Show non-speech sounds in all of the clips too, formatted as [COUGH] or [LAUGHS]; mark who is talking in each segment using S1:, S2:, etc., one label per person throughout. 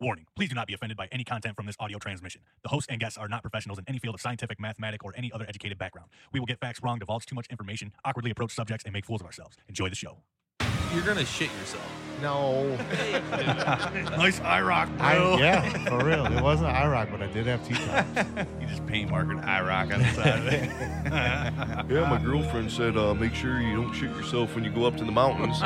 S1: Warning, please do not be offended by any content from this audio transmission. The hosts and guests are not professionals in any field of scientific, mathematic, or any other educated background. We will get facts wrong, divulge too much information, awkwardly approach subjects, and make fools of ourselves. Enjoy the show.
S2: You're gonna shit yourself.
S3: No.
S1: nice IROC,
S3: I, yeah, for real. It wasn't IROC, but I did have
S2: [LAUGHS]
S3: T-Top.
S2: You just paint marker an IROC on the side of it.
S4: Yeah, my girlfriend said, uh, make sure you don't shoot yourself when you go up to the mountains.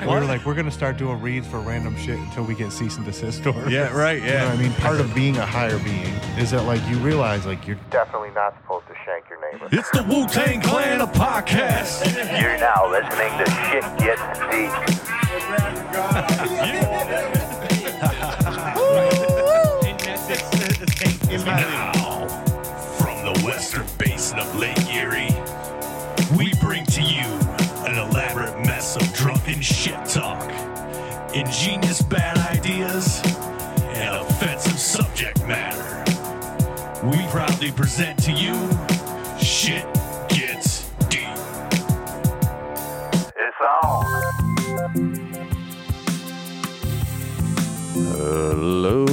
S3: we were like, we're going to start doing reads for random shit until we get cease and desist [LAUGHS] orders.
S2: Yeah, right,
S3: You know
S2: yeah.
S3: what I mean? Part of being a higher being is that, like, you realize, like, you're
S5: definitely not supposed to shank your neighbor.
S1: [LAUGHS] It's the Wu Tang Clan of podcasts.
S6: [LAUGHS]
S5: You're now listening to Shit Gets Deep.
S1: Now, from the western basin of Lake Erie, we bring to you an elaborate mess of drunken shit talk, ingenious bad ideas, and offensive subject matter. We proudly present to you Shit Gets Deep.
S5: It's on.
S7: Hello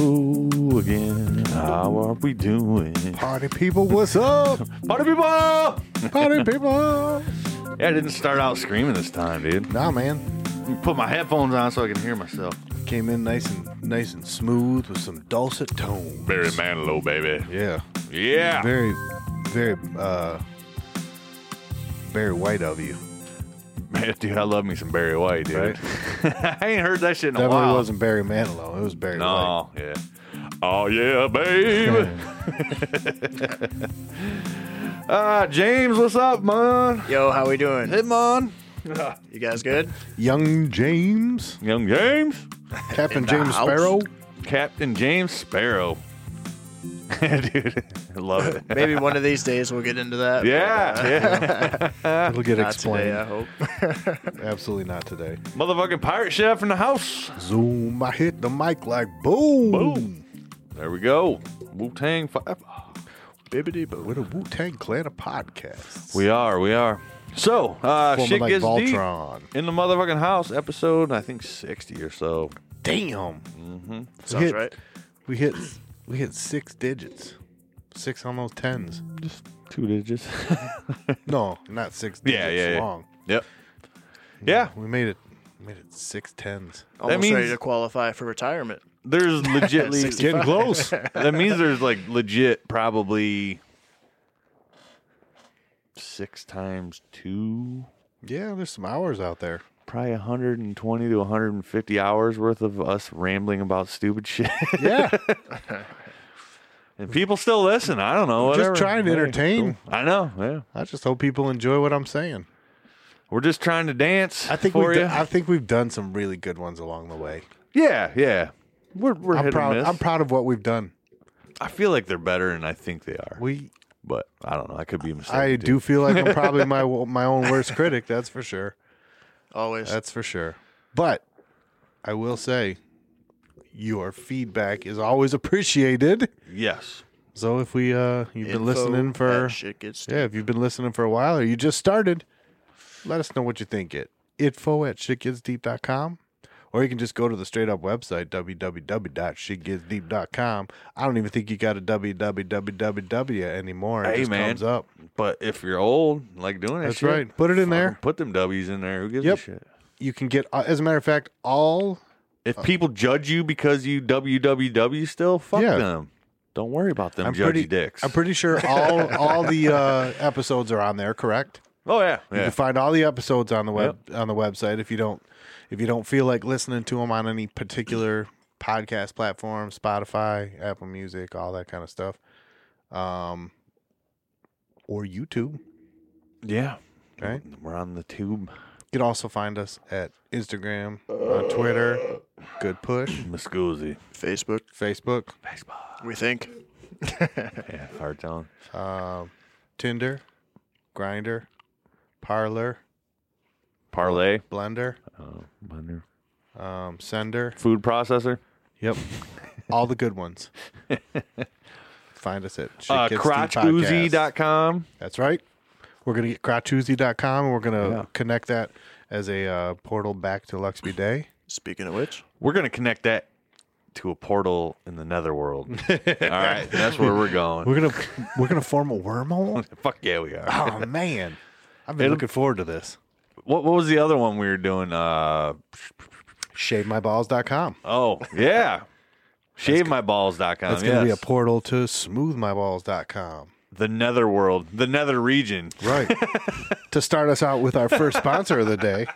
S7: again. How are we doing?
S3: party people.
S2: [LAUGHS]
S3: What's up?
S7: Party people! Yeah,
S3: [LAUGHS] party people.
S7: I didn't start out screaming this time, dude.
S3: Nah, man.
S7: Put my headphones on so I can hear myself.
S3: Came in nice and nice and smooth with some dulcet tones.
S7: Barry Manilow, baby.
S3: Yeah.
S7: Yeah.
S3: Very, very, uh, very white of you.
S7: Man, dude, I love me some Barry White, dude.
S3: Right?
S7: [LAUGHS] I ain't heard that shit in
S3: Definitely
S7: a while.
S3: wasn't Barry Manilow. It was Barry White.
S7: Oh, No, yeah. Oh yeah, [LAUGHS] baby. uh, James, what's up, man?
S6: Yo, how we doing?
S7: Hey, man.
S6: You guys good?
S3: Young James.
S7: Young James.
S3: Captain
S6: the
S3: James
S6: house.
S3: Sparrow.
S7: Captain James Sparrow. [LAUGHS] Dude, I love it.
S6: Maybe one of these days we'll get into that.
S7: Yeah, yeah. Ah,
S3: It'll get
S6: but not
S3: explained.
S6: today, I hope.
S7: uh,
S3: Absolutely not today.
S7: [LAUGHS] Motherfucking pirate chef in the house.
S3: Zoom. I hit the mic like boom.
S7: Boom. There we go. Wu Tang Five.
S3: Bibbity boo. With a Wu Tang Clan of podcasts.
S7: We are, we are. So, uh,
S3: Forming
S7: shit
S3: like
S7: gets
S3: Voltron.
S7: deep in the motherfucking house. Episode, I think sixty or so.
S3: Damn.
S7: Mm-hmm.
S6: Sounds
S3: hit-
S6: right.
S3: We hit we hit six digits. Six on those tens.
S7: Just two [LAUGHS] digits.
S3: No, not six digits
S7: yeah, yeah, yeah.
S3: long. Ah,
S7: yep. Yeah,
S3: We made it made it six tens.
S6: Almost
S7: means-
S6: ready to qualify for retirement.
S7: [LAUGHS] there's legitly
S3: Getting close.
S7: that means there's like legit probably six times two
S3: yeah, there's some hours out there.
S7: probably 120 to 150 hours worth of us rambling about stupid [LAUGHS] shit
S3: Yeah.
S7: and people still listen i don't know whatever.
S3: just trying to
S7: Hey,
S3: entertain.
S7: cool. i know yeah
S3: I just hope people enjoy what I'm saying.
S7: we're just trying to dance
S3: I think
S7: for
S3: we've
S7: you
S3: do- I think we've done some really good ones along the way.
S7: yeah yeah we're, we're
S3: I'm
S7: hit or
S3: proud
S7: miss.
S3: I'm proud of what we've done.
S7: i feel like they're better and i think they are
S3: We
S7: but i don't know i could be mistaken
S3: I
S7: too.
S3: do feel like [LAUGHS] I'm probably my my own worst critic. That's for sure.
S6: Always.
S3: That's for sure. But I will say, your feedback is always appreciated.
S7: yes
S3: So if we uh you've been
S6: Info
S3: listening for
S6: at shit gets
S3: yeah if you've been listening for a while or you just started, let us know what you think. It info at shitgetsdeep.com. Or you can just go to the straight up website, www.shitgetsdeep.com. I don't even think you got a www anymore. It
S7: Hey,
S3: just
S7: man.
S3: comes up.
S7: but if you're old and like doing that
S3: That's
S7: shit,
S3: right. Put it in
S7: fucking
S3: there.
S7: put them w's in there who gives
S3: Yep.
S7: a shit
S3: You can get, uh, as a matter of fact, all
S7: If
S3: Uh,
S7: people judge you because you www still, fuck
S3: Yeah.
S7: them. Don't worry about them
S3: I'm
S7: judgy
S3: pretty,
S7: dicks.
S3: I'm pretty sure all all the
S7: [LAUGHS]
S3: uh, episodes are on there. Correct.
S7: oh yeah,
S3: You
S7: yeah.
S3: can find all the episodes on the web on the website if you don't if you don't feel like listening to them on any particular podcast platform, Spotify, Apple Music, all that kind of stuff, um, or YouTube.
S7: yeah.
S3: Right.
S7: We're on the tube.
S3: You can also find us at Instagram, on Twitter, Good Push,
S7: Muscoozy.
S6: Facebook,
S3: Facebook,
S6: we think.
S7: Yeah, hard telling.
S3: um, Tinder, Grinder, Parlor,
S7: Parlay.
S3: Blender,
S7: Oh, wonder.
S3: um, Sender.
S7: Food processor.
S3: Yep. All the good
S7: [LAUGHS]
S3: ones. Find us at
S7: Uh,
S3: Shit Gets Deep Podcast.
S7: crotchoozy.com.
S3: That's right. We're going to get crotchoozy.com and we're going to
S7: Yeah.
S3: connect that as a uh, portal back to Luxby Day.
S6: Speaking of which,
S7: We're going to connect that to a portal in the
S3: [LAUGHS]
S7: netherworld. All right, that's where we're going.
S3: We're gonna we're gonna form a wormhole.
S7: Fuck yeah, we are.
S3: [LAUGHS] Oh man, I've been
S7: It'll-
S3: looking forward to this.
S7: What, what was the other one we were doing? Uh,
S3: ShaveMyBalls.com.
S7: oh yeah, shavemyballs.com.
S3: That's gonna be a
S7: yes.
S3: portal to SmoothMyBalls.com.
S7: the netherworld, the nether region.
S3: [LAUGHS] Right. to start us out with our first sponsor of the day,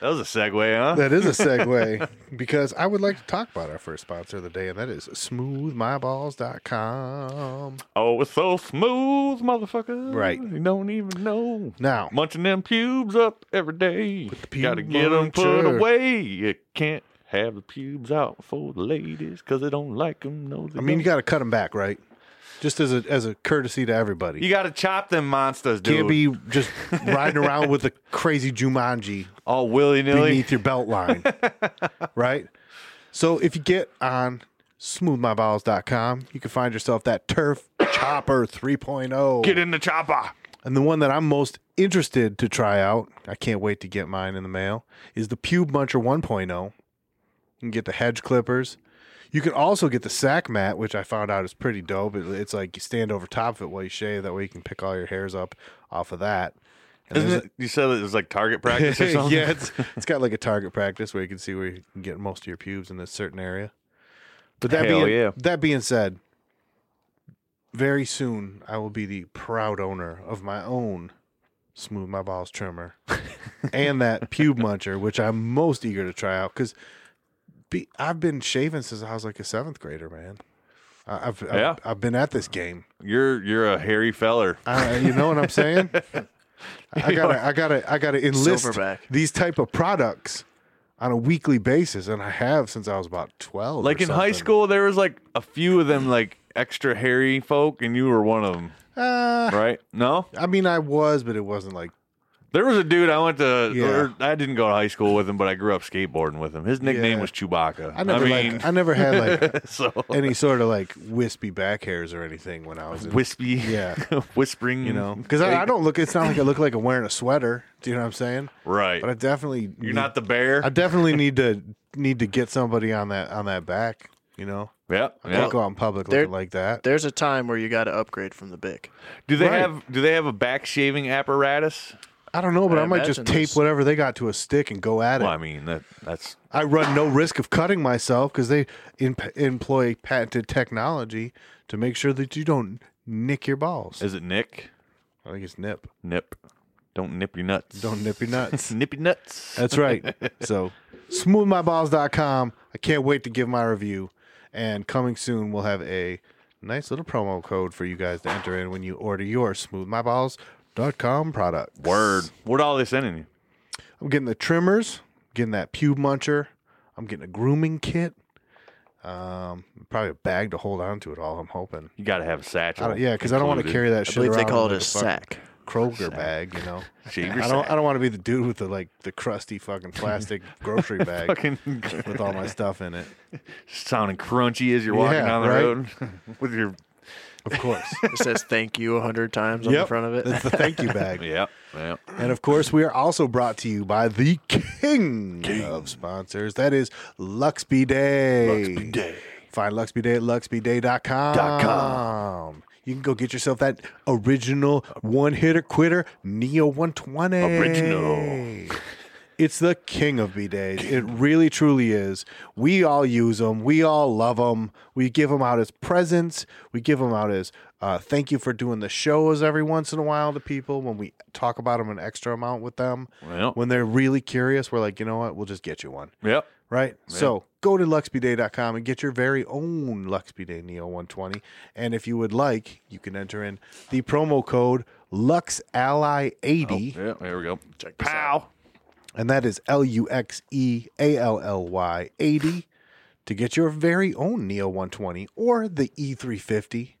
S7: That was a segue, huh?
S3: that is a segue because I would like to talk about our first sponsor of the day, and that is SmoothMyBalls.com.
S7: Oh, it's so smooth, motherfucker.
S3: Right.
S7: You don't even know.
S3: Now,
S7: Munching them pubes up every day.
S3: pube
S7: Gotta get them put
S3: muncher.
S7: away. You can't have the pubes out for the ladies because they don't like them. No, they
S3: I mean, you
S7: don't.
S3: got to cut them back, right? Just as a as a courtesy to everybody.
S7: you got to chop them monsters, dude.
S3: Can't be just riding around with a crazy Jumanji
S7: all willy nilly.
S3: beneath your belt
S7: [LAUGHS]
S3: line, right? So if you get on smoothmyballs.com, you can find yourself that turf chopper oh. 3.0.
S7: Get in the chopper.
S3: And the one that I'm most interested to try out, I can't wait to get mine in the mail, is the Pube Muncher 1.0. You can get the hedge clippers. You can also get the sack mat, which I found out is pretty dope. It- It's like you stand over top of it while you shave. That way you can pick all your hairs up off of that. And
S7: Isn't
S3: there's
S7: it? [LAUGHS] You said it was like target
S4: [LAUGHS]
S7: practice or
S3: a- [LAUGHS]
S7: something.
S3: yeah, it's, it's got like a target practice where you can see where you can get most of your pubes in a certain area. But that
S7: Hell
S3: being
S7: yeah.
S3: that being said, very soon I will be the proud owner of my own smooth my balls
S7: [LAUGHS]
S3: trimmer and that pube muncher, which I'm most eager to try out because be, I've been shaving since I was like a seventh grader, man. I- I've I've,
S7: Yeah.
S3: I've been at this game.
S7: You're you're a hairy feller.
S3: I, you know what I'm
S7: [LAUGHS]
S3: saying? I gotta, I gotta, I gotta enlist
S6: Silverback.
S3: these type of products on a weekly basis, and I have since I was about twelve. or
S7: Like in high
S3: something.
S7: school, there was like a few of them like extra hairy folk, and you were one of them,
S3: Uh,
S7: right? No.
S3: I mean, I was, but it wasn't like
S7: There was a dude I went to.
S3: Yeah.
S7: Or I didn't go to high school with him, but I grew up skateboarding with him. His nickname
S3: Yeah.
S7: was Chewbacca.
S3: I never,
S7: mean,
S3: like, I never had like
S7: [LAUGHS] so
S3: any sort of like wispy back hairs or anything when I was in,
S7: wispy,
S3: Yeah.
S7: [LAUGHS] whispering,
S3: you
S7: [LAUGHS]
S3: know, because I, I don't look. It's not like I look like I'm wearing a sweater. Do you know what I'm saying?
S7: right.
S3: But I definitely need-
S7: You're not the bear.
S3: I definitely need to need to get somebody on that on that back. You know,
S7: yeah,
S3: I
S7: yeah.
S3: can't go out in public
S6: There-
S3: looking like that.
S6: There's a time where you got to upgrade from the big.
S7: Do they
S3: Right.
S7: have Do they have a back shaving apparatus?
S3: I don't know, but I,
S6: I
S3: might just
S6: imagine
S3: tape
S6: there's-
S3: whatever they got to a stick and go at it.
S7: Well, I mean that that's
S3: I run no risk of cutting myself because they imp- employ patented technology to make sure that you don't nick your balls.
S7: is it Nick
S3: I think it's nip.
S7: nip. Don't nip your nuts. [LAUGHS]
S3: Don't nip your nuts.
S7: nip your nuts.
S3: That's right. So, smoothmyballs.com. I can't wait to give my review. And coming soon, we'll have a nice little promo code for you guys to enter in when you order your smoothmyballs.com product.
S7: Word. What all they sending you?
S3: I'm getting the trimmers, getting that pube muncher. I'm getting a grooming kit. Um, probably a bag to hold on to it all. I'm hoping.
S7: You got to have a
S3: I
S7: satchel.
S3: don't, yeah, because I don't want to
S7: included.
S3: carry that
S6: I
S3: shit.
S6: believe they
S3: around
S6: call it
S3: like
S6: a
S3: fucking
S6: sack.
S3: Kroger bag. You
S6: [LAUGHS]
S3: know,
S7: Shave your
S3: I don't.
S7: sack.
S3: I don't want to be the dude with the like the crusty
S6: [LAUGHS]
S3: fucking plastic grocery bag
S7: Fucking [LAUGHS]
S3: with all my stuff in it.
S7: sounding crunchy as you're walking
S3: Yeah,
S7: down the
S3: right?
S7: road [LAUGHS] with your
S6: [LAUGHS]
S3: Of course.
S6: It says thank you a hundred times on the front of it.
S3: That's the thank you bag.
S7: yeah yeah.
S3: And of course, we are also brought to you by the king, of sponsors. That is Luxby Day. Luxby Day. Find Luxby Day at luxbyday.com. .com. You can go get yourself that original one hitter quitter Neo 120.
S7: Original.
S3: It's the king of B days. It really truly is. We all use them. We all love them. We give them out as presents. We give them out as uh, thank you for doing the shows every once in a while to people when we talk about them an extra amount with them.
S7: Well.
S3: When they're really curious, we're like, you know what? We'll just get you one.
S7: Yep.
S3: Right? So go to luxbyday.com and get your very own Luxby Day Neo 120. And if you would like, you can enter in the promo code LuxAlly80.
S7: Yeah, there we go.
S6: Check this out.
S7: Pow.
S3: and that is L U X E A L L Y 80 to get your very own Neo 120 or the E350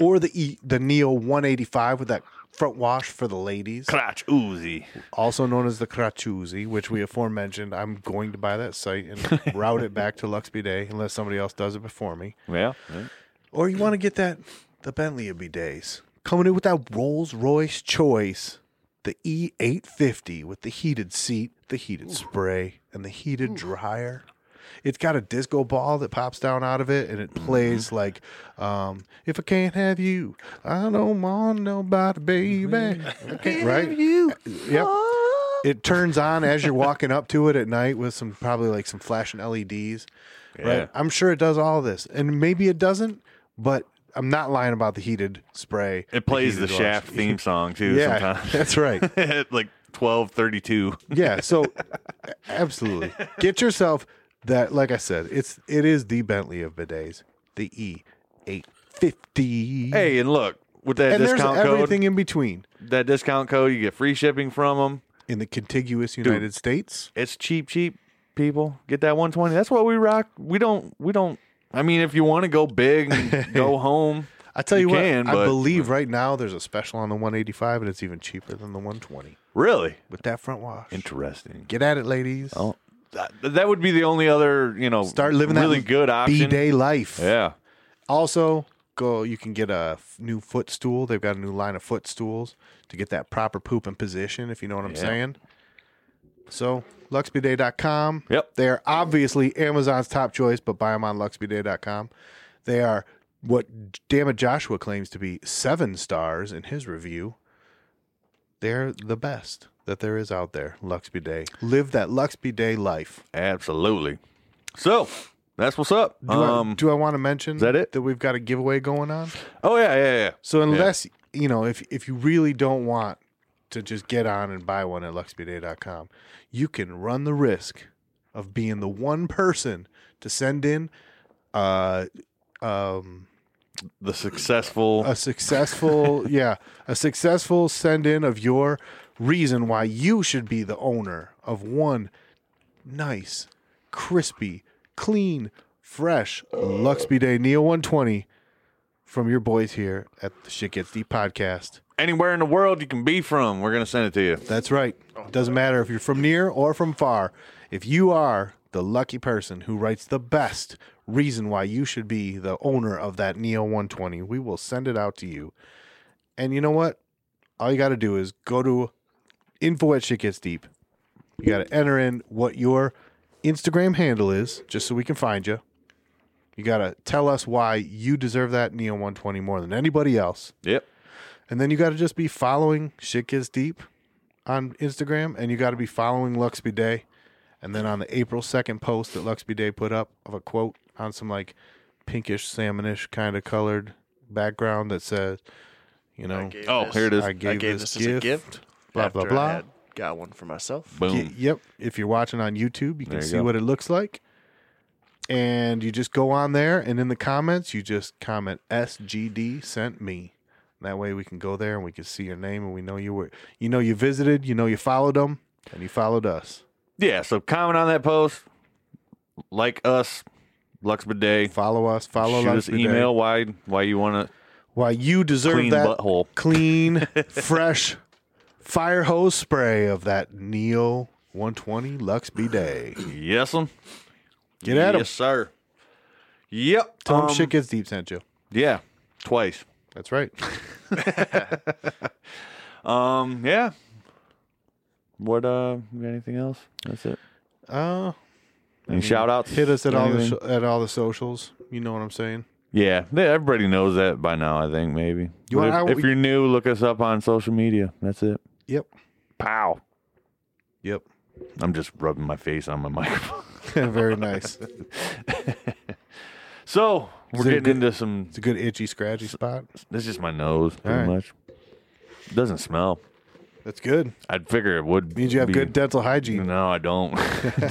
S3: or the e, the Neo 185 with that front wash for the ladies,
S7: Crotch Uzi.
S3: also known as the Krachuzi, which we aforementioned. I'm going to buy that site and route it back to Luxby Day unless somebody else does it before me.
S7: Yeah. yeah.
S3: Or you want to get that the Bentley would be days coming in with that Rolls Royce choice, the E E850 with the heated seat, the heated spray, and the heated dryer. it's got a disco ball that pops down out of it, and it plays
S7: Mm-hmm.
S3: like, um, "If I can't have you, I don't want nobody, baby.
S7: [LAUGHS]
S3: I can't right? have you."
S7: Uh,
S3: Yep. It turns on as you're walking up to it at night with some probably like some flashing LEDs.
S7: Yeah.
S3: Right. I'm sure it does all this, and maybe it doesn't, but I'm not lying about the heated spray.
S7: It plays the
S3: heated
S7: Shaft
S3: wash.
S7: theme song too
S3: Yeah, [LAUGHS]
S7: sometimes. [LAUGHS]
S3: that's right.
S7: At like 12:32.
S3: Yeah, so absolutely. Get yourself that like I said, it's it is the Bentley of bidets. The E eight fifty.
S7: Hey, and look, with that
S3: and there's
S7: discount code,
S3: everything in between.
S7: that discount code, you get free shipping from them.
S3: In the contiguous United States.
S7: It's cheap, cheap. People get that 120. That's what we rock. We don't. We don't. I mean, if you want to go
S3: [LAUGHS]
S7: big, and go home.
S3: I tell you, what,
S7: can,
S3: I
S7: but-
S3: believe right now there's a special on the one eighty five and it's even cheaper than the one twenty.
S7: Really
S3: With that front wash.
S7: interesting.
S3: Get at it, ladies.
S7: Oh, that, that would be the only other you know.
S3: Start living
S7: really
S3: that
S7: good option.
S3: B-day life.
S7: Yeah.
S3: Also, go. You can get a f- new footstool. They've got a new line of footstools to get that proper poop in position. If you know what I'm
S7: Yeah.
S3: saying. So luxbyday.com.
S7: Yep.
S3: They are obviously Amazon's top choice, but buy them on luxbyday.com. They are what damn it Joshua claims to be seven stars in his review. They're the best that there is out there. Luxby Day. Live that Luxby Day life.
S7: Absolutely. So that's what's up.
S3: Do,
S7: Um.
S3: I, do I want to mention
S7: is that it?
S3: that we've got a giveaway going on?
S7: oh yeah, yeah, yeah.
S3: So unless you know, if if you really don't want to just get on and buy one at luxbyday.com, you can run the risk of being the one person to send in uh um
S7: The successful.
S3: a successful yeah, a successful send in of your reason why you should be the owner of one nice, crispy, clean, fresh Luxby Day Neo 120 from your boys here at the Shit Gets Deep podcast.
S7: anywhere in the world you can be from, we're gonna send it to you.
S3: That's right. It doesn't matter if you're from near or from far. If you are the lucky person who writes the best reason why you should be the owner of that Neo 120, we will send it out to you. And you know what? All you got to do is go to info at shit gets deep. You got to enter in what your Instagram handle is just so we can find you. You got to tell us why you deserve that Neo 120 more than anybody else.
S7: Yep.
S3: And then you got to just be following Shit Gets Deep on Instagram, and you got to be following Luxby Day. And then on the April 2nd post that Luxby Day put up of a quote on some like pinkish, salmonish kind of colored background that says, you know,
S6: gave
S7: Oh,
S6: this-
S7: here it is.
S3: I gave,
S6: I gave
S3: this,
S6: this as a
S3: gift,
S6: gift.
S3: blah, blah,
S6: after I
S3: blah.
S6: had got one for myself.
S7: Boom.
S3: Y- yep. If you're watching on YouTube, you can
S7: There you
S3: see
S7: go.
S3: what it looks like. And you just go on there, and in the comments, you just comment SGD sent me. That way, we can go there and we can see your name, and we know you were, you know, you visited, you know, you followed them, and you followed us.
S7: Yeah. So comment on that post. Like us, Lux Bidet.
S3: Follow us. Follow
S7: Shoot
S3: us.
S7: us email why why you want to
S3: Why you deserve
S7: clean
S3: that
S7: butthole. [LAUGHS]
S3: clean, fresh fire hose spray of that Neo 120 Lux B
S7: [CLEARS THROAT]
S3: Day.
S7: Yes, them.
S3: Get at 'em.
S7: Yes, sir. Yep.
S3: Tell 'em
S7: Um,
S3: shit gets deep sent you.
S7: Yeah. Twice.
S3: That's right.
S7: Um. Yeah. What? Uh. you Got anything else? That's it.
S3: Uh,
S7: Any shout outs?
S3: Hit us at all the
S7: Anything?
S3: so- at all the socials. You know what I'm saying?
S7: Yeah, they- everybody knows that by now. I think maybe.
S3: You
S7: But
S3: want-
S7: if,
S3: I-
S7: if you're new, look us up on social media. That's it.
S3: Yep.
S7: Pow.
S3: Yep.
S7: I'm just rubbing my face on my [LAUGHS] microphone.
S3: [LAUGHS] Very nice. It's
S7: So
S3: it
S7: we're
S3: a
S7: getting
S3: good-
S7: into some.
S3: a good itchy, scratchy spot.
S7: This is my nose, pretty
S3: All right.
S7: much. Doesn't smell.
S3: That's good.
S7: I'd figure it would.
S3: Means you have
S7: be-
S3: good dental hygiene.
S7: [LAUGHS] No, I don't, [LAUGHS]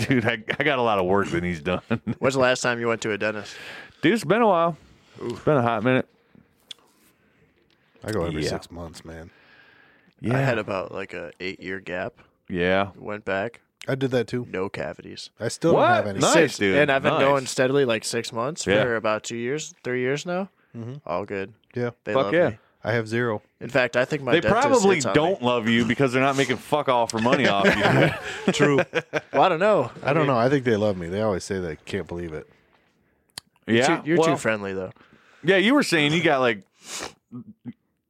S7: dude. I, I got a lot of work that he's done. [LAUGHS] dude,
S6: When's the last time you went to a dentist?
S7: it's been a while. It's been a hot minute.
S3: I go every
S7: Yeah.
S3: six months, man.
S7: Yeah,
S6: I had about like a eight year gap.
S7: yeah.
S6: Went back,
S3: I did that too.
S6: no cavities.
S3: I still
S7: What?
S3: don't have any.
S7: Nice,
S6: Six-
S7: dude.
S6: And I've been
S7: Nice.
S6: going steadily like six months
S7: Yeah.
S6: for about two years, three years now. All good.
S3: Yeah,
S6: They
S7: Fuck
S6: love
S7: yeah.
S6: me.
S3: I have zero.
S6: In fact, I think my
S7: They
S6: dentist
S7: probably
S6: hits on
S7: don't
S6: Me.
S7: love you because they're not making fuck all for money off you.
S3: [LAUGHS] True.
S6: [LAUGHS] Well, I don't know.
S3: [LAUGHS] I don't know. I think they love me. They always say they can't believe it.
S7: yeah,
S6: Too- you're
S7: well,
S6: too friendly though.
S7: Yeah, you were saying you got like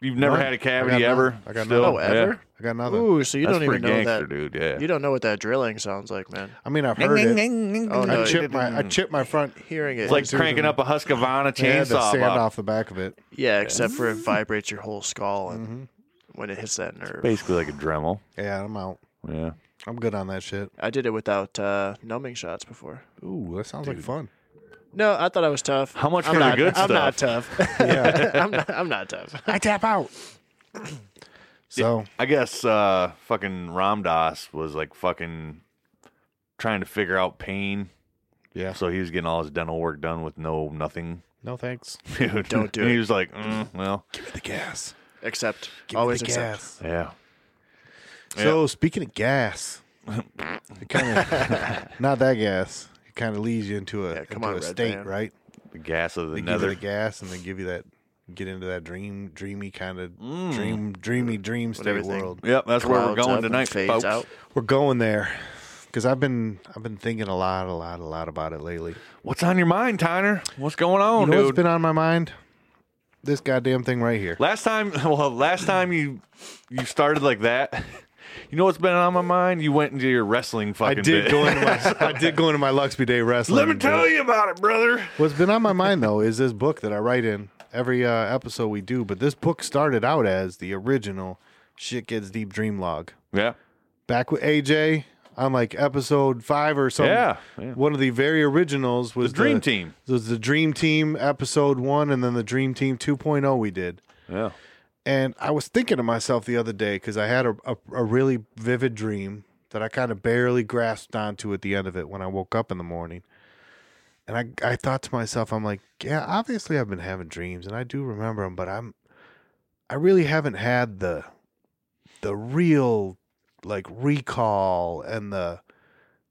S7: You've never
S3: No,
S7: had a
S3: I
S7: cavity
S3: got
S7: ever.
S3: nothing. I got
S7: Still?
S3: nothing.
S6: Oh,
S7: Yeah.
S6: ever?
S3: I got nothing.
S6: Ooh, so you
S7: That's
S6: don't even
S7: pretty
S6: know
S7: gangster,
S6: that.
S7: dude. Yeah.
S6: You don't know what that drilling sounds like, man.
S3: I mean, I've heard it.
S6: Oh, no,
S3: I chipped my I chipped my front
S6: hearing it.
S7: it's like cranking up a Husqvarna
S3: I had the
S7: chainsaw.
S3: sand
S7: Bob.
S3: off the back of it.
S6: yeah, except for it vibrates your whole skull and when it hits that nerve.
S7: Basically like a Dremel.
S3: Yeah, I'm out.
S7: Yeah.
S3: I'm good on that shit.
S6: I did it without uh, numbing shots before.
S3: Ooh, that sounds like fun.
S6: No, I thought I was tough.
S7: How much
S6: I'm
S7: for the
S6: not,
S7: good
S6: I'm not
S7: stuff?
S6: tough.
S3: [LAUGHS] Yeah,
S6: [LAUGHS] I'm not, I'm not tough. [LAUGHS]
S3: I tap out. So
S7: I guess uh, fucking Ram Dass was like fucking trying to figure out pain.
S3: yeah,
S7: So he was getting all his dental work done with no nothing. [LAUGHS]
S3: no thanks.
S7: Dude.
S6: Don't do
S7: and He
S6: it.
S7: was like, mm, well,
S3: Give me the gas.
S6: Except
S3: Give
S6: always
S3: me the
S6: accept.
S3: gas.
S7: yeah.
S3: So speaking of gas,
S6: [LAUGHS]
S3: it kind of [LAUGHS] not that gas. It kind of leads you into a
S6: Yeah, come
S3: into
S6: on,
S3: a
S6: Red
S3: state,
S6: Man.
S3: right?
S7: The gas of the
S3: They give
S7: nether.
S3: you the gas and they give you that get into that dream, dreamy kind of dream, dreamy dream state
S6: Mm. everything
S3: world.
S7: Yep, that's where we're
S6: Clouds up
S7: going
S6: and
S7: tonight,
S6: fades
S7: folks.
S6: out.
S3: We're going there because I've been I've been thinking a lot, a lot, a lot about it lately.
S7: What's on your mind, Tyner? What's going on,
S6: Oh,
S3: you know
S7: dude?
S3: what's been on my mind? This goddamn thing right here.
S7: last time, [LAUGHS] well, last time you you started like that. [LAUGHS] You know what's been on my mind? You went into your wrestling
S3: I
S7: fucking.
S3: did
S7: bit.
S3: go into my I did go into my
S6: [LAUGHS]
S3: Luxby Day wrestling.
S7: [LAUGHS] Let me
S3: bit.
S7: tell you about it, brother.
S3: What's been on my mind though is this book that I write in every uh, episode we do. But this book started out as the original "Shit Gets Deep" dream log
S7: Yeah.
S3: back with AJ on like episode five or something.
S7: Yeah, yeah.
S3: One of the very originals was
S7: The Dream Team.
S3: Was the Dream Team episode one, and then the Dream Team 2.0 we did.
S7: Yeah.
S3: And I was thinking to myself the other day because I had a, a, a really vivid dream that I kind of barely grasped onto at the end of it when I woke up in the morning. And I, I thought to myself, I'm like, yeah, obviously I've been having dreams and I do remember them, but I'm, I really haven't had the, the real like recall and the,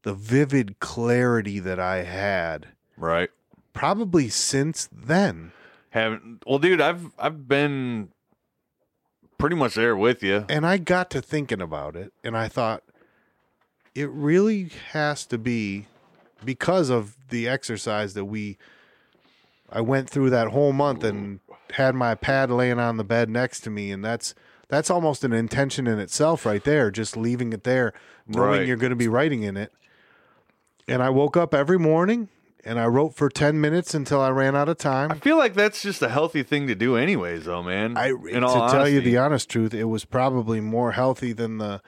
S3: the vivid clarity that I had
S7: Right.
S3: probably since then.
S7: Haven't. Well, dude, I've I've been pretty much there with you.
S3: and I got to thinking about it, and I thought it really has to be because of the exercise that we. I went through that whole month and had my pad laying on the bed next to me, and that's that's almost an intention in itself, right there. Just leaving it there, knowing
S7: Right.
S3: you're going to be writing in it. And I woke up every morning and I wrote for ten minutes until I ran out of time.
S7: I feel like that's just a healthy thing to do, anyways, though, man.
S3: I to
S7: In all
S3: tell you
S7: honesty.
S3: the honest truth, it was probably more healthy than the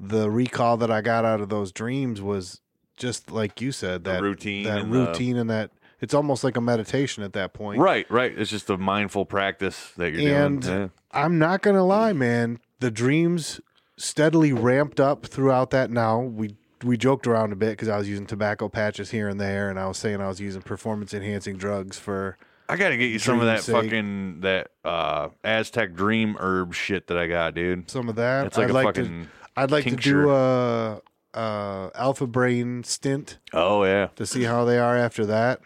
S3: the recall that I got out of those dreams was just like you said that
S7: routine
S3: that
S7: and the-
S3: routine, and that it's almost like a meditation at that point.
S7: Right, right. It's just a mindful practice that you're
S3: And
S7: doing. Yeah.
S3: I'm not gonna lie, man, the dreams steadily ramped up throughout that. Now we we joked around a bit because I was using tobacco patches here and there, and I was saying I was using performance enhancing drugs for
S7: I gotta get you some of
S3: Dream
S7: that
S3: sake.
S7: fucking that uh Aztec dream herb shit that I got, dude.
S3: some of that.
S7: It's like
S3: I'd
S7: a
S3: like
S7: fucking
S3: to, I'd like to
S7: tincture.
S3: do a, a alpha brain stint.
S7: Oh yeah.
S3: to see how they are after that.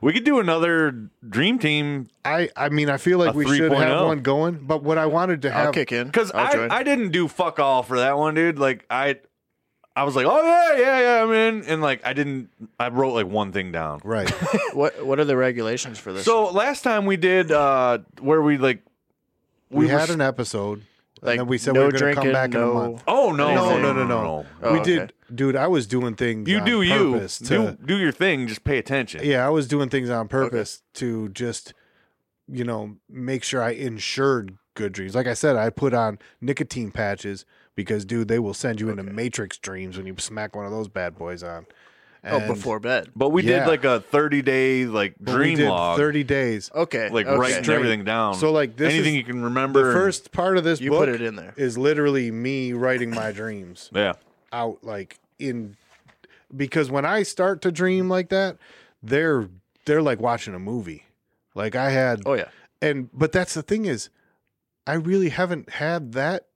S7: We could do another dream team
S3: I I mean I feel like
S7: A
S3: we should
S7: 3.0.
S3: have one going, but what I wanted to
S6: oh. I'll
S3: have
S6: kick in.
S7: because
S6: I'll
S7: I,
S6: join.
S7: I didn't do fuck all for that one, dude. Like I I was like, oh yeah, yeah, yeah, I'm in, and like I didn't. I wrote like one thing down.
S3: [LAUGHS]
S6: [LAUGHS]
S3: right.
S6: what What are the regulations for this?
S7: So last time we did uh where we like
S3: We,
S7: were
S3: had
S7: s-
S3: an episode,
S6: Like,
S3: and then we said
S6: no
S3: we were going to come
S6: drinking,
S3: back
S6: no-
S3: in a month.
S7: Oh no,
S3: No,
S7: no,
S3: no, no, no.
S6: Oh,
S3: we
S6: okay.
S3: did, dude. I was doing things.
S7: You
S3: on
S7: do you.
S3: purpose
S7: Do
S3: to-
S7: do your thing. Just pay attention.
S3: yeah, I was doing things on purpose to just, you know, make sure I insured good dreams. Like I said, I put on nicotine patches because, dude, they will send you into matrix dreams when you smack one of those bad boys on.
S6: oh,
S3: And-
S6: before bed.
S7: But we
S3: Yeah.
S7: did like a 30 day like
S3: but we
S7: dream
S3: did
S7: log,
S3: thirty days.
S6: Okay.
S7: like
S6: okay.
S7: writing
S3: Straight.
S7: everything
S6: Um,
S7: down.
S3: So, like, this
S7: anything
S3: is
S7: you can remember.
S3: The
S7: and-
S3: first part of this
S6: You
S3: book
S6: put it in there.
S3: is literally me writing my dreams
S7: yeah,
S3: out like in because when I start to dream like that, they're they're like watching a movie. Like I had
S6: Oh yeah.
S3: and but that's the thing is I really haven't had that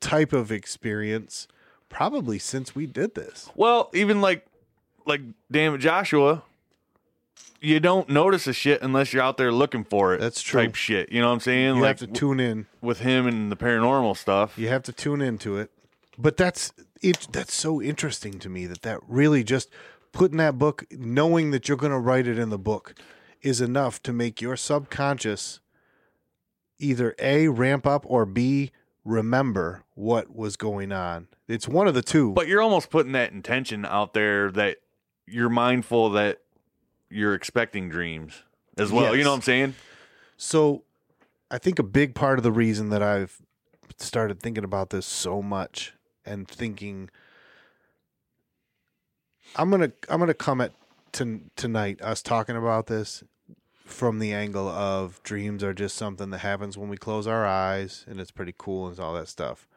S3: type of experience probably since we did this.
S7: well, even like like damn it, Joshua, you don't notice a shit unless you're out there looking for it.
S3: That's true.
S7: Type shit. You know what I'm saying?
S3: You
S7: like
S3: have to
S7: w-
S3: tune in.
S7: with him and the paranormal stuff.
S3: You have to tune into it. But that's it. That's so interesting to me that that really just putting that book, knowing that you're going to write it in the book, is enough to make your subconscious either A, ramp up, or B, remember what was going on. It's one of the two.
S7: But you're almost putting that intention out there that you're mindful that you're expecting dreams as well. You
S3: Yes.
S7: know what I'm saying?
S3: So I think a big part of the reason that I've started thinking about this so much and thinking I'm going to I'm going to come at ton tonight us talking about this from the angle of dreams are just something that happens when we close our eyes and it's pretty cool and all that stuff.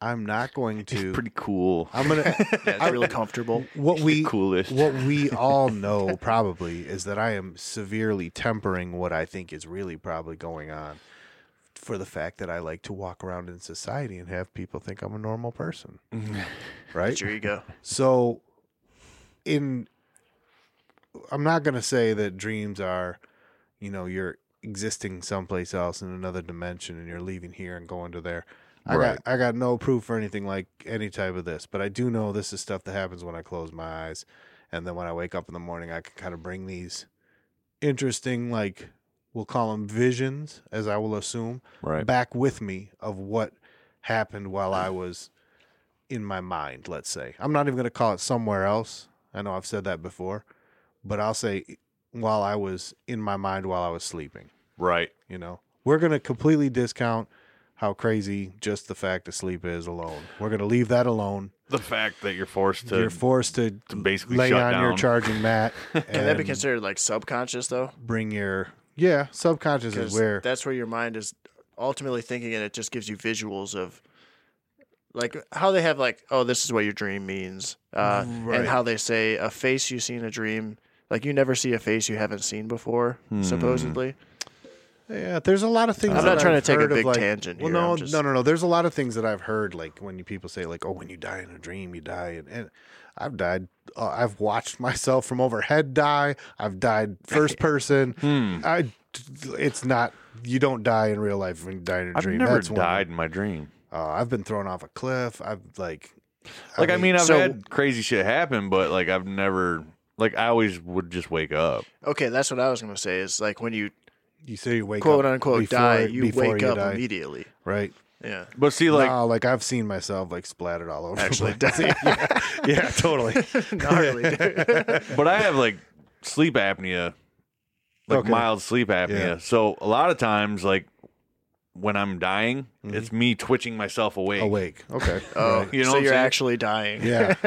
S3: I'm not going to
S7: Pretty cool.
S3: I'm going to
S6: [LAUGHS] Yeah, it's real comfortable.
S3: what
S6: [LAUGHS]
S3: we
S7: coolest.
S3: what we all know probably is that I am severely tempering what I think is really probably going on for the fact that I like to walk around in society and have people think I'm a normal person. right?
S6: It's your ego.
S3: So in I'm not going to say that dreams are, you know, you're existing someplace else in another dimension and you're leaving here and going to there. I
S7: Right.
S3: got I got no proof for anything like any type of this, but I do know this is stuff that happens when I close my eyes and then when I wake up in the morning I can kind of bring these interesting like we'll call them visions as I will assume
S7: [LAUGHS] Right.
S3: back with me of what happened while I was in my mind, let's say. I'm not even going to call it somewhere else. I know I've said that before, but I'll say while I was in my mind while I was sleeping,
S7: Right.
S3: you know. We're going to completely discount how crazy just the fact of sleep is alone. We're going to leave that alone.
S7: The fact that you're forced to
S3: You're forced to,
S7: basically
S3: lay
S7: shut
S3: on your
S7: down.
S3: charging
S7: [LAUGHS]
S3: mat
S6: Can that be
S3: and
S6: considered like subconscious though?
S3: bring your yeah, subconscious is
S6: Because
S3: where
S6: that's where your mind is ultimately thinking, and it just gives you visuals of like how they have like, oh, this is what your dream means, uh,
S3: Right.
S6: and how they say a face you see in a dream. Like you never see a face you haven't seen before,
S3: Hmm.
S6: supposedly.
S3: Yeah, there's a lot of things.
S6: I'm
S3: that
S6: not trying to
S3: I've
S6: take a
S3: heard of,
S6: big
S3: like-
S6: tangent
S3: Well,
S6: here,
S3: no,
S6: I'm just-
S3: no, no, no. There's a lot of things that I've heard, like when you people say, like, "Oh, when you die in a dream, you die," and, and I've died. Uh, I've watched myself from overhead die. I've died
S6: [LAUGHS]
S3: first person.
S7: Hmm.
S3: I, it's not. You don't die in real life when you die in a
S7: I've
S3: dream.
S7: never
S3: That's one-
S7: died in my dream.
S3: Uh, I've been thrown off a cliff. I've like,
S7: Like I mean, I've
S6: so-
S7: had crazy shit happen, but like I've never like I always would just wake up.
S6: Okay, that's what I was gonna say. Is like when you
S3: you say you wake
S6: quote
S3: up
S6: unquote
S3: before-
S6: die, you
S3: before
S6: wake up
S3: die,
S6: immediately.
S3: right? [LAUGHS]
S6: Yeah. [LAUGHS]
S7: But see,
S3: Like,
S7: like
S3: no, like I've seen myself like splattered all over.
S6: Actually,
S3: the place. [LAUGHS] yeah, yeah, totally.
S6: Gnarly, dude.
S7: but I have like sleep apnea, like
S3: Okay.
S7: mild sleep apnea.
S3: Yeah.
S7: So a lot of times, like when I'm dying, it's me twitching myself awake.
S3: Mm-hmm. Awake. Okay.
S6: Oh,
S3: [LAUGHS] Right.
S7: You know what
S6: so
S7: I'm
S6: you're
S7: saying?
S6: actually dying.
S3: Yeah.
S7: [LAUGHS]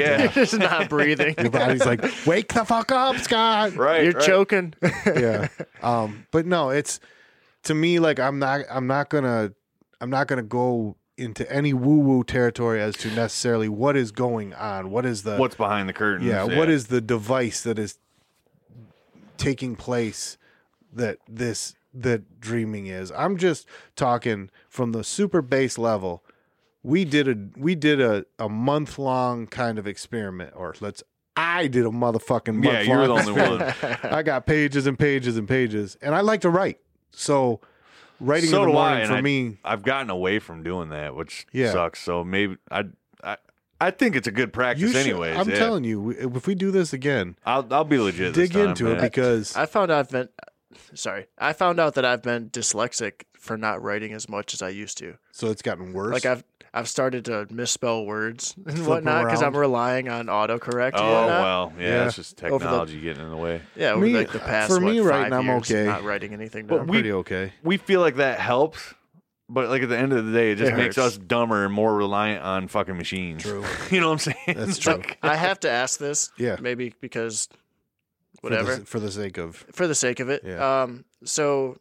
S6: [LAUGHS]
S3: [LAUGHS]
S7: yeah.
S6: Just not breathing.
S3: Your body's [LAUGHS] like, wake the fuck up, Scott.
S7: [LAUGHS] right.
S6: You're
S7: right.
S6: choking.
S3: Yeah. Um, but no, it's to me like I'm not I'm not gonna I'm not gonna go into any woo woo territory as to necessarily what is going on. What is the
S7: What's behind the curtain?
S3: yeah, what is the device that is taking place that this that dreaming is. I'm just talking from the super base level. We did a we did a, a month long kind of experiment, or let's I did a motherfucking month
S7: Yeah, you were the
S3: long
S7: only one.
S3: [LAUGHS] I got pages and pages and pages, and I like to write. So writing
S7: So
S3: in the
S7: do I,
S3: morning
S7: and
S3: for
S7: I-
S3: me,
S7: I've gotten away from doing that, which
S3: Yeah.
S7: sucks. So maybe I, I, I think it's a
S3: you
S7: good practice,
S3: should-
S7: anyways.
S3: I'm
S7: yeah.
S3: telling you, we- if we do this again,
S7: I'll, I'll be legit. this
S3: dig
S7: time,
S3: into it
S7: man.
S3: because
S6: I found I've been sorry. I found out that I've been dyslexic for not writing as much as I used to.
S3: so it's gotten worse.
S6: Like I've I've started to misspell
S3: [LAUGHS]
S6: words and
S3: Flip 'em
S6: whatnot because I'm
S3: around.
S6: relying on autocorrect. and
S7: Oh
S6: whatnot.
S7: well, yeah,
S3: Yeah.
S7: It's just
S6: the-
S7: technology getting in the way.
S6: yeah. over,
S3: Me-
S6: like the past
S3: for me
S6: what,
S3: writing,
S6: five
S3: I'm
S6: years,
S3: okay.
S6: Not writing anything.
S7: But
S6: down.
S3: I'm
S7: we-
S3: pretty okay.
S7: We feel like that helps, but like at the end of the day, it just
S6: It
S7: makes
S6: hurts.
S7: us dumber and more reliant on fucking machines.
S3: True.
S7: [LAUGHS] you know what I'm saying? [LAUGHS]
S3: That's true. [LAUGHS]
S6: But I have to ask this.
S3: Yeah.
S6: Maybe because
S3: For
S6: whatever.
S3: the, for the sake of
S6: for the sake of it.
S3: Yeah.
S6: Um, so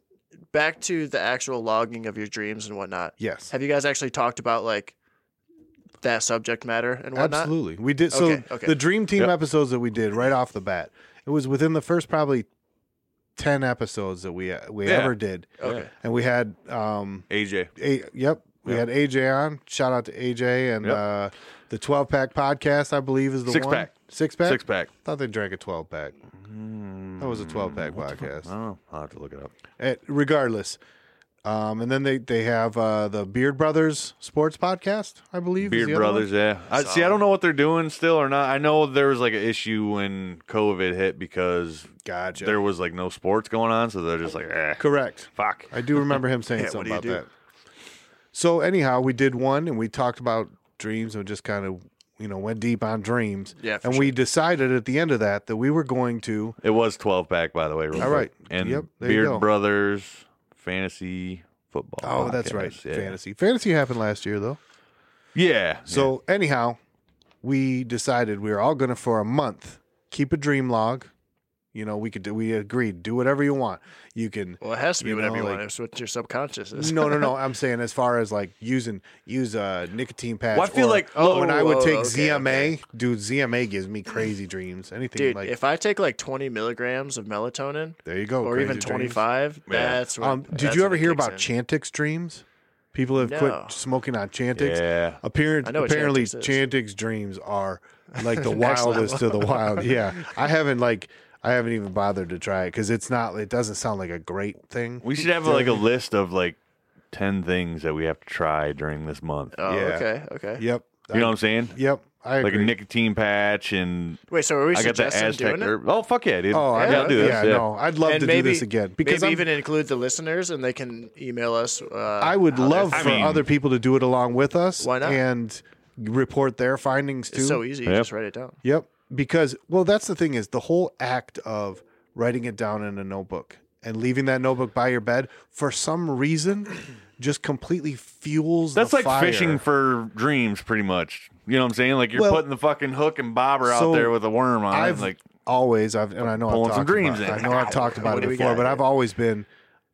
S6: back to the actual logging of your dreams and whatnot.
S3: yes,
S6: Have you guys actually talked about like that subject matter and whatnot?
S3: absolutely. We did so
S6: Okay, okay.
S3: the Dream Team
S7: Yep.
S3: episodes that we did right off the bat. It was within the first probably ten episodes that we uh, we
S7: Yeah.
S3: ever did,
S6: Okay.
S3: and we had um
S7: AJ.
S3: A, yep. We had AJ on. Shout out to AJ and
S7: Yep.
S3: uh, the 12 pack podcast, I believe, is the
S7: Six
S3: one.
S7: pack.
S3: Six pack?
S7: Six Hmm. pack.
S3: thought they drank a 12 pack. That was a 12 pack podcast.
S7: Oh, I'll have to look it up.
S3: Eh, regardless, Um, and then they they have uh, the Beard Brothers Sports Podcast, I believe. is
S7: Beard
S3: the other one.
S7: Brothers, yeah. I, see, I don't know what they're doing still or not. I know there was like an issue when COVID hit because
S3: Gotcha.
S7: there was like no sports going on, so they're just like, eh,
S3: Correct.
S7: fuck.
S3: I do
S6: [LAUGHS]
S3: remember him saying
S6: Yeah, what
S3: something
S6: do you
S3: about
S6: do?
S3: that. So anyhow, we did one and we talked about dreams and just kind of you know went deep on dreams.
S6: Yeah, for
S3: And we decided at the end of that that we were going to
S7: It was twelve pack, by the way. real
S3: All
S7: quick.
S3: right.
S7: and
S3: Yep, there you
S7: Beard
S3: go.
S7: Brothers fantasy football.
S3: Oh, that's
S7: podcast,
S3: right.
S7: Yeah.
S3: Fantasy. Fantasy happened last year though.
S7: Yeah. yeah.
S3: So anyhow, we decided we were all going to for a month keep a dream log. You know, we could do we agreed, do whatever you want. You can
S6: Well, it has to be
S3: You know,
S6: whatever you
S3: like-
S6: want. It's what your subconscious [LAUGHS] is.
S3: No, no, no. I'm saying as far as like using use a nicotine patch.
S7: Well, I feel
S3: or-
S7: like-
S3: oh, when
S6: oh,
S3: I would
S6: oh,
S3: take
S6: okay,
S3: ZMA, dude, ZMA gives me crazy dreams. Anything
S6: Dude,
S3: like
S6: if I take like 20 milligrams of melatonin
S3: there you go,
S6: or
S3: crazy
S6: even
S3: dreams.
S6: 25, that's what.
S3: Um, did
S6: that's
S3: you
S6: when
S3: ever
S6: it
S3: hear
S6: kicks
S3: about
S6: in.
S3: Chantix dreams? People have
S6: No.
S3: quit smoking on Chantix.
S7: Yeah.
S3: Apparent,
S6: I know what
S3: apparently,
S6: Chantix is.
S3: Chantix dreams are like
S6: [LAUGHS]
S3: the
S6: Next
S3: wildest to the wild. Yeah, I haven't like I haven't even bothered to try it because it's not. It doesn't sound like a great thing.
S7: we should have like a list of like ten things that we have to try during this month.
S6: Oh,
S3: Yeah.
S6: okay, okay.
S3: Yep.
S7: you know what I'm saying?
S3: Yep. I
S7: Like a
S3: agree.
S7: nicotine patch, and
S6: Wait, so are we
S7: I got the
S6: suggesting
S7: Aztec
S6: doing it?
S7: herb. Oh fuck yeah, dude!
S3: Oh, I
S7: yeah, I'll do this.
S3: yeah,
S7: yeah.
S3: no, I'd love
S6: and
S3: to
S6: maybe,
S3: do this again because
S6: maybe
S3: I'm-
S6: even include the listeners and they can email us. Uh,
S3: I would
S6: how they're
S3: love
S7: I
S3: for
S7: mean-
S3: other people to do it along with us.
S6: Why not?
S3: And report their findings too.
S6: It's so easy. You
S7: Yep.
S6: just write it down.
S3: Yep. Because well, that's the thing is the whole act of writing it down in a notebook and leaving that notebook by your bed for some reason [CLEARS THROAT] just completely fuels.
S7: That's
S3: the
S7: like
S3: fire.
S7: fishing for dreams, pretty much. You know what I'm saying? Like you're
S3: Well-
S7: putting the fucking hook and bobber
S3: So,
S7: out there with a worm on
S3: I've
S7: it. Like
S3: always I've and I know I've
S7: Pulling some
S3: talked
S7: dreams
S3: about,
S7: in.
S3: I know I've talked about
S6: What
S3: it
S6: do we
S3: before,
S6: got
S3: but
S6: here?
S3: I've always been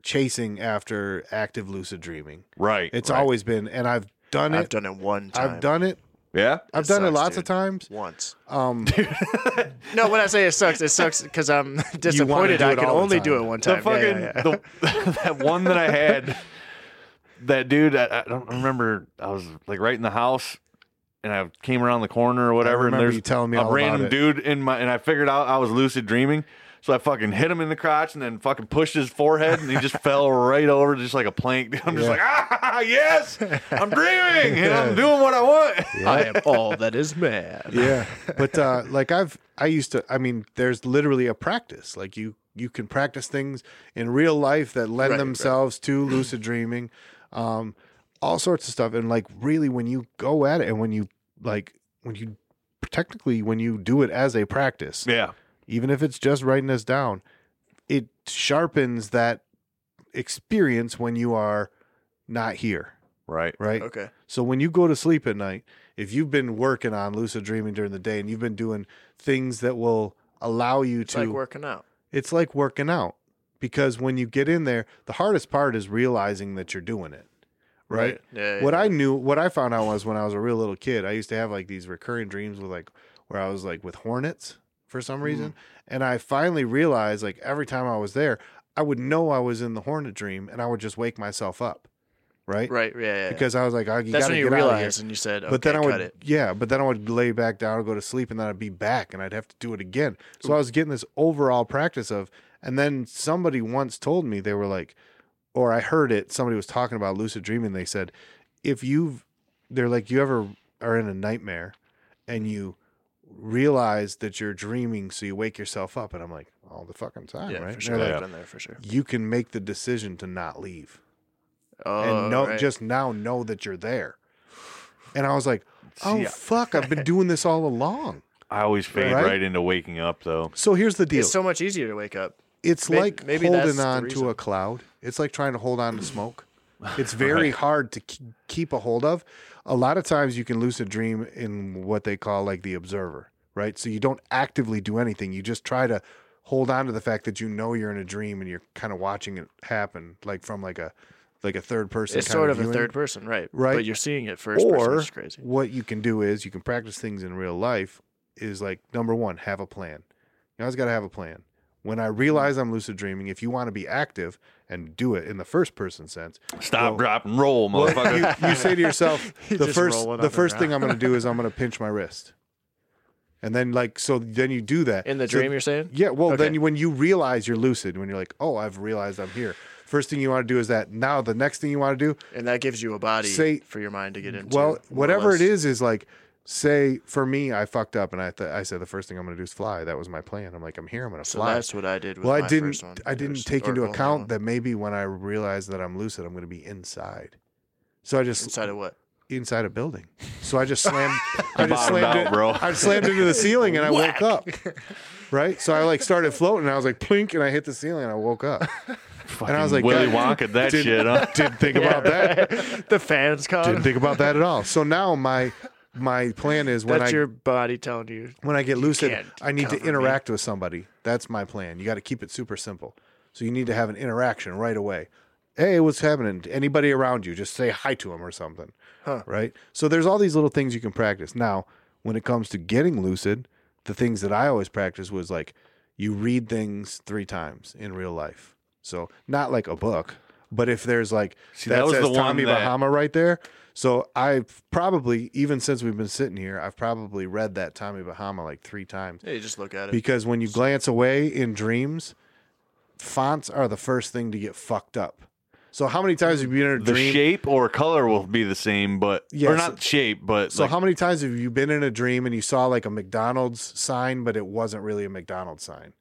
S3: chasing after active lucid dreaming.
S7: right,
S3: It's
S7: right.
S3: always been, and I've done it.
S6: I've done it one time.
S3: I've done it.
S7: yeah.
S3: I've
S6: It
S3: done it
S6: sucks,
S3: lots of
S6: dude. [LAUGHS]
S3: times.
S6: once.
S3: Um,
S6: No, when I say it sucks, it sucks because I'm disappointed.
S3: do
S6: I
S3: it
S6: can
S3: all the
S6: only do
S3: time.
S6: it one time.
S7: the
S6: Yeah,
S7: fucking
S6: yeah, yeah.
S3: [LAUGHS]
S7: The, that one that I had. That dude, I, I don't remember. I was like right in the house, and I came around the corner or whatever. And
S3: remember
S7: there's
S3: you telling me
S7: a
S3: all about
S7: random
S3: it.
S7: dude in my, and I figured out I was lucid dreaming. So I fucking hit him in the crotch and then fucking pushed his forehead, and he
S3: [LAUGHS]
S7: just fell right over, just like a plank. [LAUGHS] I'm just
S3: Yeah.
S7: like, ah, yes, I'm dreaming,
S3: [LAUGHS]
S7: and I'm doing what I want.
S6: I am all that is man.
S3: yeah but uh like i've i used to i mean there's literally a practice like you you can practice things in real life that lend
S6: Right,
S3: themselves to lucid dreaming um all sorts of stuff and like really when you go at it and when you like when you technically when you do it as a practice
S7: [LAUGHS] Yeah,
S3: even if it's just writing this down it sharpens that experience when you are not here
S7: right.
S6: [LAUGHS]
S3: right
S6: Okay.
S3: so when you go to sleep at night, if you've been working on lucid dreaming during the day and you've been doing things that will allow you
S6: It's
S3: to
S6: like working out.
S3: it's like working out because when you get in there, the hardest part is realizing that you're doing it. Right?
S6: Yeah,
S3: what
S6: yeah.
S3: I knew, what I found out was when I was a real little kid, I used to have like these recurring dreams with like where I was like with hornets for
S6: Mm-hmm.
S3: some reason, and I finally realized like every time I was there, I would know I was in the hornet dream, and I would just wake myself up, right?
S6: Right. Yeah. yeah, yeah.
S3: Because I was like, oh, you
S6: that's
S3: gotta
S6: when you
S3: get out of here
S6: realized and you said, okay,
S3: but then I
S6: cut
S3: would,
S6: it.
S3: yeah, but then I would lay back down and go to sleep, and then I'd be back, and I'd have to do it again. So I was getting this overall practice of, and then somebody once told me they were like, or I heard it, somebody was talking about lucid dreaming. They said, if you've, they're like, you ever are in a nightmare, and you realize that you're dreaming, so you wake yourself up, and I'm like, all the fucking time,
S6: Yeah,
S3: right?
S6: for
S3: And
S6: sure.
S3: they're
S6: I've
S3: like,
S6: done that for sure.
S3: you can make the decision to not leave
S6: Oh,
S3: and know
S6: right.
S3: just now know that you're there. And I was like, oh
S7: Yeah.
S3: fuck,
S6: [LAUGHS]
S3: I've been doing this all along.
S7: I always fade
S3: Right?
S7: right, into waking up though.
S3: So here's the deal.
S6: it's
S3: It's,
S6: so much easier to wake up.
S3: like
S6: may- maybe that's
S3: holding
S6: the
S3: on to
S6: reason.
S3: a cloud. It's like trying to hold on
S6: [LAUGHS]
S3: to smoke. It's very hard to ke- keep a hold of. A lot of times you can lucid dream in what they call like the observer, right? So you don't actively do anything. You just try to hold on to the fact that you know you're in a dream and you're kind of watching it happen like from like a like a third person
S6: It's
S3: kind
S6: sort of a
S3: viewing.
S6: third person, right?
S3: Right.
S6: But you're seeing it first person,
S3: or
S6: which is crazy.
S3: what you can do is you can practice things in real life is like number one have a plan you always got to have a plan when i realize i'm lucid dreaming if you want to be active and do it in the first person sense
S7: Stop,
S3: Well- [LAUGHS]
S7: drop, and roll, motherfucker.
S3: you, you say to yourself
S6: [LAUGHS] You're
S3: the
S6: just
S3: first
S6: rolling
S3: the
S6: up
S3: first
S6: and
S3: thing i'm going to do is i'm going to pinch my wrist And then like so then you do that.
S6: In the
S3: So-
S6: dream, you're saying?
S3: Yeah, well
S6: Okay.
S3: then you- when you realize you're lucid, when you're like, "Oh, I've realized I'm here." First thing you want to do is that. Now the next thing you want to do
S6: And that gives you a body
S3: Say-
S6: for your mind to get into. more
S3: well,
S6: or
S3: whatever it
S6: less.
S3: is, is like, say for me, I fucked up, and I th- I said the first thing I'm gonna do is fly. That was my plan. I'm like, I'm here. I'm gonna
S6: So
S3: fly.
S6: that's what I did. With
S3: well, I
S6: my
S3: didn't.
S6: First one.
S3: I didn't
S6: First-
S3: take
S6: or
S3: into
S6: only
S3: account
S6: one.
S3: that maybe when I realize that I'm lucid, I'm gonna be inside. So I just
S6: inside of what?
S3: [LAUGHS]
S6: [LAUGHS]
S3: inside a building. So I just slammed. I just
S7: bottomed
S3: slammed
S7: out,
S3: it, [LAUGHS]
S7: bro.
S3: I slammed into the ceiling and I woke up. Right. So I like started floating. And I was like plink, and I hit the ceiling and I
S6: [LAUGHS]
S3: woke up.
S7: Fucking
S3: I was like,
S7: Willy
S3: God, [LAUGHS]
S7: Wonka, that
S3: didn't-
S7: shit, huh?
S3: Didn't think about that.
S6: the fans
S3: Didn't
S6: come.
S3: think about that at all. So now my my plan is when
S6: That's
S3: I
S6: your body telling you.
S3: when I get lucid,
S6: can't
S3: I need to
S6: cover me.
S3: interact with somebody. That's my plan. You got to keep it super simple. So you need to have an interaction right away. Hey, what's happening? Anybody around you? Just say hi to them or something.
S6: Huh.
S3: Right? So there's all these little things you can practice. Now, when it comes to getting lucid, the things that I always practice was like you read things three times in real life. So not like a book, but if there's like
S7: See, that was
S3: says
S7: the one
S3: Tommy
S7: that-
S3: Bahama right there. So I've probably even since we've been sitting here, I've probably read that Tommy Bahama like three times
S6: Yeah, you just look at it.
S3: because when you glance away in dreams, fonts are the first thing to get fucked up. So how many times have you been in a
S7: The
S3: dream?
S7: shape or color will be the same, but
S3: Yeah,
S7: or
S3: so-
S7: not shape, but
S3: so
S7: like,
S3: how many times have you been in a dream and you saw like a McDonald's sign, but it wasn't really a McDonald's sign?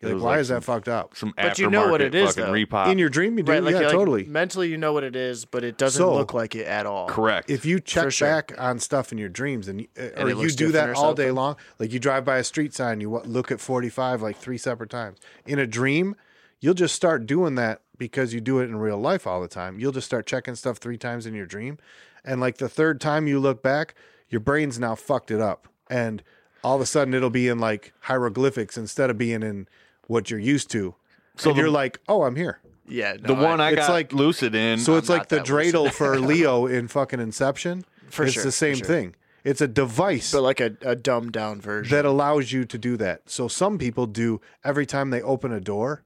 S7: It
S3: You're like,
S7: was
S3: why
S7: like
S3: is that fucked up?
S7: some
S6: But you know what
S7: aftermarket
S6: it is,
S7: fucking
S6: though.
S7: repop.
S3: In your dream, you do,
S6: right, like,
S3: yeah,
S6: like,
S3: totally.
S6: mentally you know what it is, but it doesn't
S3: So-
S6: look like it at all.
S7: correct.
S3: if you check
S6: sure.
S3: back on stuff in your dreams and, uh,
S6: And
S3: or
S6: it
S3: you
S6: looks
S3: do that
S6: different or
S3: all day
S6: something.
S3: long like you drive by a street sign you wa- look at 45 like three separate times in a dream you'll just start doing that because you do it in real life all the time you'll just start checking stuff three times in your dream and like the third time you look back your brain's now fucked it up and all of a sudden it'll be in like hieroglyphics instead of being in what you're used to so
S7: So the-
S3: you're like oh i'm here
S6: Yeah. No,
S7: the one I,
S3: it's
S7: got
S3: like-
S7: like, lucid in,
S3: so it's
S6: I'm
S3: like
S6: not
S3: the
S6: that lucid.
S3: dreidel
S6: [LAUGHS]
S3: for Leo in fucking Inception.
S6: For
S3: it's
S6: sure,
S3: the
S6: for
S3: same
S6: sure.
S3: thing. It's a device
S6: but like a, a dumbed down version.
S3: that allows you to do that. So some people do every time they open a door,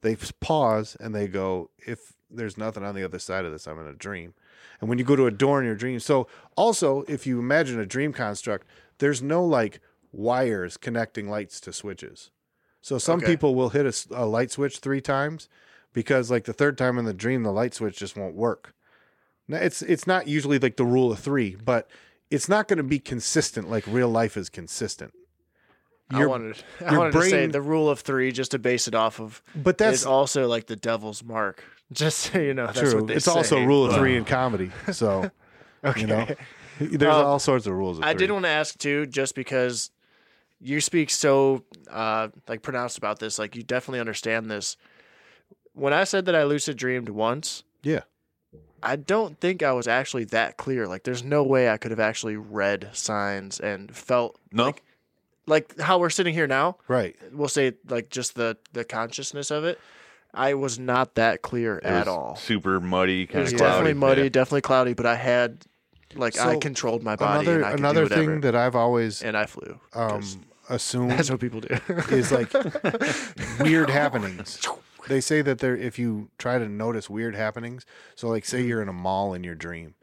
S3: they s- pause and they go, "If there's nothing on the other side of this, I'm in a dream." And when you go to a door in your dream, so also if you imagine a dream construct, there's no like wires connecting lights to switches. So some
S6: Okay.
S3: people will hit a s a a light switch three times because like the third time in the dream, the light switch just won't work. Now, it's it's not usually like the rule of three, but it's not going to be consistent like real life is consistent.
S6: I
S3: Your-
S6: wanted, I
S3: your
S6: wanted to say
S3: brain-
S6: the rule of three just to base it off of.
S3: But that's
S6: is also like the devil's mark. [LAUGHS] Just so you know, that's
S3: true.
S6: What they
S3: it's
S6: say.
S3: also rule of three in comedy.
S6: [LAUGHS]
S3: So you know, there's
S6: Um,
S3: all sorts of rules. Of
S6: I did
S3: three.
S6: want to ask too, just because you speak so uh, like pronounced about this, like you definitely understand this. When I said that I lucid dreamed once,
S3: Yeah.
S6: I don't think I was actually that clear. Like, there's no way I could have actually read signs and felt
S7: no,
S6: like how we're sitting here now.
S3: Right.
S6: We'll say like just the the consciousness of it. I was not that clear
S7: It was
S6: at all.
S7: super muddy,
S6: It
S7: kind
S6: was
S7: of
S6: definitely muddy, definitely cloudy, but I had like I
S3: So,
S6: controlled my body.
S3: Another
S6: and I could do
S3: another
S6: whatever,
S3: thing that I've always
S6: and I flew.
S3: um,
S6: 'cause [LAUGHS] that's
S3: assumed
S6: what people do.
S3: is
S7: [LAUGHS]
S3: like weird happenings. They say that there if you try to notice weird happenings. So like
S7: Mm-hmm.
S3: say you're in a mall in your dream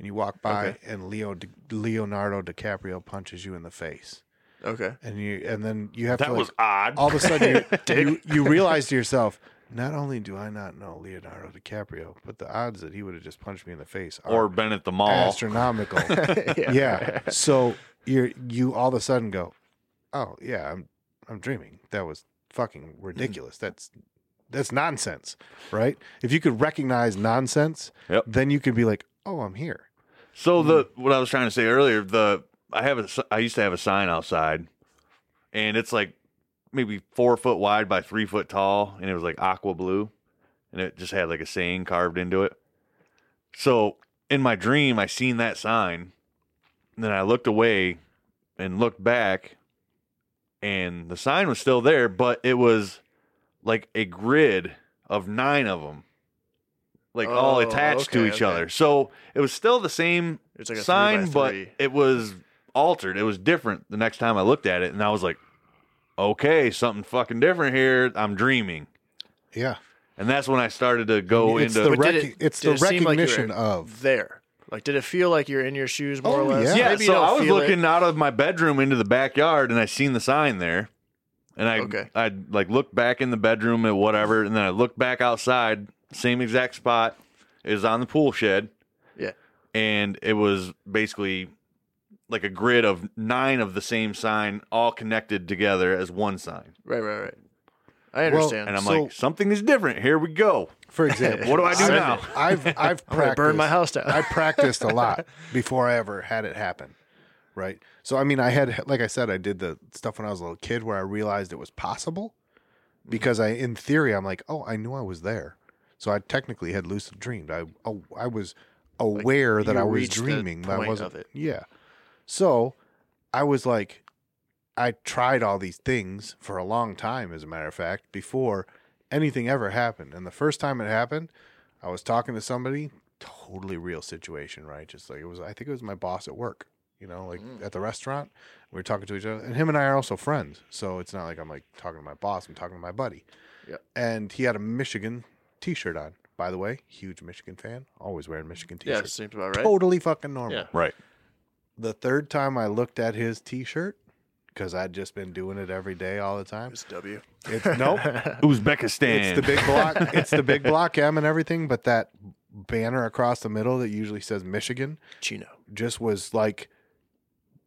S3: and you walk by and Leo Di- Leonardo DiCaprio punches you in the face.
S6: okay,
S3: And you and then you have
S7: That
S3: to like,
S7: was [LAUGHS] odd.
S3: all of a sudden
S7: [LAUGHS]
S3: you, you, you realize to yourself, not only do I not know Leonardo DiCaprio, but the odds that he would have just punched me in the face are
S7: or been at the mall. [LAUGHS]
S3: astronomical. yeah. So you're you all of a sudden go, oh yeah, I'm I'm dreaming. That was fucking ridiculous.
S6: Mm-hmm.
S3: That's that's nonsense, right? If you could recognize nonsense,
S7: Yep.
S3: then you could be like, oh, I'm here.
S7: So the
S3: Mm-hmm.
S7: what I was trying to say earlier, the I have a s- I used to have a sign outside, and it's like maybe four foot wide by three foot tall, and it was like aqua blue, and it just had like a saying carved into it. So in my dream, I seen that sign, and then I looked away and looked back, and the sign was still there, but it was like a grid of nine of them, like all
S6: Oh,
S7: attached to
S6: okay,
S7: each
S6: okay.
S7: other. So it was still the same
S6: It's like a
S7: sign,
S6: three by
S7: but
S6: three.
S7: it was altered. It was different the next time I looked at it, and I was like, "Okay, something fucking different here. I'm dreaming."
S3: Yeah.
S7: And that's when I started to go
S3: it's
S7: into
S3: the
S6: But did
S3: rec-
S6: it-
S3: it's the
S6: did it seem like you
S3: recognition
S6: were-
S3: of
S6: there. Like, did it feel like you're in your shoes more
S3: Oh,
S6: or less?
S3: yeah.
S7: Yeah,
S6: Maybe you
S7: so
S6: don't
S7: I was
S6: feel it.
S7: looking out of my bedroom into the backyard, and I seen the sign there, and I
S6: Okay.
S7: I like looked back in the bedroom and whatever, and then I looked back outside, same exact spot, is on the pool shed,
S6: Yeah.
S7: and it was basically like a grid of nine of the same sign, all connected together as one sign,
S6: Right, right, right. I
S3: Well,
S6: understand.
S7: and I'm
S3: So-
S7: like, something is different. Here we go.
S3: For example,
S7: [LAUGHS] What do I
S3: [LAUGHS]
S7: do
S3: I've-
S7: now?
S6: [LAUGHS]
S3: I've I've
S6: I'm gonna
S3: practiced.
S6: burn my house down.
S3: I practiced a lot before I ever had it happen. Right. So I mean, I had like I said, I did the stuff when I was a little kid where I realized it was possible
S6: Mm-hmm.
S3: because I, in theory, I'm like, oh, I knew I was there, so I technically had lucid dreamed. I oh, I was aware that
S6: you
S3: I was
S6: reached the
S3: dreaming, but I
S6: point
S3: wasn't.
S6: of it.
S3: Yeah. So I was like, I tried all these things for a long time, as a matter of fact, before anything ever happened. And the first time it happened, I was talking to somebody, totally real situation, right? Just like it was, I think it was my boss at work, you know, like
S6: Mm.
S3: at the restaurant. We were talking to each other, and him and I are also friends. So it's not like I'm like talking to my boss, I'm talking to my buddy.
S6: Yep.
S3: And he had a Michigan t shirt on, by the way, huge Michigan fan, always wearing Michigan
S6: [LAUGHS]
S3: t
S6: yeah,
S3: shirts.
S6: seems about right.
S3: Totally fucking normal.
S6: Yeah.
S7: Right.
S3: The third time I looked at his t shirt, because I'd just been doing it every day all the time.
S6: It's W.
S3: It's, nope.
S6: [LAUGHS]
S7: Uzbekistan.
S3: It's the big block. It's the
S7: [LAUGHS]
S3: big block M and everything, but that banner across the middle that usually says Michigan
S6: Chino.
S3: just was like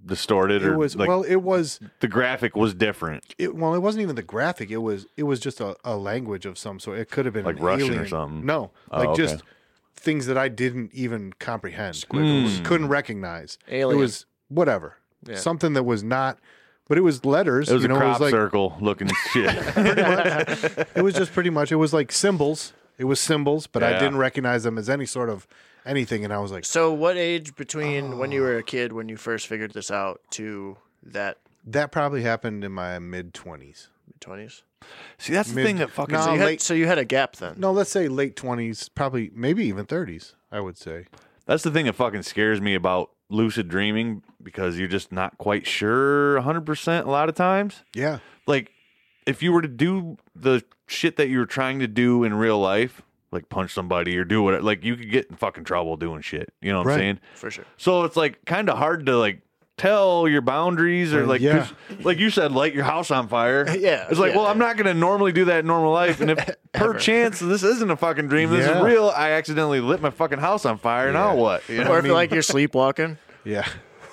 S7: distorted,
S3: it
S7: or
S3: was
S7: like
S3: well it was
S7: the graphic was different,
S3: it well it wasn't even the graphic it was it was just a, a language of some sort it could have been
S7: Like
S3: an
S7: Russian or
S3: alien.
S7: something.
S3: no
S7: Oh,
S3: like
S7: okay.
S3: just things that I didn't even comprehend Mm.
S7: Squiggles.
S3: couldn't recognize
S6: Alien.
S3: it was whatever
S6: Yeah.
S3: something that was not but it was letters
S7: It was
S3: you
S7: a
S3: know
S7: crop
S3: it was like
S7: circle looking shit.
S3: it was just pretty much it was like symbols it was symbols but I
S7: Yeah.
S3: didn't recognize them as any sort of anything and I was like
S6: So, what age between when you were a kid when you first figured this out to that
S3: That probably happened in my mid twenties.
S6: twenties?
S7: [LAUGHS] See, that's the
S3: Mid-
S7: thing that fucking.
S3: No.
S6: So, you had
S3: late-
S6: so you had a gap then.
S3: No, let's say late twenties, probably maybe even thirties. I would say.
S7: That's the thing that fucking scares me about lucid dreaming because you're just not quite sure 100 percent a lot of times.
S3: Yeah,
S7: Like, if you were to do the shit that you were trying to do in real life, like punch somebody or do whatever, like you could get in fucking trouble doing shit. You know what
S3: Right.
S7: I'm saying?
S6: for sure.
S7: So it's like kind of hard to like tell your boundaries or
S3: Uh,
S7: like
S3: yeah.
S7: 'cause, like you said light your house
S3: [LAUGHS]
S7: on fire
S6: Yeah,
S7: it's like
S6: yeah.
S7: well i'm not gonna normally do that in normal life and if per chance this isn't a fucking dream this
S3: Yeah.
S7: is real i accidentally lit my fucking house on fire now what you know?
S6: Or if you like you're sleepwalking,
S3: [LAUGHS] yeah.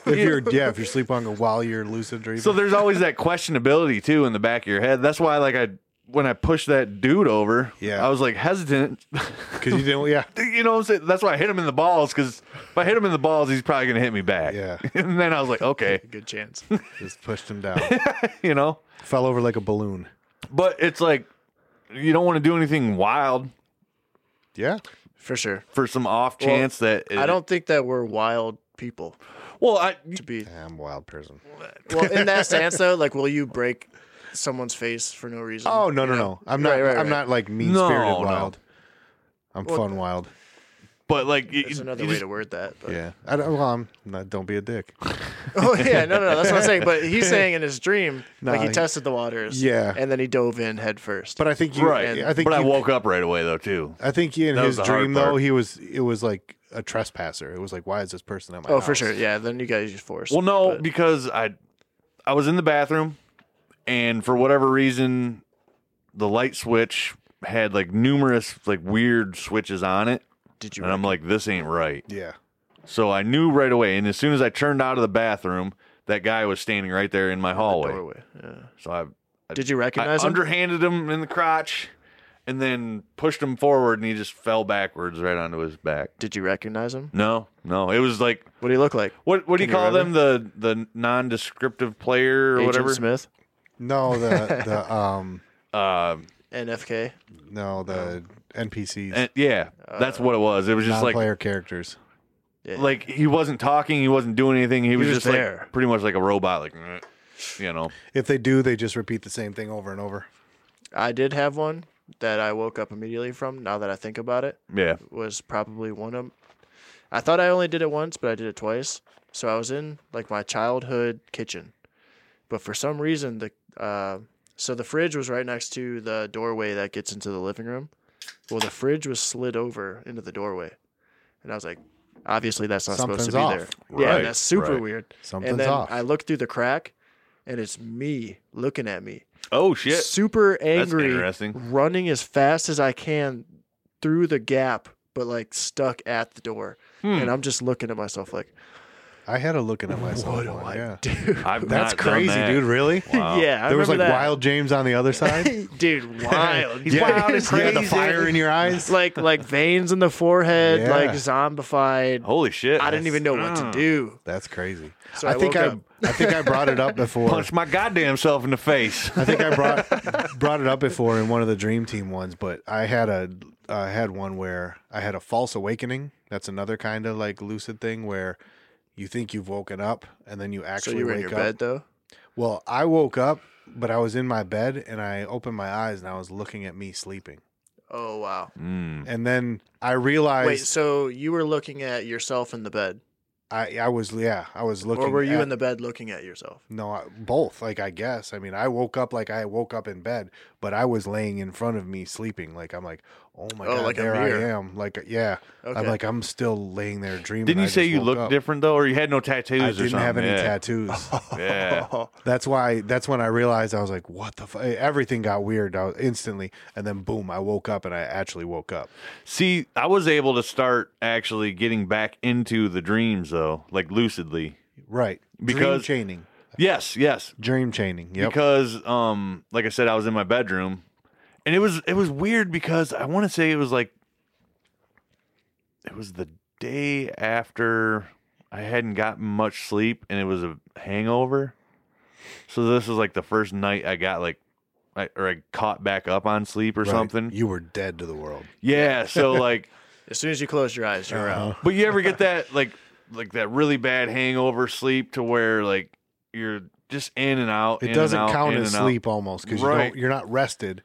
S3: If you're yeah, if you're sleepwalking while you're lucid dreaming,
S7: so there's always that questionability too in the back of your head that's why like i when i pushed that dude over
S3: Yeah.
S7: i was like hesitant [LAUGHS]
S3: because you didn't. [LAUGHS] Yeah,
S7: you know what i'm saying that's why i hit him in the balls because if i hit him in the balls he's probably gonna hit me back
S3: Yeah.
S7: [LAUGHS] and then i was like okay
S6: good chance.
S3: just pushed him [LAUGHS] down,
S7: you know
S3: fell over like a balloon.
S7: But it's like you don't want to do anything wild
S3: Yeah,
S6: For sure.
S7: for some off chance that it,
S6: I don't think that we're wild people
S7: Well, I
S6: to be.
S3: Yeah, I'm a wild person.
S6: Well, in
S3: [LAUGHS]
S6: that stance though, like, will you break someone's face for no reason?
S3: Oh no no
S6: You know?
S3: no, I'm not.
S6: Right, right,
S3: I'm
S6: right.
S3: not like mean spirited
S7: No, no.
S3: wild. I'm fun wild.
S7: but like you-
S6: There's
S7: you
S6: another way
S7: just-
S6: to word that. But.
S3: Yeah, I don't. Well, I'm not, don't be a dick.
S6: [LAUGHS] Oh yeah, no, no, no, that's what I'm saying.
S3: [LAUGHS]
S6: But he's saying in his dream, like he
S3: Nah,
S6: tested the waters,
S3: yeah.
S6: and then he dove in head first.
S3: But I think you.
S7: right.
S3: I think
S7: but I
S3: you-
S7: woke up right away though too.
S3: I think he in
S7: That
S3: his
S7: was the hard
S3: dream though
S7: part.
S3: he was. It was like a trespasser. It was like, why is this person at my?
S6: oh, for
S3: house?
S6: sure, yeah. Then you guys use force.
S7: Well, no, because I I was in the bathroom and for whatever reason the light switch had like numerous like weird switches on it
S6: Did you?
S7: and I'm like this ain't right.
S3: Yeah.
S7: So I knew right away and as soon as I turned out of the bathroom that guy was standing right there in my hallway.
S6: doorway. Yeah.
S7: So I
S6: Did you
S7: I
S6: recognize him?
S7: underhanded him in the crotch and then pushed him forward and he just fell backwards right onto his back.
S6: Did you recognize him?
S7: No, no. It was like
S6: What do you look like?
S7: what what do
S6: Can
S7: you
S6: you
S7: call them? The the non descriptive player or
S6: Agent
S7: whatever?
S6: Smith,
S3: No, the the um
S7: Uh,
S6: NFK.
S3: no the NPCs,
S7: and- Eh, yeah,
S6: Uh,
S7: that's what it was. It was just like
S3: non-player characters.
S6: Yeah.
S7: like he wasn't talking, he wasn't doing anything, he, was,
S6: was
S7: just
S6: there.
S7: like pretty much like a robot, like "Eh," you know.
S3: If they do, they just repeat the same thing over and over.
S6: I did have one that I woke up immediately from. Now that I think about it,
S7: Yeah.
S6: was probably one of. I thought I only did it once, but I did it twice. So I was in like my childhood kitchen, but for some reason the uh, so the fridge was right next to the doorway that gets into the living room. Well, the fridge was slid over into the doorway, and I was like, Obviously, that's not supposed to
S3: Something's
S6: be
S3: off.
S6: there. Yeah,
S7: Right,
S6: that's super
S7: right.
S6: weird.
S3: Something's
S6: and then
S3: off.
S6: I look through the crack, and it's me looking at me,
S7: Oh shit.
S6: super angry,
S7: interesting.
S6: running as fast as I can through the gap, but like stuck at the door.
S7: Hmm.
S6: And I'm just looking at myself like,
S3: I had a looking at myself.
S6: what do
S3: one,
S6: I
S3: yeah.
S6: do?
S7: I've
S3: That's
S7: not done
S3: crazy,
S7: that.
S3: dude. Really?
S7: Wow.
S6: yeah, I
S3: there was like
S6: remember that.
S3: Wild James on the
S6: [LAUGHS]
S3: other side.
S7: [LAUGHS]
S6: dude, wild.
S7: He's wild
S3: You had the
S7: and crazy.
S3: fire in your eyes.
S6: like like veins in the forehead,
S3: Yeah.
S6: like zombified.
S7: Holy shit.
S6: I didn't even know what to
S7: Mm.
S6: do.
S3: That's crazy.
S6: So
S3: I,
S6: I
S3: think
S6: woke
S3: I
S6: up.
S3: I think I brought it up before.
S7: Punch my goddamn self in the face. [LAUGHS]
S3: I think I brought brought it up before in one of the Dream Team ones, but I had a I had one where I had a false awakening. That's another kind of like lucid thing where you think you've woken up and then you actually
S6: so you were in
S3: wake
S6: your
S3: up.
S6: bed though.
S3: Well, I woke up, but I was in my bed and I opened my eyes and I was looking at me sleeping.
S6: Oh wow.
S7: Mm.
S3: And then I realized
S6: Wait, so you were looking at yourself in the bed,
S3: I I was yeah, I was looking
S6: or were you
S3: at-
S6: in the bed looking at yourself?
S3: No, I, both. Like I guess. I mean, I woke up like I woke up in bed, but I was laying in front of me sleeping. Like I'm like, oh my
S6: Oh,
S3: god,
S6: like a
S3: there I
S6: mirror.
S3: am. Like yeah, I'm
S6: Okay.
S3: like I'm still laying there dreaming.
S7: Didn't
S3: I
S7: you say
S3: just
S7: you
S3: woke
S7: looked
S3: up.
S7: different though, or you had no tattoos
S3: I
S7: or something?
S3: didn't have any
S7: yeah.
S3: tattoos.
S7: [LAUGHS]
S3: [LAUGHS]
S7: Yeah.
S3: that's why. That's when I realized I was like, what the? Fu-? e, Everything got weird I was, instantly, and then boom, I woke up and I actually woke up.
S7: See, I was able to start actually getting back into the dreams though, like lucidly.
S3: Right.
S7: Because-
S3: dream chaining.
S7: Yes, yes.
S3: Dream chaining. Yep.
S7: because um like I said I was in my bedroom and it was it was weird because I want to say it was like it was the day after I hadn't gotten much sleep and it was a hangover. So this was like the first night I got like I, or I caught back up on sleep or
S3: Right.
S7: something.
S3: You were dead to the world.
S7: Yeah, so like
S6: As soon as you close your eyes, you're out.
S7: but you ever get that like like that really bad hangover sleep to where like you're just in and out. in
S3: It
S7: and
S3: doesn't
S7: out,
S3: count
S7: in
S3: as
S7: and out.
S3: sleep almost because you
S7: Right.
S3: don't, you're not rested.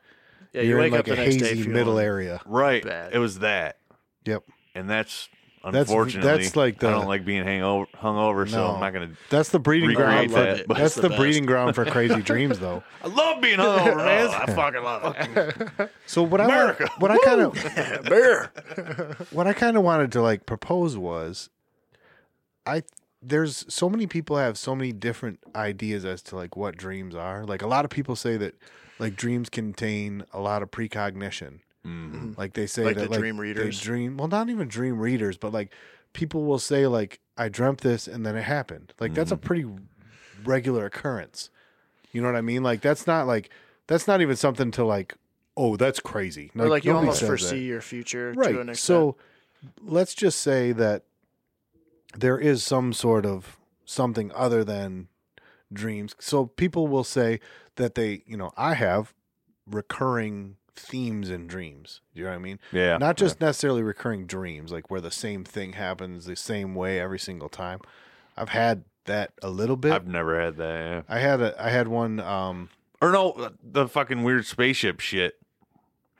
S6: Yeah, you
S3: you're
S6: wake
S3: in like
S6: up the
S3: a
S6: next day
S3: hazy
S6: feeling-
S3: middle area.
S7: Right.
S6: Bad.
S7: It was that.
S3: Yep.
S7: And that's
S3: That's-
S7: unfortunately
S3: that's like the-
S7: I don't like being hangover hungover, so
S3: No.
S7: I'm not gonna
S3: That's the breeding
S7: Recreate
S3: ground. For,
S7: that, but-
S3: that's
S6: It's
S3: the,
S6: the best.
S3: breeding ground for crazy
S6: [LAUGHS]
S3: dreams, though.
S7: I love being
S3: [LAUGHS]
S7: hungover, man.
S2: I fucking love it.
S3: So what I
S7: America.
S3: wa- what I kind of
S6: [LAUGHS] Bear.
S3: what I kind of wanted to like propose was, I there's so many people have so many different ideas as to like what dreams are. Like a lot of people say that like dreams contain a lot of precognition.
S7: Mhm.
S3: Like they say
S6: Like
S3: that
S6: the
S3: like
S6: dream
S3: they
S6: readers?
S3: dream well, not even dream readers, but like people will say like I dreamt this and then it happened. Like that's a pretty regular occurrence. You know what I mean? Like that's not like that's not even something to like. Oh, that's crazy.
S6: Or like you
S3: nobody
S6: almost
S3: says that.
S6: foresee your future
S3: right?
S6: to an extent.
S3: So let's just say that there is some sort of something other than dreams. So people will say that they, you know, I have recurring themes in dreams. Do you know what I mean?
S7: Yeah.
S3: Not just necessarily recurring dreams, like where the same thing happens the same way every single time. I've had that a little bit.
S7: I've never had that. yeah.
S3: I had a I had one um
S7: Or no, the fucking weird spaceship shit.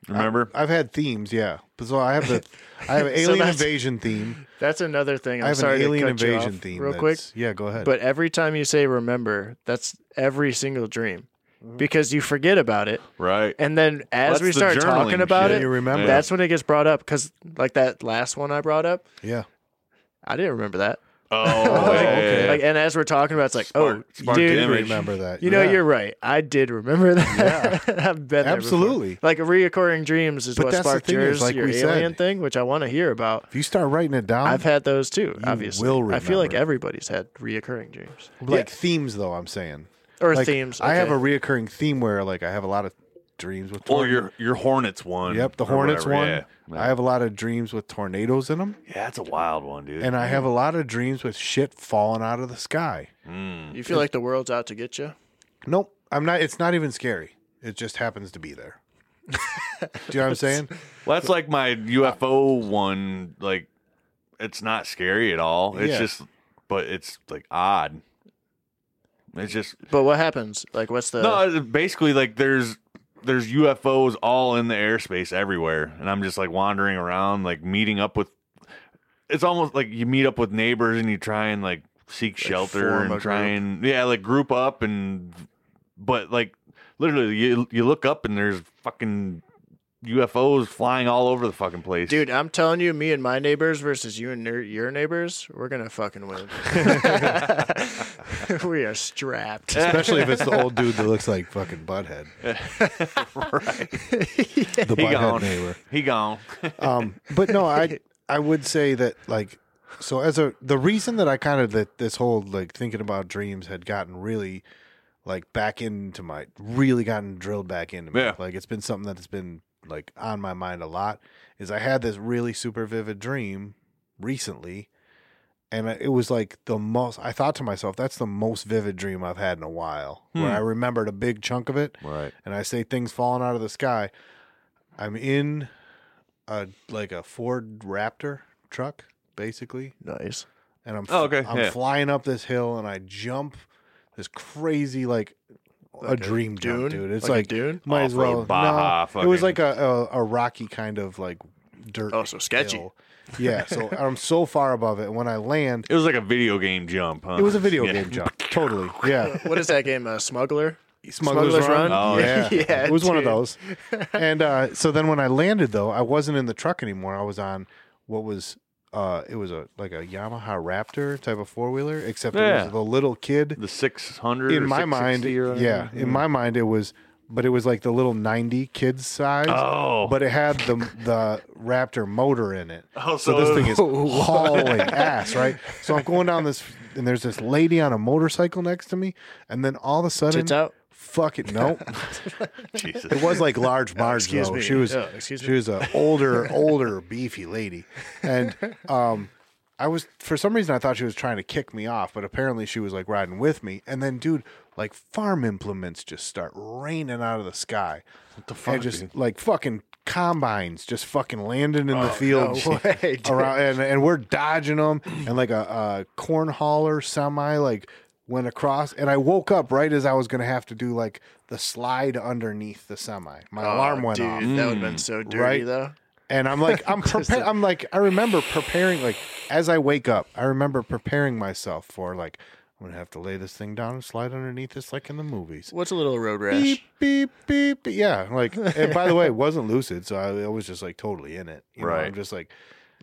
S7: Remember?
S3: I've had themes, yeah. But so I have the I have an
S6: [LAUGHS] So
S3: alien
S6: that's-
S3: invasion theme.
S6: that's another thing.
S3: I
S6: I'm
S3: have
S6: sorry
S3: an alien
S6: to cut you
S3: invasion
S6: off
S3: theme.
S6: real
S3: that's-
S6: quick.
S3: Yeah, go ahead.
S6: But every time you say remember, that's every single dream
S3: Mm-hmm.
S6: because you forget about it.
S3: [LAUGHS]
S7: right.
S6: And then as
S7: That's
S6: we
S7: the
S6: start
S7: journaling
S6: talking about
S7: shit.
S6: it,
S3: You remember.
S6: that's when it gets brought up because, like that last one I brought up,
S3: yeah.
S6: I didn't remember that.
S7: Oh, yeah,
S3: okay.
S7: yeah, yeah.
S6: Like, and as we're talking about, it, it's like,
S7: Spark-
S6: oh,
S7: sparked
S6: dude,
S7: an image.
S3: Remember that.
S6: you know,
S3: Yeah.
S6: you're right. I did remember that. [LAUGHS] I've been there before.
S3: Absolutely.
S6: Like reoccurring dreams is
S3: But
S6: what
S3: that's the
S6: sparked
S3: thing is,
S6: yours,
S3: like
S6: your
S3: we said-
S6: alien thing, which I want to hear about.
S3: If you start writing it down,
S6: I've had those too.
S3: you
S6: Obviously,
S3: will
S6: I feel like
S3: remember.
S6: everybody's had reoccurring dreams
S3: like themes though, I'm saying.
S6: or
S3: Like,
S6: themes.
S3: I have a
S6: okay.
S3: reoccurring theme where like I have a lot of dreams with
S7: Or
S3: torn-
S7: your your Hornets one.
S3: Yep, the
S7: or
S3: Hornets
S7: whatever,
S3: one.
S7: Yeah.
S3: I have a lot of dreams with tornadoes in them,
S7: yeah, that's a wild one, dude.
S3: and I have a lot of dreams with shit falling out of the sky.
S6: You feel like the world's out to get you.
S3: Nope, I'm not. It's not even scary. It just happens to be there. [LAUGHS] Do you know what
S6: [LAUGHS]
S3: I'm saying?
S7: Well, that's like my UFO one. Like, it's not scary at all. It's
S3: Yeah.
S7: just, but it's like odd. It's just
S6: But what happens? Like, what's the?
S7: no. it's Basically, like there's there's UFOs all in the airspace everywhere, and I'm just like wandering around, like meeting up with. It's almost like you meet up with neighbors and you try and like seek shelter
S6: form a
S7: and try and yeah, like group up and, but like literally you you look up and there's fucking UFOs flying all over the fucking place.
S6: Dude, I'm telling you, me and my neighbors versus you and your- your neighbors, we're gonna fucking
S3: [LAUGHS]
S6: win. [LAUGHS] we are strapped.
S3: Especially if it's the old dude that looks like fucking Butthead.
S7: right.
S3: The
S7: [LAUGHS] He
S3: Butthead
S7: gone.
S3: neighbor.
S7: He gone.
S3: Um, but no, I I would say that like so as a the reason that I kind of that this whole like thinking about dreams had gotten really like back into my really gotten drilled back into me.
S7: Yeah.
S3: Like it's been something that's been like on my mind a lot is I had this really super vivid dream recently and I- it was like the most I thought to myself that's the most vivid dream I've had in a while where I remembered a big chunk of it
S7: Right.
S3: and I say things falling out of the sky. I'm in a like a Ford Raptor truck, basically,
S6: Nice.
S3: and I'm f-
S7: Oh, okay,
S3: I'm
S7: yeah.
S3: flying up this hill, and I jump this crazy like, a dream
S6: Dune,
S3: jump, dude. It's
S6: like a
S3: like,
S6: dune.
S3: might as
S7: Off-road
S3: well.
S7: Baja
S3: no, it was
S7: Oh, fucking-
S3: like a, a a rocky kind of like dirt.
S6: Oh, so sketchy.
S3: hill.
S6: [LAUGHS]
S3: Yeah, so I'm so far above it. and When I land,
S7: It was like a video game jump, huh?
S3: it was a video
S7: Yeah.
S3: game jump. Totally.
S6: [LAUGHS]
S3: Yeah.
S6: What is that game? Uh, Smuggler.
S3: Smuggler's,
S6: Smuggler's
S3: Run.
S6: Run?
S7: Oh,
S3: yeah.
S6: yeah.
S3: it was one of
S6: Yeah,
S3: those. And uh, so then when I landed, though, I wasn't in the truck anymore. I was on what was uh, it was a like a Yamaha Raptor type of four wheeler, except it
S7: Yeah.
S3: was the little kid.
S7: The 600
S3: In
S7: or
S3: my mind,
S7: 660 or whatever.
S3: yeah, in my mind it was, but it was like the little ninety kids size.
S7: Oh.
S3: But it had the the Raptor motor in it.
S7: Oh,
S3: So
S6: [LAUGHS]
S3: this thing is hauling ass, right? So I'm going down this, and there's this lady on a motorcycle next to me, and then all of a sudden,
S6: Tits out.
S3: fuck
S6: [LAUGHS]
S3: it, nope.
S7: [LAUGHS] Jesus.
S3: It was like large Marge
S6: excuse
S3: though.
S6: me.
S3: She was
S6: Yeah, excuse
S3: she
S6: me.
S3: was an older, older, beefy lady, and um, I was for some reason I thought she was trying to kick me off, but apparently she was like riding with me. And then, dude, like farm implements just start raining out of the sky. What the fuck? And just like fucking combines just fucking landing in the field
S6: Oh, [LAUGHS] way, dude.
S3: around, and, and we're dodging them, and like a, a corn hauler semi like went across, and I woke up right as I was gonna have to do like the slide underneath the semi. My alarm
S6: Oh,
S3: went
S6: dude,
S3: off, Mm,
S6: That would have been so dirty,
S3: Right.
S6: though.
S3: and I'm like, I'm prepa- I'm like, I remember preparing like as I wake up, I remember preparing myself for like I'm gonna have to lay this thing down and slide underneath this like in the movies.
S6: What's a little road rash?
S3: Beep beep beep. Yeah, like and by the way, it wasn't lucid, so I, I was just like totally in it. You know, I'm
S7: Right.
S3: just like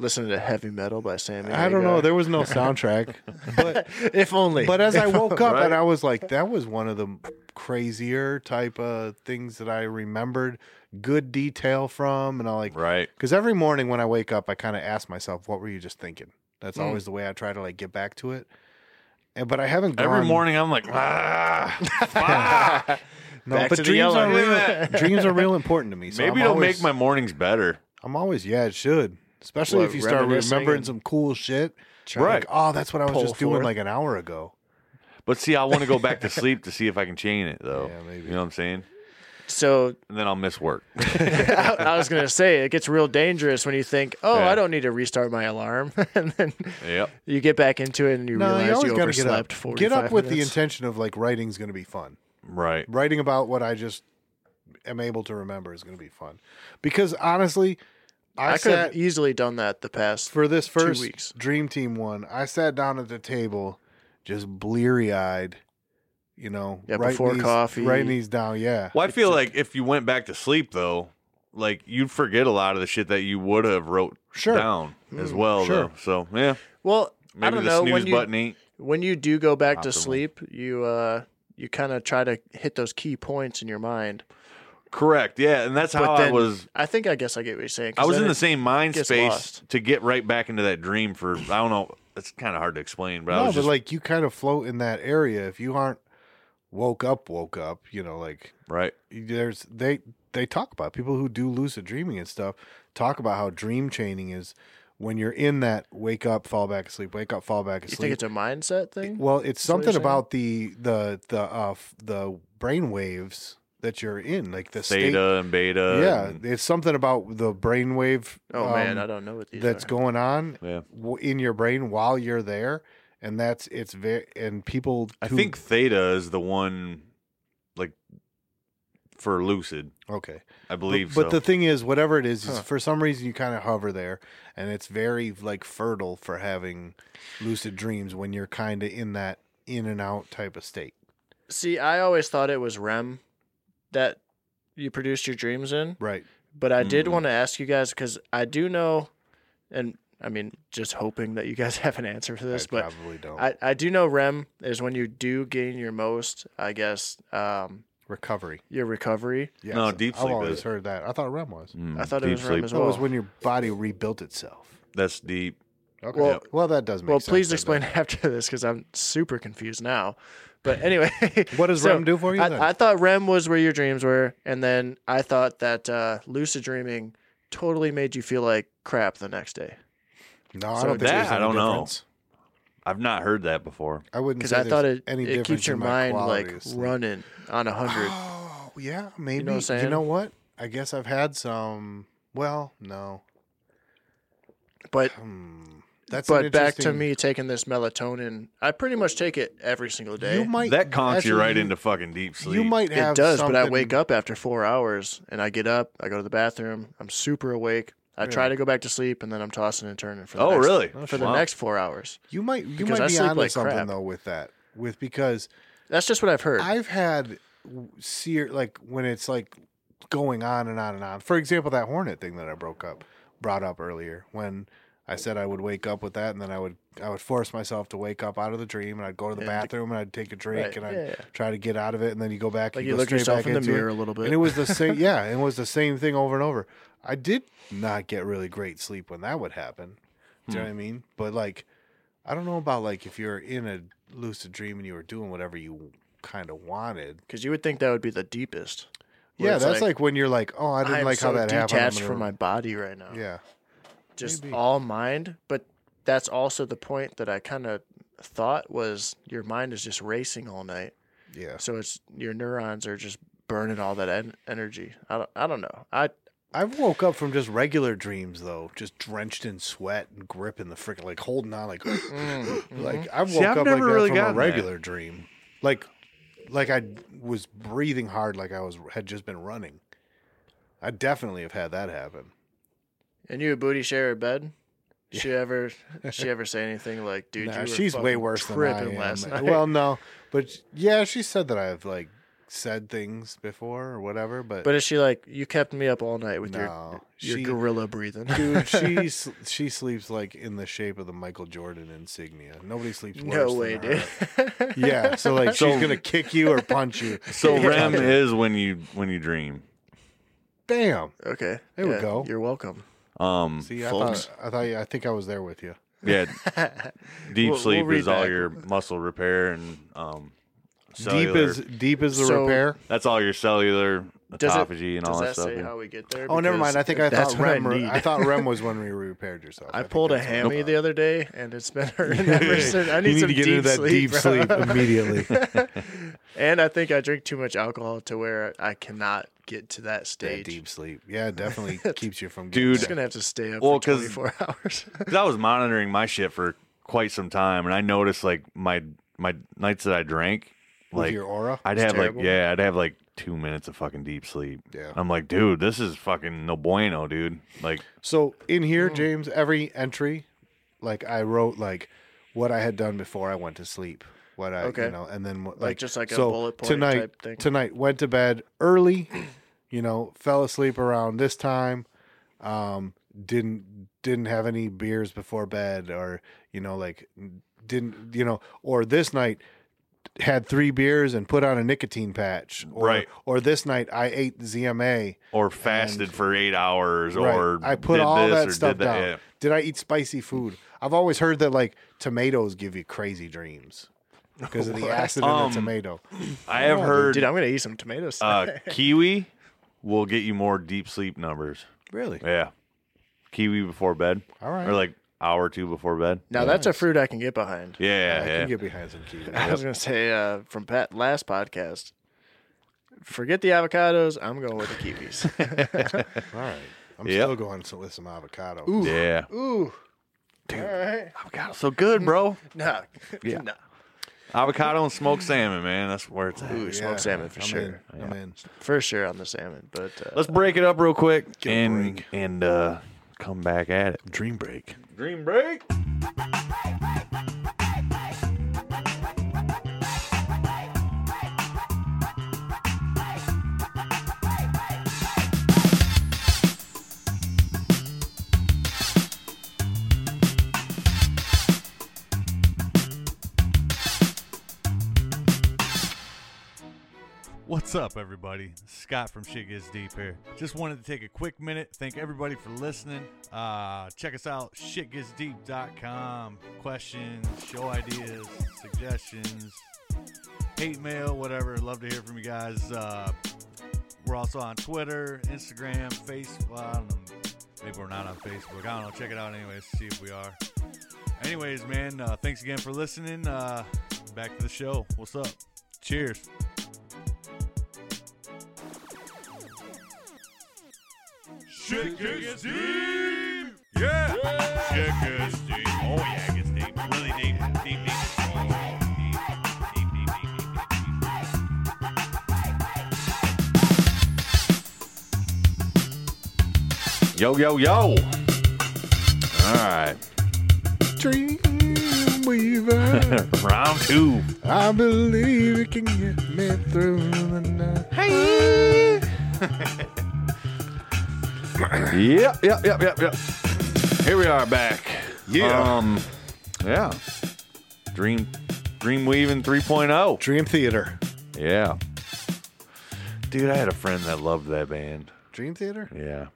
S6: Listening to heavy metal by Sammy.
S3: I don't know.
S6: Hagar.
S3: There was no soundtrack, but
S6: if [LAUGHS] only.
S3: But as I
S6: If
S3: woke up
S7: Right.
S3: and I was like, that was one of the crazier type of things that I remembered good detail from. And I like,
S7: Right.
S3: because every morning when I wake up, I kind of ask myself, what were you just thinking?
S6: Hmm.
S3: That's always the way I try to like get back to it. And, but I haven't gone
S7: Every morning I'm like, [LAUGHS] ah, ah.
S3: No,
S6: Back
S3: but
S6: to the
S3: dreams
S6: yellow.
S3: are real. [LAUGHS] dreams
S6: [LAUGHS]
S3: are real important to me. So
S7: maybe
S3: I'm
S7: it'll
S3: always,
S7: make my mornings better.
S3: I'm always yeah, it should. Especially
S6: What,
S3: if you start
S6: reminiscing
S3: remembering
S6: and-
S3: some cool shit.
S6: Try
S3: Like, oh, that's what I was
S6: pull
S3: just doing
S6: forth.
S3: like an hour ago.
S7: But see, I want to go back to sleep to see if I can chain it though.
S3: Yeah, maybe.
S7: You know what I'm saying?
S6: So
S7: And then I'll miss [LAUGHS] work.
S6: I, [LAUGHS] I was gonna say it gets real dangerous when you think, oh,
S7: Yeah.
S6: I don't need to restart my alarm, [LAUGHS] and then
S7: yep.
S6: you get back into it and you
S3: No, you
S6: realize
S3: always
S6: you,
S3: got to get up.
S6: overslept. for
S3: Get up with the intention of like writing's going to be fun.
S7: Right.
S3: writing about what I just am able to remember is going to be fun. Because honestly, I,
S6: I could
S3: sat
S6: have easily done that the past.
S3: for this first
S6: weeks.
S3: Dream Team one. I sat down at the table, just bleary eyed. You know,
S6: Yeah,
S3: writing
S6: before
S3: these-
S6: coffee.
S3: writing these down. Yeah,
S7: Well, I feel like if you went back to sleep though, like you'd forget a lot of the shit that you would have wrote Mm,
S3: Sure.
S7: down as well
S3: sure.
S7: though. So yeah,
S6: well, I
S7: maybe
S6: don't
S7: the
S6: know
S7: snooze
S6: when you
S7: button ain't.
S6: when you do go back to
S7: Optimal.
S6: sleep, you uh you kind of try to hit those key points in your mind.
S7: Correct. Yeah, and that's how
S6: but then
S7: I was.
S6: I think I guess I get what you're saying. 'cause
S7: I was
S6: then
S7: in the
S6: it-
S7: same mind
S6: gets
S7: space
S6: lost.
S7: to get right back into that dream for I don't know. It's kind of hard to explain, but I
S3: no,
S7: was
S3: but
S7: just
S3: like you kind of float in that area if you aren't woke up, woke up. You know, like
S7: right.
S3: there's they they talk about people who do lucid dreaming and stuff talk about how dream chaining is when you're in that wake up fall back asleep wake up fall back
S6: You
S3: asleep
S6: think it's a mindset thing?
S3: well it's
S6: what you're
S3: something
S6: saying?
S3: about the the the uh f- the brain waves that you're in like the state
S7: Theta and beta.
S3: yeah
S7: and-
S3: it's something about the brain wave
S6: oh man,
S3: um,
S6: I don't know what these
S3: that's
S6: are.
S3: going on
S7: Yeah.
S3: w- in your brain while you're there and that's it's very and people
S7: I
S3: who-
S7: think theta is the one, like, for lucid.
S3: okay
S7: I
S3: But,
S7: believe. so.
S3: but the thing is, whatever it is, is for some reason you kind of hover there, and it's very like fertile for having lucid dreams when you're kind of in that in and out type of state.
S6: See, I always thought it was REM that you produced your dreams in,
S3: Right.
S6: But I
S3: Mm.
S6: did want to ask you guys because I do know, and I mean, just hoping that you guys [LAUGHS] have an answer for this,
S3: I
S6: but
S3: probably don't
S6: I, I do know REM is when you do gain your most, I guess, um,
S3: recovery.
S6: your recovery.
S3: Yes.
S7: No, deep
S3: I've
S7: sleep
S3: always
S7: is-
S3: heard that. I thought REM was.
S7: Mm,
S6: I thought it
S7: deep
S6: was REM
S7: sleep.
S6: as
S3: That Oh, was
S6: well.
S3: when your body rebuilt itself.
S7: That's deep.
S3: Okay.
S6: Well-
S3: Well, that does make
S6: Well,
S3: sense.
S6: please
S3: doesn't
S6: explain [LAUGHS] after this because I'm super confused now. But anyway, [LAUGHS]
S3: it? What does
S6: so
S3: REM do for you? then?
S6: I, I thought REM was where your dreams were, and then I thought that uh, lucid dreaming totally made you feel like crap the next day.
S3: no, I
S6: so
S3: don't think
S7: that
S3: there's
S7: I
S3: any
S7: don't know.
S3: difference.
S7: I've not heard that before.
S3: I wouldn't
S6: Because
S3: say
S6: I
S3: there's
S6: thought it
S3: any
S6: it
S3: difference
S6: keeps your
S3: in my
S6: mind
S3: quality
S6: like
S3: of sleep.
S6: running on a
S3: [SIGHS]
S6: hundred.
S3: Oh yeah, maybe. You
S6: what I'm
S3: know,
S6: saying?
S3: what? I guess I've had some. Well, no.
S6: But
S3: Hmm. That's an
S6: but back to
S3: interesting-
S6: me taking this melatonin, I pretty much take it every single day.
S3: You might
S7: That conks you
S3: actually,
S7: right into fucking deep sleep.
S3: You might have.
S6: it does, but I
S3: something-
S6: wake up after four hours and I get up, I go to the bathroom, I'm super awake. I try to go back to sleep and then I'm tossing and turning for the
S7: Oh,
S6: next,
S7: really?
S6: for the
S7: Wow.
S6: next four hours.
S3: You might. You
S6: because I
S3: might be
S6: sleep
S3: onto
S6: like
S3: something
S6: crap.
S3: though with that. With because
S6: That's just what I've heard.
S3: I've had w- seer like when it's like going on and on and on. For example, that hornet thing that I broke up brought up earlier when I said I would wake up with that, and then I would I would force myself to wake up out of the dream, and I'd go to the
S6: And-
S3: bathroom and I'd take a drink
S6: Right,
S3: and I'd
S6: yeah, yeah.
S3: try to get out of it, and then you go back
S6: like
S3: and
S6: you
S3: go
S6: look
S3: straight
S6: yourself
S3: back
S6: in the
S3: into it.
S6: mirror a little bit.
S3: and it was the same.
S6: [LAUGHS]
S3: yeah, it was the same thing over and over. I did not get really great sleep when that would happen. Do
S6: Hmm.
S3: you know what I mean? But like, I don't know about like if you're in a lucid dream and you were doing whatever you kind of wanted.
S6: Because you would think that would be the deepest. where
S3: Yeah,
S6: it's
S3: that's like, when you're like, oh, I didn't
S6: I'm
S3: like
S6: so
S3: how that
S6: detached
S3: happened. I'm gonna-
S6: from my body right now.
S3: [LAUGHS] Yeah,
S6: just
S3: maybe.
S6: all mind. But that's also the point that I kind of thought was your mind is just racing all night.
S3: yeah.
S6: So it's your neurons are just burning all that en- energy. I don't, I don't know. I
S3: I've woke up from just regular dreams though, just drenched in sweat and gripping the frickin' like holding on, like
S6: Mm-hmm.
S3: like I woke
S7: See,
S3: up
S7: I've
S3: like
S7: never
S3: that
S7: really
S3: from a
S7: gotten that.
S3: regular dream, like like I was breathing hard, like I was had just been running. I definitely have had that happen.
S6: and you a booty share a bed. She
S3: [LAUGHS]
S6: ever she ever say anything like, dude,
S3: Nah,
S6: you were
S3: she's way
S6: fucking
S3: worse than I
S6: tripping
S3: am.
S6: last night. [LAUGHS]
S3: [LAUGHS] Well, no, but yeah, she said that I've like said things before or whatever, but
S6: but is she like, you kept me up all night with
S3: No,
S6: your your
S3: she-
S6: gorilla breathing?
S3: [LAUGHS] Dude, she s- she sleeps like in the shape of the Michael Jordan insignia. Nobody
S6: [LAUGHS]
S3: sleeps.
S6: no
S3: worse
S6: way,
S3: than
S6: dude. [LAUGHS]
S3: her. [LAUGHS] Yeah, so like she's gonna kick you or punch you. [LAUGHS]
S7: so REM is when you when you dream.
S3: Damn.
S6: okay,
S3: There we
S6: yeah,
S3: go.
S6: You're welcome. [LAUGHS]
S7: Um,
S3: See, I
S7: folks,
S3: thought I thought I think I was there with you.
S7: yeah, deep
S6: We'll-
S7: sleep
S6: we'll read
S7: is all
S6: back.
S7: your muscle repair and um,
S3: Deep
S7: cellular.
S3: as deep as the
S6: So-
S3: repair.
S7: that's all your cellular
S6: Does it-
S7: autophagy and all
S6: Does
S7: that
S6: that
S7: stuff.
S6: say
S7: yeah.
S6: how we get there?
S3: Oh, never
S6: Because
S3: mind. I think I
S6: that's
S3: thought
S6: what
S3: REM. re-
S6: need.
S3: I,
S6: [LAUGHS]
S3: thought Rem was when we repaired yourself.
S6: I
S3: think
S6: pulled a
S3: that's what-
S6: hammy the other day, and it's been [LAUGHS] hurting ever since. I need,
S3: [LAUGHS] You need
S6: some
S3: to get
S6: deep
S3: into that
S6: sleep, [LAUGHS]
S3: deep
S6: bro.
S3: sleep immediately.
S6: [LAUGHS] and I think I drink too much alcohol to where I cannot get to that
S3: that
S6: stage.
S3: deep sleep. Yeah,
S6: [LAUGHS]
S3: it definitely keeps you from
S7: Dude,
S6: I'm just
S3: getting
S6: gonna have to stay up
S7: Well,
S6: for
S7: 'cause-
S6: 24 [LAUGHS] hours.
S7: 'Cause I was monitoring my shit for quite some time, and I noticed like my my nights that I drank,
S3: with
S7: like
S3: your aura.
S7: I'd
S6: It's
S7: have
S6: terrible.
S7: like yeah, I'd have like two minutes of fucking deep sleep.
S3: Yeah.
S7: I'm like, dude, this is fucking no bueno, dude. Like,
S3: So in
S6: Hmm.
S3: here, James, every entry, like I wrote like what I had done before I went to sleep. What I
S6: Okay.
S3: you know, and then what-
S6: Like, just like a
S3: so
S6: bullet point
S3: tonight.
S6: type thing.
S3: Tonight went to bed early, [CLEARS THROAT] you know, fell asleep around this time. Um, didn't didn't have any beers before bed, or you know, like didn't you know, or this night had three beers and put on a nicotine patch, or,
S7: Right.
S3: Or this night I ate ZMA,
S7: or fasted for eight hours,
S3: Right.
S7: or
S3: I put
S7: did
S3: all
S7: this,
S3: that
S7: or
S3: stuff
S7: did that.
S3: down.
S7: yeah.
S3: Did I eat spicy food? I've always heard that like tomatoes give you crazy dreams because of
S7: [LAUGHS]
S3: the acid in
S7: Um,
S3: the tomato.
S7: I have heard
S6: Oh, Dude, I'm gonna eat some tomatoes. [LAUGHS]
S7: uh, kiwi will get you more deep sleep numbers.
S3: [LAUGHS] Really?
S7: Yeah, kiwi before bed.
S3: All right.
S7: or like hour or two before bed.
S6: now that's a fruit I can get behind.
S7: Yeah,
S3: I
S7: yeah.
S3: can get behind some kiwi.
S6: I was gonna say uh, from Pat last podcast. Forget the avocados. I'm going with the kiwis.
S3: All right. I'm
S7: Yep.
S3: still going to with some avocado.
S7: yeah.
S6: Ooh, all right.
S7: Avocado, so good, bro.
S6: [LAUGHS] No, no.
S7: Avocado and smoked salmon, man. That's where it's at.
S6: Ooh, smoked salmon for
S3: I'm
S6: sure.
S3: In. I'm in.
S6: For sure on the salmon, but uh,
S7: Let's break it up real quick
S3: a
S7: and
S3: break.
S7: and uh, come back at it.
S3: Dream break.
S7: Dream break.
S2: What's up, everybody? Scott from Shit Gets Deep here. Just wanted to take a quick minute. Thank everybody for listening. Uh, check us out, shitgetsdeep.com. Questions, show ideas, suggestions, hate mail, whatever. Love to hear from you guys. Uh, we're also on Twitter, Instagram, Facebook. Well, I don't know. Maybe we're not on Facebook. I don't know. Check it out anyways. See if we are. Anyways, man, uh, thanks again for listening. Uh, back to the show. What's up? Cheers. Shit gets deep. Yeah. Shit gets deep. Oh yeah, it gets deep. Really deep. Deep, deep. Oh, deep, deep, deep, deep, deep, deep, deep.
S7: Yo, yo, yo. All right.
S3: Dreamweaver.
S7: [LAUGHS] Round two.
S3: I believe it can get me through the night.
S7: Yep, yep, yep, yep, yep. Here we are back.
S3: Yeah.
S7: Um, yeah. Dream Dream Weaving 3.0.
S3: Dream Theater.
S7: Yeah. Dude, I had a friend that loved that band.
S3: Dream Theater?
S7: Yeah.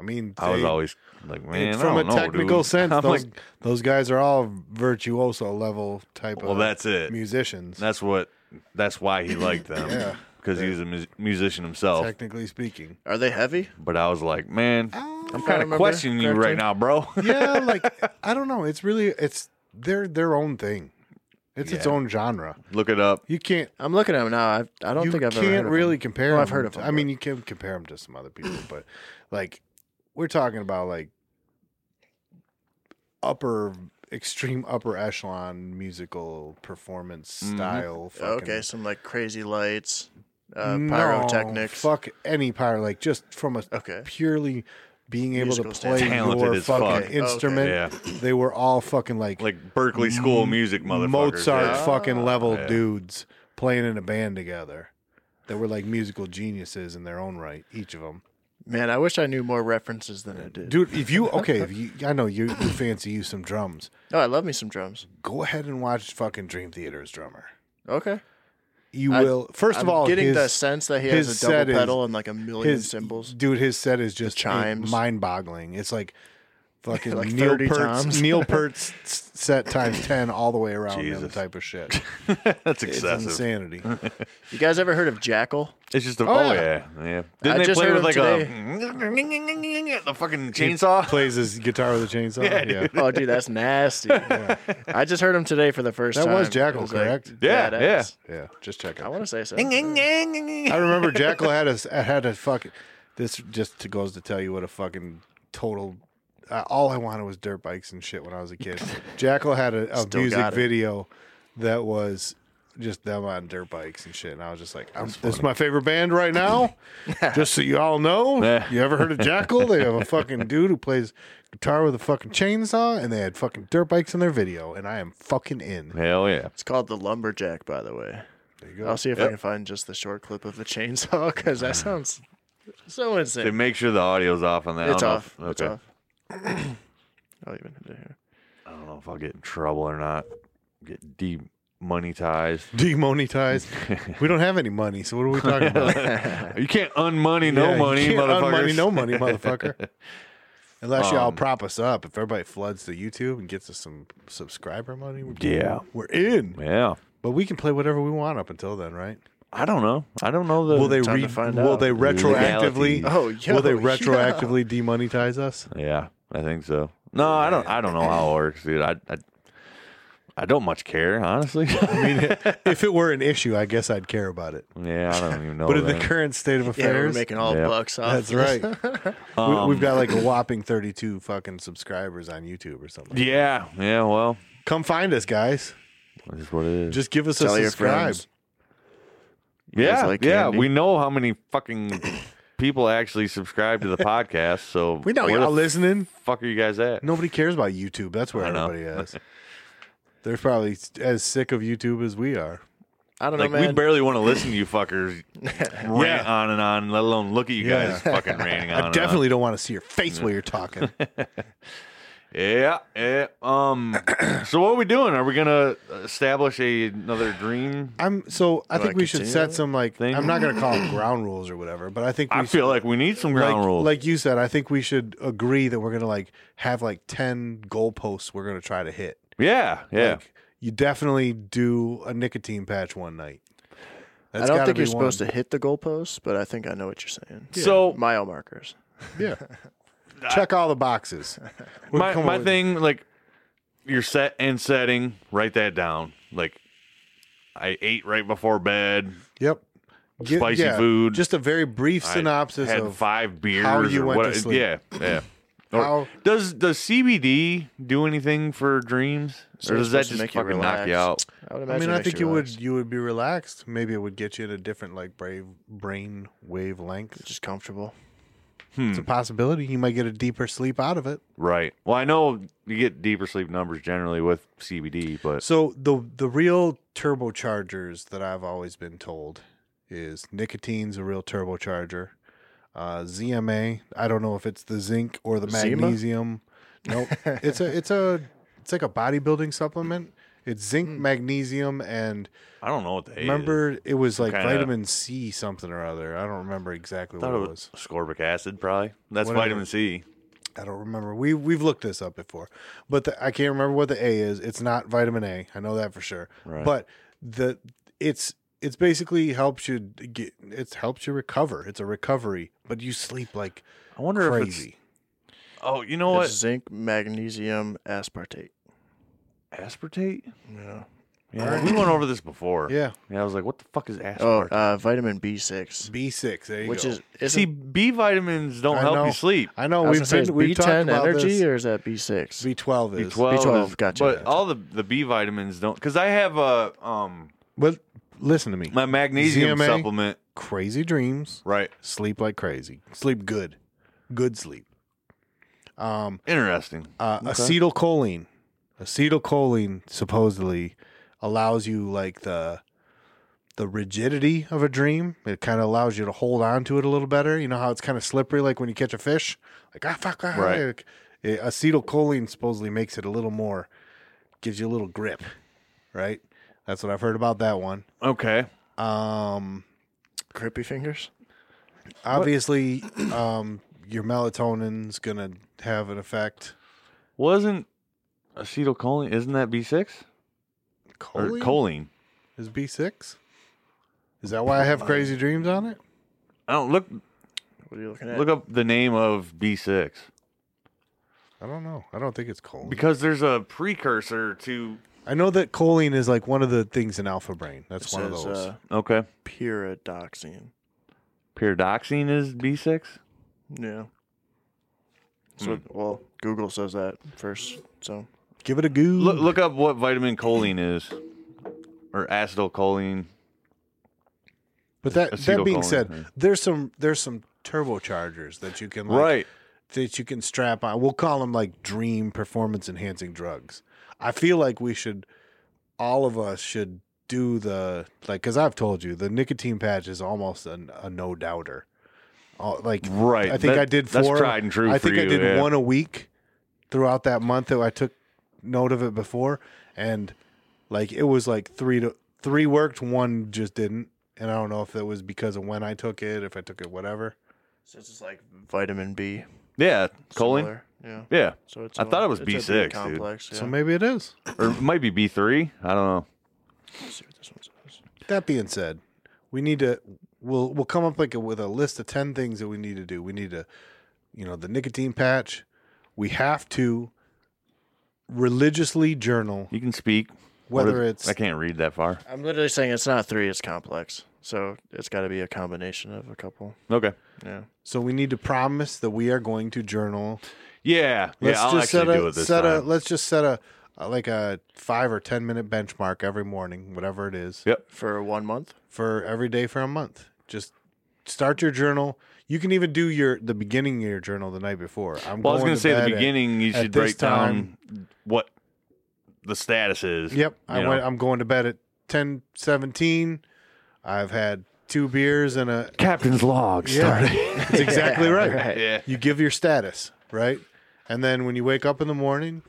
S3: I mean,
S7: I was
S3: they-
S7: always like, man, I
S3: from a
S7: don't know,
S3: technical
S7: dude. [LAUGHS]
S3: sense,
S7: I'm
S3: those,
S7: like,
S3: those guys are all virtuoso level type
S7: well,
S3: of
S7: that's it.
S3: musicians,
S7: That's what. That's why he
S3: [LAUGHS]
S7: liked them.
S3: Yeah.
S7: Because he was a mu- musician himself.
S3: technically speaking. Uh,
S6: Are they heavy?
S7: but I was like, man, I'm kind of
S6: remember
S7: questioning you
S6: correctly.
S7: right now, bro. [LAUGHS]
S3: yeah, like I don't know. It's really it's their their own thing. It's its
S7: Yeah.
S3: own genre.
S7: Look it up.
S3: You can't.
S6: I'm looking at them now. I, I don't
S3: you
S6: think I've
S3: can't
S6: ever heard of
S3: really
S6: them.
S3: compare.
S6: Well, I've
S3: them
S6: heard of
S3: to-
S6: them,
S3: I mean,
S6: but-
S3: you can compare them to some other people, but like we're talking about like upper extreme upper echelon musical performance style. Fucking,
S6: Mm-hmm. Okay, some like crazy lights, uh,
S3: No,
S6: pyrotechnics.
S3: fuck any pyro. Like just from a
S6: Okay.
S3: purely being able
S6: Musical
S3: to play
S6: standpoint.
S7: Talented
S3: your
S7: as fuck.
S3: fucking
S7: Okay,
S6: okay.
S3: instrument.
S7: Yeah.
S3: They were all fucking like
S7: Like Berkeley School of Music, motherfuckers.
S3: Mozart
S7: yeah.
S3: fucking level
S7: Yeah.
S3: dudes playing in a band together that were like musical geniuses in their own right, each of them.
S6: Man, I wish I knew more references than I did.
S3: Dude, if you okay, if you I know you, you fancy you some drums,
S6: No, Oh, I love me some drums.
S3: go ahead and watch fucking Dream Theater's drummer.
S6: Okay.
S3: You
S6: I-
S3: will 1st
S6: I'm
S3: of all
S6: getting
S3: his,
S6: the sense that he
S3: his
S6: has a
S3: set
S6: double
S3: is-
S6: pedal and like a million
S3: his
S6: cymbals.
S3: Dude, his set is just
S6: chimes.
S3: mind boggling. It's like fucking
S6: [LAUGHS] Like
S3: Neil
S6: 30
S3: Peart's
S6: times. [LAUGHS]
S3: Neil Peart's s- set times ten all the way around him
S7: Jesus.
S3: type
S6: [LAUGHS]
S3: of shit.
S7: That's
S3: It's
S7: excessive. It's,
S3: insanity.
S6: You guys ever heard of [LAUGHS] Jackal?
S7: just a oh,
S3: Oh,
S7: yeah.
S3: yeah.
S7: yeah Didn't
S6: I
S7: they
S6: just
S7: play
S6: heard
S7: with
S6: him
S7: like a [LAUGHS] the fucking chainsaw?
S3: [LAUGHS] Plays his guitar with a chainsaw.
S7: Yeah,
S3: yeah.
S6: Oh, dude, that's [LAUGHS] nasty. I just heard him today for the first
S3: That
S6: time.
S3: was Jackal,
S6: It like,
S3: correct?
S7: Yeah,
S6: badass.
S7: yeah.
S3: Yeah, just check it.
S6: I want to say so.
S3: I remember Jackal had a had a fucking. This just to- goes to tell you what a fucking total. Uh, all I wanted was dirt bikes and shit when I was
S6: [LAUGHS]
S3: a kid. Jackal had a, a
S6: Still
S3: music
S6: got it.
S3: video that was just them on dirt bikes and shit, and I was just like, I'm, "This is my favorite band
S6: [LAUGHS]
S3: right now." just so you all know,
S7: Yeah.
S3: you ever heard of Jackal? They have a fucking dude who plays guitar with a fucking chainsaw, and they had fucking dirt bikes in their video, and I am fucking in.
S7: Hell yeah.
S6: It's called the lumberjack, by the way.
S3: There you go.
S6: I'll see if I can find just the short clip of the chainsaw [LAUGHS] because that sounds so
S7: They
S6: insane.
S7: make sure the audio's off on that. I
S6: it's
S7: don't know
S6: off.
S7: if-
S6: It's
S7: okay.
S6: off.
S7: [CLEARS THROAT]
S6: I'll even hit it here.
S7: I don't know if I'll get in trouble or not. Get
S3: [LAUGHS]
S7: demonetized.
S3: Demonetized. we don't have any money, so what are we talking about?
S7: You can't unmoney [LAUGHS] no
S3: Yeah, you
S7: money,
S3: can't earn
S7: motherfuckers. Um,
S3: money, no money,
S7: [LAUGHS]
S3: motherfucker. Unless y'all prop us up. If everybody floods to YouTube and gets us some subscriber money, we're,
S7: Yeah.
S3: we're in.
S7: Yeah.
S3: But we can play whatever we want up until then, right?
S7: I don't know. I don't know the.
S3: Will they
S6: time
S3: re-
S6: to find
S3: Will
S6: out.
S3: they retroactively?
S7: Legalities.
S6: Oh, yo,
S3: will they
S6: yeah.
S3: retroactively demonetize
S7: [LAUGHS]
S3: us?
S7: Yeah, I think so. No, I don't. I don't know how it works, dude. I, I, I don't much care, honestly. [LAUGHS]
S3: I mean, if it were an issue, I guess I'd care about it.
S7: yeah, I don't even know.
S3: But in
S7: Oh, then.
S3: the current state of
S6: Yeah, we're
S3: affairs,
S6: making all
S7: Yeah.
S6: bucks off.
S3: [LAUGHS] that's
S6: [LAUGHS]
S3: right. we,
S7: Um,
S3: have got like a whopping thirty-two fucking subscribers on YouTube or something.
S7: yeah, yeah. Well,
S3: Come find us, guys.
S7: that's what it is.
S3: Just give us
S6: Tell
S3: a
S6: your
S3: subscribe.
S6: friends.
S7: yeah,
S6: like
S7: yeah.
S6: candy?
S7: We know how many fucking people actually subscribe to the podcast. So
S3: [LAUGHS] We know
S7: where
S3: y'all
S7: the
S3: listening.
S7: fuck are you guys at?
S3: Nobody cares about YouTube. That's where
S7: I know.
S3: everybody is. They're probably as sick of YouTube as we are.
S6: I don't
S7: Like
S6: know, man.
S7: we barely want to listen to you fuckers rant
S3: [LAUGHS] Yeah.
S7: on and on, let alone look at you
S3: Yeah. [LAUGHS]
S7: guys fucking ranting on. and on.
S3: Definitely don't want to see your face while you're talking.
S7: Yeah, yeah.
S3: [CLEARS THROAT]
S7: Um. so what are we doing? Are we gonna establish a, another dream?
S3: I'm so I
S6: Do I
S3: think we should
S6: continue
S3: set
S6: that
S3: some like
S7: thing?
S3: I'm not gonna call them ground rules or whatever, but I think we
S7: I feel like we need some
S3: like,
S7: ground rules.
S3: like you said, I think we should agree that we're gonna like have like ten goalposts we're gonna try to hit.
S7: yeah, yeah.
S3: Like, you definitely do a nicotine patch one night.
S6: I don't think you're supposed to hit the goalposts, but I think I know what you're saying.
S7: So
S6: mile markers.
S7: [LAUGHS]
S3: Yeah. Check all the boxes. We'll
S7: my
S3: come up
S7: my
S3: with-
S7: thing like your set and setting. Write that down. Like I ate right before bed.
S3: Yep. Get-
S7: Spicy food.
S3: Just a very brief
S7: I
S3: synopsis
S7: had
S3: of
S7: five beers.
S3: you
S7: or
S3: went to
S7: what-
S3: sleep.
S7: Yeah,
S3: [CLEARS THROAT]
S7: yeah. Or-
S3: how
S7: Does does CBD do anything for dreams,
S6: So
S7: or
S6: it's
S7: does that
S6: supposed to
S7: just
S6: make you
S7: fucking knock you out?
S6: relax. I would
S3: I
S6: imagine.
S3: mean, I think you would you would be relaxed. Maybe it would get you at a different like brave brain wavelength.
S6: just comfortable.
S3: It's a possibility. You might get a deeper sleep out of it.
S7: Right. Well, I know you get deeper sleep numbers generally with CBD, but
S3: So the the real turbochargers that I've always been told is nicotine's a real turbocharger. Uh, ZMA. I don't know if it's the zinc or the
S6: Zima?
S3: magnesium.
S7: [LAUGHS]
S3: Nope. it's a it's a it's like a bodybuilding supplement. It's zinc,
S7: Hmm.
S3: magnesium, and
S7: I don't know what they
S3: remember it was like
S7: kinda-
S3: vitamin C something or other. I don't remember exactly
S7: I thought
S3: what
S7: it was ascorbic acid, probably. That's
S3: Whatever.
S7: vitamin C.
S3: I don't remember. We we've looked this up before, but the, I can't remember what the A is. It's not vitamin A. I know that for sure.
S7: Right.
S3: But the it's it's basically helps you get it helps you recover. It's a recovery, but you sleep like
S7: I wonder if
S3: crazy.
S7: it's. Oh, you know
S6: It's
S7: what?
S6: zinc, magnesium, aspartate.
S7: Aspartate.
S6: Yeah.
S7: Yeah, we went over this before.
S3: Yeah,
S7: Yeah, I was like, what the fuck is
S6: Oh,
S7: aspartate?
S6: uh, vitamin B6,
S3: B six. There you
S6: which
S3: go.
S6: is isn't,
S7: See, B vitamins don't
S3: I
S7: help
S3: know.
S7: you sleep.
S3: I know
S6: I was
S3: we've
S6: gonna say,
S3: been
S6: is
S3: we've talked
S6: B10
S3: about
S6: energy
S3: this.
S6: or is that B6?
S3: B twelve is
S7: B twelve.
S6: B12,
S7: is-
S6: gotcha,
S7: But
S6: gotcha.
S7: all the the B vitamins don't because I have a um
S3: Well, listen to me.
S7: my magnesium
S3: ZMA?
S7: supplement.
S3: Crazy dreams.
S7: Right.
S3: Sleep like crazy. Sleep good. Good sleep. Um,
S7: Interesting.
S3: Uh, Acetylcholine. Acetylcholine supposedly allows you like the the rigidity of a dream. It kind of allows you to hold on to it a little better. You know how it's kind of slippery, like when you catch a fish, like ah fuck. Ah,
S7: Right.
S3: like, eh, acetylcholine supposedly makes it a little more, gives you a little grip, right? That's what I've heard about that one.
S7: Okay.
S3: Um,
S6: Grippy fingers.
S3: obviously, um, your melatonin's gonna have an effect.
S7: Wasn't acetylcholine? Isn't that B six or choline?
S3: is B6. Is that why I have crazy dreams on it?
S7: I don't look
S6: What are you looking at?
S7: look up the name of B6
S3: I don't know. I don't think it's choline.
S7: because there's a precursor to
S3: I know that choline is like one of the things in alpha brain. That's
S6: it
S3: one
S6: says,
S3: of those.
S6: Uh,
S7: okay
S6: pyridoxine.
S7: pyridoxine is B6.
S6: Yeah. So well, Google says that first. So
S3: Give it a goo.
S7: Look look up what vitamin choline is or acetylcholine.
S3: but that that being
S7: acetylcholine,
S3: said,
S7: yeah.
S3: there's some there's some turbochargers that you can like, that you can strap on. We'll call them like dream performance enhancing drugs. I feel like we should all of us should do the like cuz I've told you the nicotine patch is almost a, a no doubter. All, like
S7: right.
S3: I think
S7: That-
S3: I did four.
S7: That's tried and true.
S3: I
S7: for
S3: think I
S7: you,
S3: did
S7: yeah.
S3: one a week throughout that month that I took note of it before, and like it was like three to three worked, one just didn't, and I don't know if it was because of when I took it, if I took it, whatever.
S6: so it's just like vitamin B.
S7: Yeah, choline.
S6: similar, Yeah.
S7: Yeah,
S6: So it's
S7: I thought it was
S6: it's a
S7: B6, dude.
S6: complex. Yeah.
S3: So maybe it is.
S7: or it might be B3. I don't know.
S6: Let's see what this one says.
S3: That being said, we need to we'll we'll come up like a, with a list of ten things that we need to do. We need to, you know, the nicotine patch. We have to religiously journal
S7: You can speak. What
S3: whether
S7: is-
S3: it's
S7: I can't read that far.
S6: I'm literally saying it's not three. It's complex. So it's got to be a combination of a couple.
S7: Okay.
S6: Yeah.
S3: So we need to promise that we are going to journal.
S7: Yeah. yeah. I'll actually
S3: set a
S7: do it this
S3: set a
S7: time.
S3: let's just set a uh, like a five or ten minute benchmark every morning, whatever it is,
S7: Yep.
S6: For one month.
S3: for every day for a month. Just start your journal. You can even do your the beginning of your journal the night before. I'm
S7: Well, I
S3: going
S7: was going to say
S3: bed
S7: the
S3: at-
S7: beginning. you
S3: at
S7: should
S3: this
S7: break down what the status is. [LAUGHS]
S3: yep, I
S7: you know.
S3: went, I'm going to bed at ten seventeen. I've had two beers and a
S7: Captain's
S3: [LAUGHS]
S7: log [LAUGHS]
S3: Yeah, that's exactly right.
S7: Yeah.
S3: You give your status, right? And then when you wake up in the morning,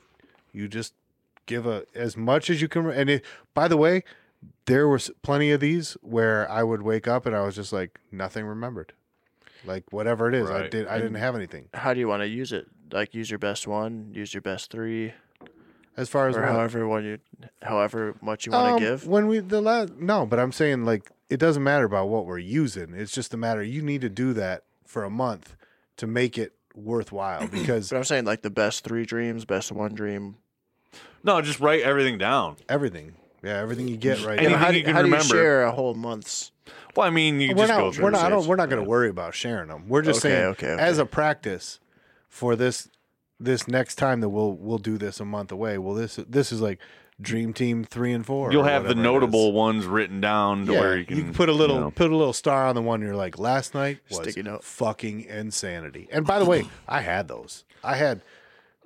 S3: you just give a as much as you can. And it, by the way, there was plenty of these where I would wake up and I was just like nothing remembered, like whatever it is, I
S7: Right.
S3: did I didn't have anything
S6: How do you want to use it? Like use your best one, use your best three,
S3: as far as
S6: or
S3: what-
S6: however one you, however much you want
S3: Um,
S6: to give.
S3: when we the last no, but I'm saying like it doesn't matter about what we're using. It's just a matter you need to do that for a month to make it
S6: [CLEARS THROAT]
S3: worthwhile because
S6: But I'm saying like the best three dreams, best one dream.
S7: No, just write everything down.
S3: everything, yeah, everything you get right.
S7: Anything
S3: now-
S6: how
S7: you
S6: do,
S7: can
S6: how do you
S7: remember.
S6: share a whole month's?
S7: Well, I mean, you
S3: we're
S7: just go
S3: not
S7: through.
S3: we're not I
S7: this.
S3: don't, we're not going to worry about sharing them. We're just
S6: Okay,
S3: saying
S6: okay, okay.
S3: as a practice for this this next time that we'll we'll do this a month away. Well, this this is like dream team three and four. or
S7: You'll have the
S3: whatever it is.
S7: notable ones written down to
S3: Yeah,
S7: where you can,
S3: put a little
S7: you know.
S3: put a little star on the one you're like last night was
S6: Sticky note.
S3: fucking insanity. And by the
S7: [CLEARS THROAT]
S3: way, I had those. I had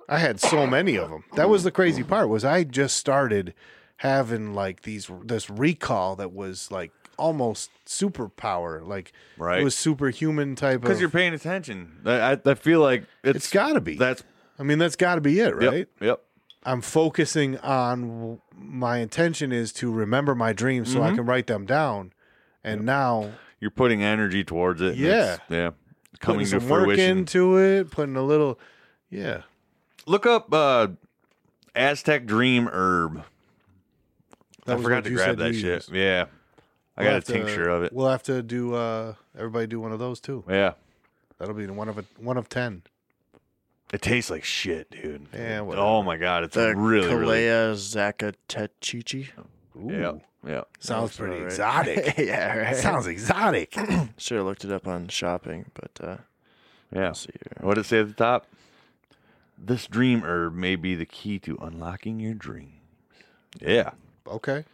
S3: I had so many of them. That was the crazy part was I just started having like these this recall that was like almost superpower like
S7: Right.
S3: it was superhuman type
S7: because
S3: of
S7: you're paying attention. I, I, I feel like it's,
S3: it's got to be
S7: that's
S3: i mean that's got to be it
S7: yep,
S3: right
S7: Yep.
S3: i'm focusing on my intention is to remember my dreams so
S7: Mm-hmm.
S3: i can write them down and now
S7: You're putting energy towards it. and
S3: Yeah.
S7: it's- yeah. Coming
S3: putting
S7: to
S3: some work
S7: fruition.
S3: into it, putting a little, yeah.
S7: Look up uh, Aztec Dream Herb.
S3: That
S7: I
S3: was
S7: forgot
S3: what
S7: to
S3: you
S7: grab
S3: said
S7: that
S3: you
S7: shit.
S3: used. uh,
S7: Yeah. I
S3: We'll
S7: got a
S3: have to-
S7: tincture of it.
S3: We'll have to do. uh Everybody do one of those too.
S7: yeah.
S3: That'll be one of a one of ten.
S7: It tastes like shit, dude.
S3: Yeah,
S7: Oh my god, it's
S6: The
S7: really really.
S6: Kalea Zacatechichi.
S3: Ooh,
S7: Yeah. Yeah.
S3: sounds pretty
S6: right.
S7: [LAUGHS]
S3: exotic.
S6: yeah, right.
S3: sounds exotic.
S6: Should have looked it up on shopping, but uh,
S7: Yeah.
S6: let's see here.
S7: What did it say at the top? This dream herb may be the key to unlocking your dreams. Yeah.
S3: okay,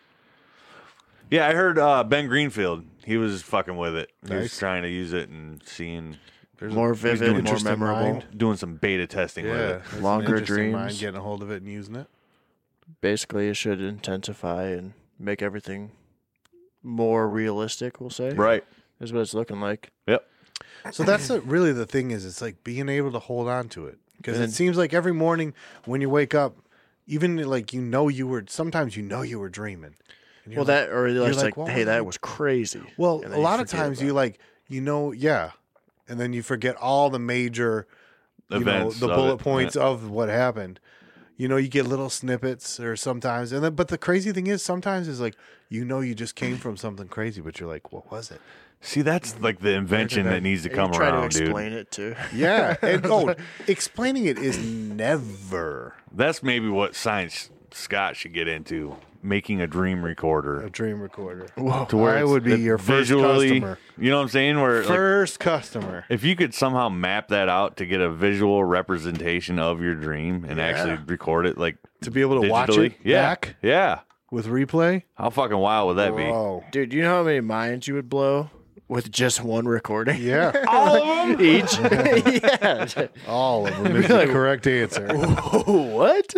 S7: Yeah, I heard uh, Ben Greenfield. He was fucking with it. He was
S3: Nice.
S7: trying to use it and seeing,
S6: more
S7: doing
S6: vivid, more
S3: interesting
S6: memorable,
S3: mind.
S7: doing some beta testing
S3: yeah.
S7: with it.
S3: that's an
S6: Longer
S3: interesting mind,
S6: dreams.
S3: getting a hold of it and using it.
S6: basically it should intensify and make everything more realistic we'll say
S7: Right.
S6: is what it's looking like
S7: Yep.
S3: So that's the, really the thing is it's like being able to hold on to it because it
S6: And-
S3: seems like every morning when you wake up, even like you know you were sometimes you know you were dreaming. And you're
S6: well
S3: like,
S6: that or it's
S3: like,
S6: like,
S3: "What
S6: hey
S3: was I-"
S6: that was crazy
S3: Well,
S6: And
S3: a
S6: then you
S3: lot of
S6: forget
S3: times
S6: about
S3: you
S6: it.
S3: like you know, yeah, and then you forget all the major you
S7: Events
S3: know, the
S7: of
S3: bullet
S7: it,
S3: points of what happened. You know, you get little snippets or sometimes, and then but the crazy thing is sometimes is like you know you just came from something crazy, but you're like, what was it?
S7: See, that's like the invention that needs to
S6: And you
S7: come
S6: try
S7: around,
S6: to explain
S7: dude.
S6: it too
S3: Yeah, and oh, explaining it is never
S7: That's maybe what science Scott should get into making a dream recorder.
S3: a dream recorder.
S6: Whoa.
S3: To where I would be
S7: That
S3: your first customer.
S7: You know what I'm saying? Where like,
S3: First customer.
S7: if you could somehow map that out to get a visual representation of your dream and actually record it, like
S3: To be able to watch
S7: digitally.
S3: it
S7: yeah.
S3: back
S7: Yeah.
S3: with replay.
S7: How fucking wild would that be?
S3: Oh,
S6: dude you know how many minds you would blow with just one
S7: [LAUGHS]
S6: recording
S3: yeah.
S7: All of
S6: [LAUGHS]
S7: them?
S6: each yeah
S7: [LAUGHS]
S3: All of
S6: [LAUGHS]
S3: them is the correct answer.
S6: oh [LAUGHS] what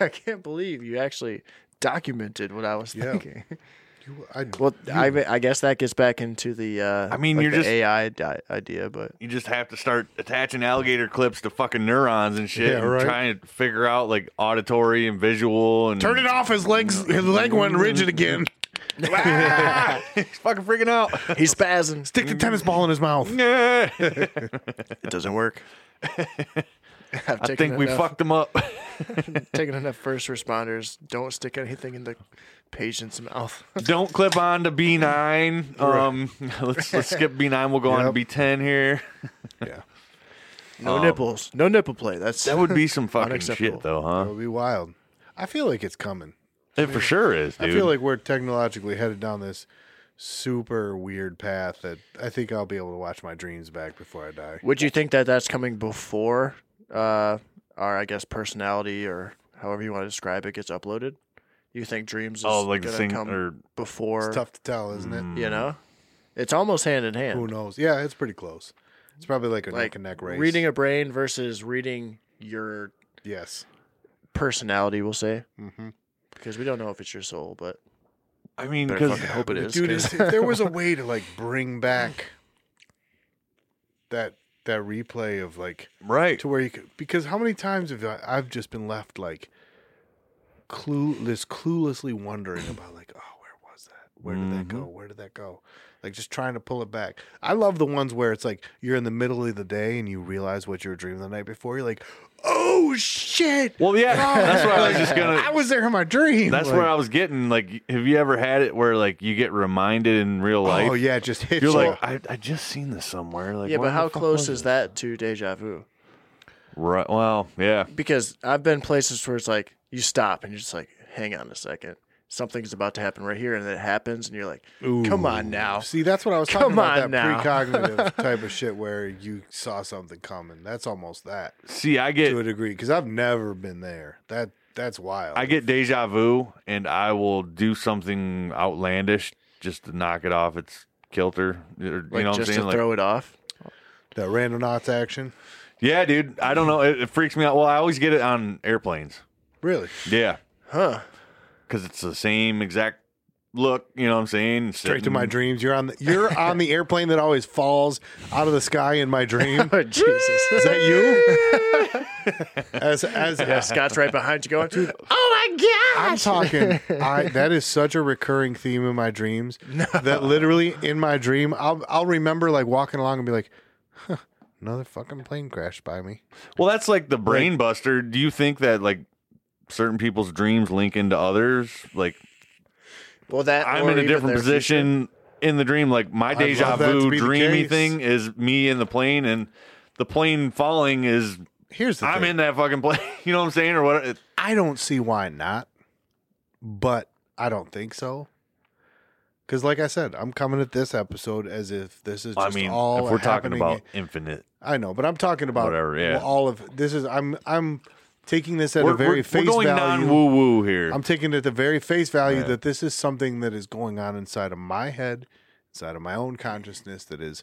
S6: i can't believe you actually documented what i was
S3: Yeah.
S7: [LAUGHS]
S6: thinking
S3: I,
S6: Well, I, mean, I guess that gets back into the. Uh,
S7: I mean,
S6: like
S7: you're
S6: the
S7: just-
S6: AI di- idea, but
S7: You just have to start attaching alligator clips to fucking neurons and shit
S3: Yeah,
S7: and
S3: right.
S7: trying to figure out like auditory and visual and [LAUGHS]
S3: Turn it off. His legs, his leg went rigid again.
S7: He's fucking freaking out.
S6: [LAUGHS] he's spazzing.
S3: Stick the tennis ball in his mouth.
S7: Yeah.
S6: It doesn't [LAUGHS] work. I've
S7: I think we
S6: enough,
S7: fucked him up. [LAUGHS]
S6: Taken enough first responders. Don't stick anything in the patient's
S7: [LAUGHS]
S6: mouth.
S7: Don't clip on to B nine. Um, [LAUGHS] let's let's skip B nine. We'll go on to
S3: Yep.
S7: B ten here.
S3: [LAUGHS] Yeah,
S6: No nipples. No nipple play. That's
S7: Oh. That would be some fucking
S6: Unacceptable.
S7: shit, though,
S3: it'll
S7: huh?
S3: be wild. I feel like it's coming.
S7: It for sure is, dude.
S3: I feel like we're technologically headed down this super weird path that I think I'll be able to watch my dreams back before I die.
S6: Would you think that that's coming before uh, our, I guess, personality or however you want to describe it gets uploaded? You think dreams is
S7: oh, like the
S6: gonna
S7: thing
S6: come
S7: or Mm.
S6: before?
S3: It's tough to tell, isn't it?
S6: You know, it's almost hand in hand.
S3: Who knows? Yeah, it's pretty close. It's probably like a neck and neck race.
S6: reading a brain versus reading your
S3: yes.
S6: personality, we'll say,
S3: Mm-hmm.
S6: because we don't know if it's your soul, but
S7: I mean,
S6: better
S7: because
S6: fucking hope it is.
S3: Dude,
S6: 'cause-
S7: [LAUGHS]
S3: if there was a way to like bring back that that replay of like
S7: Right.
S3: to where you could because how many times have I, I've just been left like clueless, cluelessly wondering
S7: [CLEARS THROAT]
S3: about like, oh, where was that? Where did that go?
S7: Mm-hmm.
S3: Where did that go? Like just trying to pull it back. I love the ones where it's like you're in the middle of the day and you realize what you were dreaming the night before. You're like, oh shit.
S7: Well, yeah,
S3: Oh,
S7: that's
S3: [LAUGHS]
S7: what I was just gonna.
S3: I was there in my dream.
S7: [LAUGHS] That's
S3: Like,
S7: where I was getting. Like, have you ever had it where like you get reminded in real life?
S3: Oh yeah, it just hits
S7: You're
S3: you.
S7: like, I, I just seen this somewhere.
S3: [LAUGHS]
S7: Like,
S6: yeah,
S7: where
S6: but
S7: the
S6: how
S7: fuck
S6: close is
S7: was it?
S6: that to deja vu?
S7: Right. Well, yeah.
S6: Because I've been places where it's like you stop and you're just like, hang on a second, something's about to happen right here, and then it happens, and you're like, come on now.
S3: See, that's what I was talking
S6: Come
S3: about. That
S6: on now. [LAUGHS]
S3: precognitive type of shit where you saw something coming. That's almost that
S7: See, I
S3: to a
S7: get
S3: degree because I've never been there. That that's wild.
S7: I get deja vu, and I will do something outlandish just to knock it off its kilter. or- You
S6: Like
S7: know what I'm
S6: just
S7: saying?
S6: to
S7: Like,
S6: throw it off.
S7: [LAUGHS]
S3: that random knots action.
S7: yeah, dude. I don't know. It, it freaks me out. Well, I always get it on airplanes.
S3: Really?
S7: Yeah,
S6: Huh.
S7: because it's the same exact look. You know what I'm saying?
S3: Straight to my
S7: Sitting-
S3: dreams. You're on the you're on the airplane that always falls out of the sky in
S6: [LAUGHS]
S3: my dream.
S6: Oh, Jesus.
S3: Is that you?
S6: [LAUGHS]
S3: as as
S6: yeah, Scott's right behind you going, dude,
S3: I'm talking. I that is such a recurring theme in my dreams that literally in my dream I'll I'll remember like walking along and be like, huh, another fucking plane crashed by me.
S7: Well, that's like the brain buster. Do you think that like certain people's dreams link into others? Like
S6: well, that
S7: I'm
S6: or
S7: in a
S6: even
S7: different
S6: their future.
S7: position in the dream. Like my
S3: I'd
S7: deja
S3: love that to
S7: vu
S3: be the
S7: dreamy
S3: case.
S7: thing is me in the plane and the plane falling is
S3: Here's the
S7: I'm
S3: thing.
S7: in that fucking plane. [LAUGHS] You know what I'm saying? Or what? it-
S3: I don't see why not, but I don't think so. Because, like I said, I'm coming at this episode as if this is
S7: I
S3: just
S7: mean,
S3: all
S7: if we're talking
S3: happening-
S7: about infinite,
S3: I know, but I'm talking about
S7: Whatever, yeah.
S3: all of this is. I'm I'm taking this at
S7: we're,
S3: a very
S7: we're- we're
S3: face
S7: going
S3: value.
S7: non woo woo here.
S3: I'm taking it at the very face value that this is something that is going on inside of my head, inside of my own consciousness that is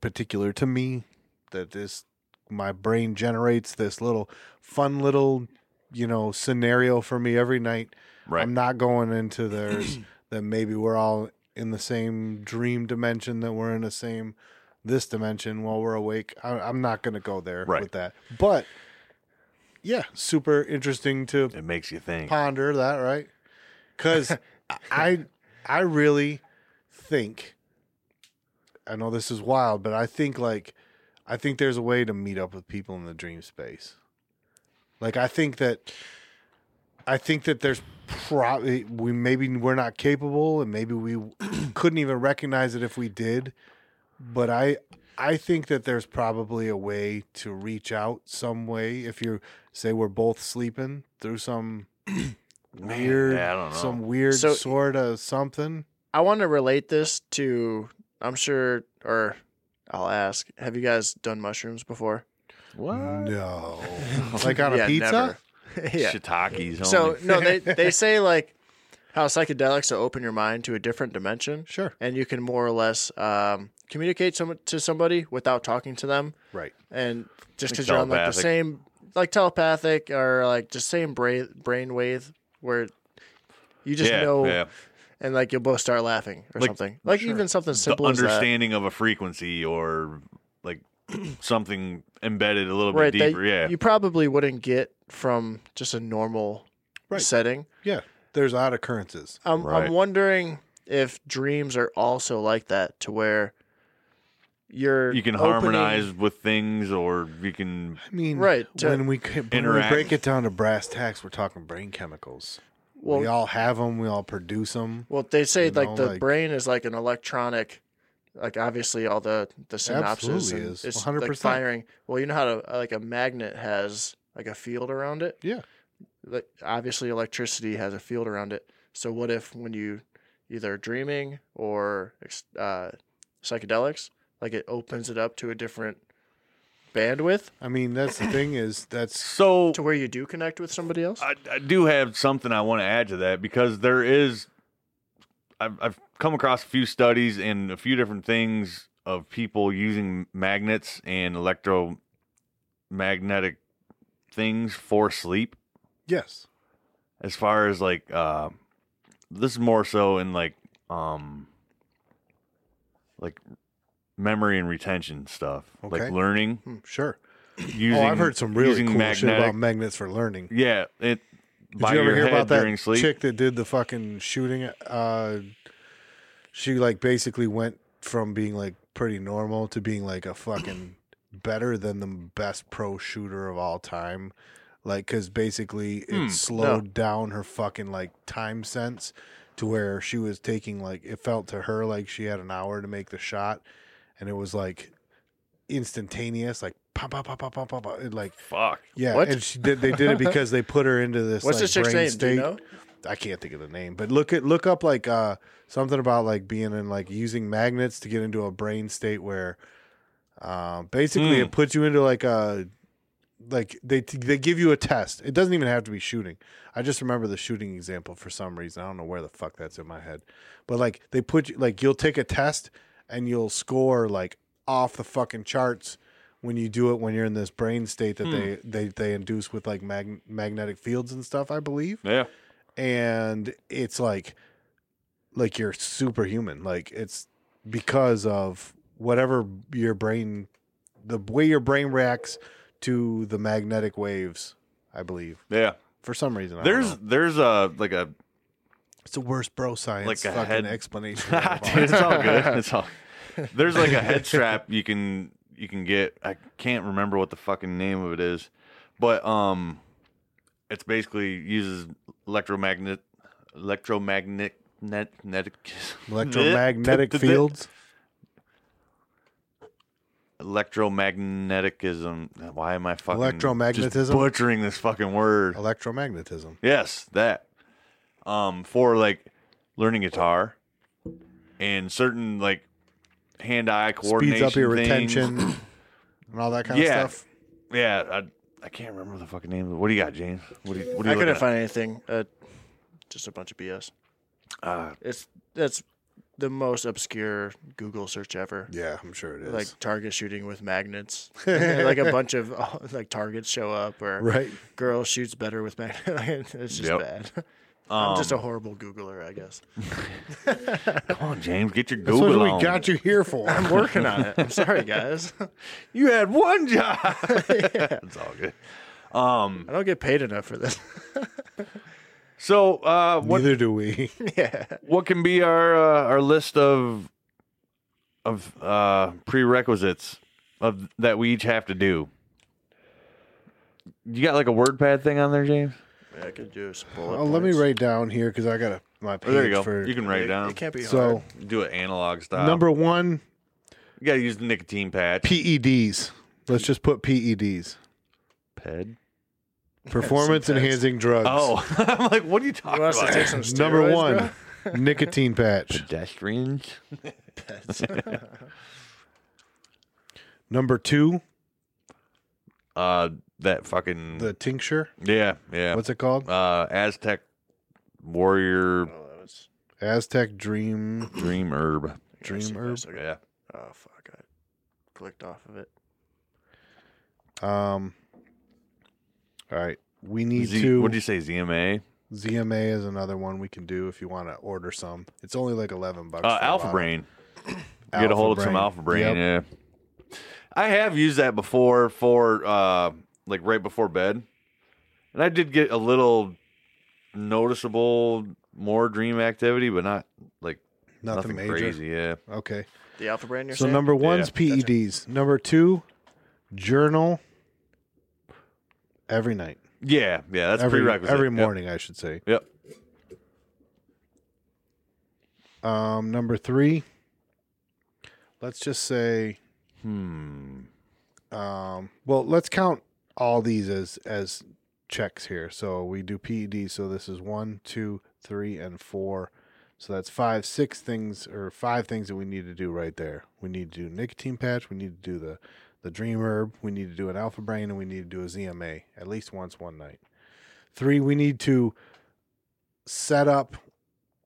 S3: particular to me, that this my brain generates this little fun little, you know, scenario for me every night.
S7: right.
S3: I'm not going
S7: [CLEARS THROAT]
S3: into there's that maybe we're all in the same dream dimension that we're in the same this dimension while we're awake. I, I'm not going to go there
S7: Right.
S3: with that. But yeah, super interesting to
S7: it makes you think.
S3: ponder that, right? Because I I really think I know this is wild, but I think like I think there's a way to meet up with people in the dream space. Like I think that I think that there's probably we maybe we're not capable and maybe we [CLEARS THROAT] couldn't even recognize it if we did, but I I think that there's probably a way to reach out some way if you're say we're both sleeping through some [CLEARS THROAT] weird
S7: yeah, I don't know.
S3: some weird
S6: So-
S3: sort of something.
S6: I want to relate this to, I'm sure, or I'll ask, have you guys done mushrooms before?
S7: [LAUGHS]
S3: No. like on a
S6: Yeah,
S3: pizza?
S6: never. [LAUGHS] yeah.
S7: Shiitakes.
S6: So,
S7: only.
S6: no, they,
S7: [LAUGHS]
S6: they say like how psychedelics will open your mind to a different dimension
S3: Sure.
S6: and you can more or less um, communicate some, to somebody without talking to them.
S3: Right.
S6: and just
S7: Like
S6: because you're on like the
S7: telepathic.
S6: same like telepathic or like just same brain brain wave where you just
S7: yeah,
S6: know
S7: yeah.
S6: and like you'll both start laughing or
S7: Like-
S6: something like even something
S7: the
S6: simple as that
S7: understanding of a frequency or like [CLEARS THROAT] something embedded a little bit
S6: right
S7: deeper.
S6: that
S7: yeah.
S6: you probably wouldn't get from just a normal
S3: Right.
S6: setting
S3: Yeah. There's odd occurrences.
S6: I'm,
S7: Right.
S6: I'm wondering if dreams are also like that to where you're
S7: you can
S6: opening-
S7: harmonize with things or you can
S3: I mean,
S6: Right, to
S3: When we, c- when we
S7: interact.
S3: break it down to brass tacks, we're talking brain chemicals.
S6: well,
S3: we all have them. We all produce them.
S6: Well, they say
S3: You
S6: like
S3: know,
S6: the
S3: like-
S6: brain is like an electronic, like obviously all the the synapses
S3: Absolutely
S6: and
S3: is.
S6: it's
S3: 100%.
S6: like firing. Well, you know how to uh, like a magnet has like a field around it.
S3: Yeah.
S6: Like obviously electricity has a field around it. So what if when you either dreaming or ex- uh, psychedelics, like it opens it up to a different bandwidth
S3: I mean, that's the thing is that's
S7: so
S6: to where you do connect with somebody else?
S7: I, I do have something I want to add to that because there is I've, I've come across a few studies and a few different things of people using magnets and electromagnetic things for sleep
S3: yes.
S7: as far as like uh this is more so in like um like memory and retention stuff,
S3: Okay.
S7: like learning
S3: hmm, Sure.
S7: using.
S3: oh, I've heard some really
S7: using
S3: cool
S7: magnetic.
S3: shit about magnets for learning.
S7: yeah, it.
S3: Did
S7: by
S3: you ever
S7: your
S3: hear
S7: head
S3: about that
S7: during sleep.
S3: chick that did the fucking shooting? Uh, she like basically went from being like pretty normal to being like a fucking [COUGHS] better than the best pro shooter of all time. Like, cause basically it
S7: Hmm,
S3: slowed down her fucking like time sense to where she was taking like it felt to her like she had an hour to make the shot, and it was like instantaneous, like pop, pop, pop, pop, pop, pop, pop. It, like
S7: Fuck.
S3: yeah,
S6: What?
S3: and she did. They did it because they put her into this.
S6: What's
S3: like,
S6: this chick's
S3: brain
S6: name? Do
S3: State.
S6: you know?
S3: I can't think of the name, but look at look up like uh something about like being in like using magnets to get into a brain state where, uh, basically
S7: Hmm.
S3: it puts you into like a like they they give you a test. It doesn't even have to be shooting. I just remember the shooting example for some reason. I don't know where the fuck that's in my head, but like they put you like you'll take a test and you'll score like off the fucking charts when you do it when you're in this brain state that they they they induce with like mag- magnetic fields and stuff. I believe
S7: Yeah.
S3: and it's like like you're superhuman like it's because of whatever your brain the way your brain reacts to the magnetic waves i believe
S7: Yeah.
S3: for some reason I don't
S7: There's
S3: know.
S7: there's a
S3: [LAUGHS]
S7: like a
S3: it's the worst bro science
S7: like a
S3: fucking
S7: head- [LAUGHS]
S3: explanation of all
S7: Dude, it's all good. [LAUGHS] It's all. There's like a head strap you can you can get. I can't remember what the fucking name of it is, but um, it's basically uses electromagnet electromagnetic net, magnetic
S3: [LAUGHS]
S7: [LAUGHS]
S3: electromagnetic fields
S7: electromagneticism. Why am I fucking
S3: Electromagnetism?
S7: just butchering this fucking word?
S3: electromagnetism
S7: Yes, that. Um, for like learning guitar and certain like hand-eye coordination,
S3: speeds up your
S7: things.
S3: retention
S7: [COUGHS]
S3: and all that kind
S7: Yeah.
S3: of stuff
S7: Yeah, I I can't remember the fucking name. of it. What do you got, James? What do you What do
S6: I
S7: you
S6: couldn't
S7: looking
S6: find anything. Uh, just a bunch of BS.
S7: at? Uh,
S6: It's that's the most obscure Google search ever.
S3: yeah i'm sure it is
S6: Like target shooting with magnets. like a bunch of [LAUGHS] uh, like targets show up, or
S3: right
S6: girl shoots better with magnets. [LAUGHS] it's just
S7: Yep.
S6: bad.
S7: um,
S6: I'm just a horrible Googler, I guess.
S7: come on, James, get your
S3: that's what
S7: Google
S3: we
S7: on.
S3: got you here
S7: [LAUGHS]
S3: for
S6: I'm working on it. I'm sorry, guys. [LAUGHS]
S7: You had
S3: [LAUGHS]
S7: one job. [LAUGHS] It's all good. Um,
S6: I don't get paid enough for this. [LAUGHS]
S7: so uh, what
S3: neither do we
S6: yeah.
S7: what can be our uh, our list of of uh, prerequisites of that we each have to do? You got like a WordPad thing on there, James?
S6: Yeah, I could do some bullet
S3: Oh, let me
S6: points.
S3: write down here because I got a my page
S7: Oh, there you go.
S3: for
S7: you can write it down.
S6: It can't be hard.
S3: so
S7: Do it analog style.
S3: number one
S7: you gotta use the nicotine patch.
S3: PEDs. Let's just put E PEDs.
S7: Ped.
S3: Performance enhancing drugs.
S7: Oh, [LAUGHS] I'm like, what are you talking
S6: You want us
S7: [LAUGHS]
S6: to
S7: about?
S6: take some
S3: number
S6: steroids,
S3: one, nicotine patch.
S7: Pedestrians.
S3: Number two,
S7: Uh, that fucking
S3: the tincture.
S7: yeah, yeah.
S3: What's it called?
S7: uh Aztec warrior
S6: bro? Oh, that was-
S3: Aztec Dream
S7: dream herb?
S3: Dream herb.
S6: Yes, okay.
S7: Yeah,
S6: Oh fuck! I clicked off of it.
S3: Um. All right, we need
S7: Z,
S3: to.
S7: what do you say? ZMA.
S3: ZMA is another one we can do if you want to order some. It's only like eleven bucks.
S7: Uh,
S3: for a
S7: Alpha
S3: bottle.
S7: Brain. Get
S3: Alpha
S7: a hold of some
S3: Brain.
S7: Alpha Brain.
S3: Yep.
S7: Yeah, I have used that before for uh like right before bed, and I did get a little noticeable more dream activity, but not like
S3: Nothing,
S7: nothing,
S3: major.
S7: crazy. Yeah.
S3: Okay.
S6: The Alpha Brand. You're
S3: So
S6: saying?
S3: number one's
S7: Yeah,
S3: PEDs. Number two, journal every night.
S7: Yeah, yeah, that's
S3: every
S7: prerequisite.
S3: every
S7: Yep.
S3: morning, I should say.
S7: Yep.
S3: Um, number three, let's just say,
S7: Hmm.
S3: um, well, let's count all these as as checks here. So we do PEDs. So this is one, two, three, and four. So that's five, six things or five things that we need to do right there. We need to do nicotine patch. We need to do the the dream herb. We need to do an alpha brain, and we need to do a ZMA at least once one night. Three, we need to set up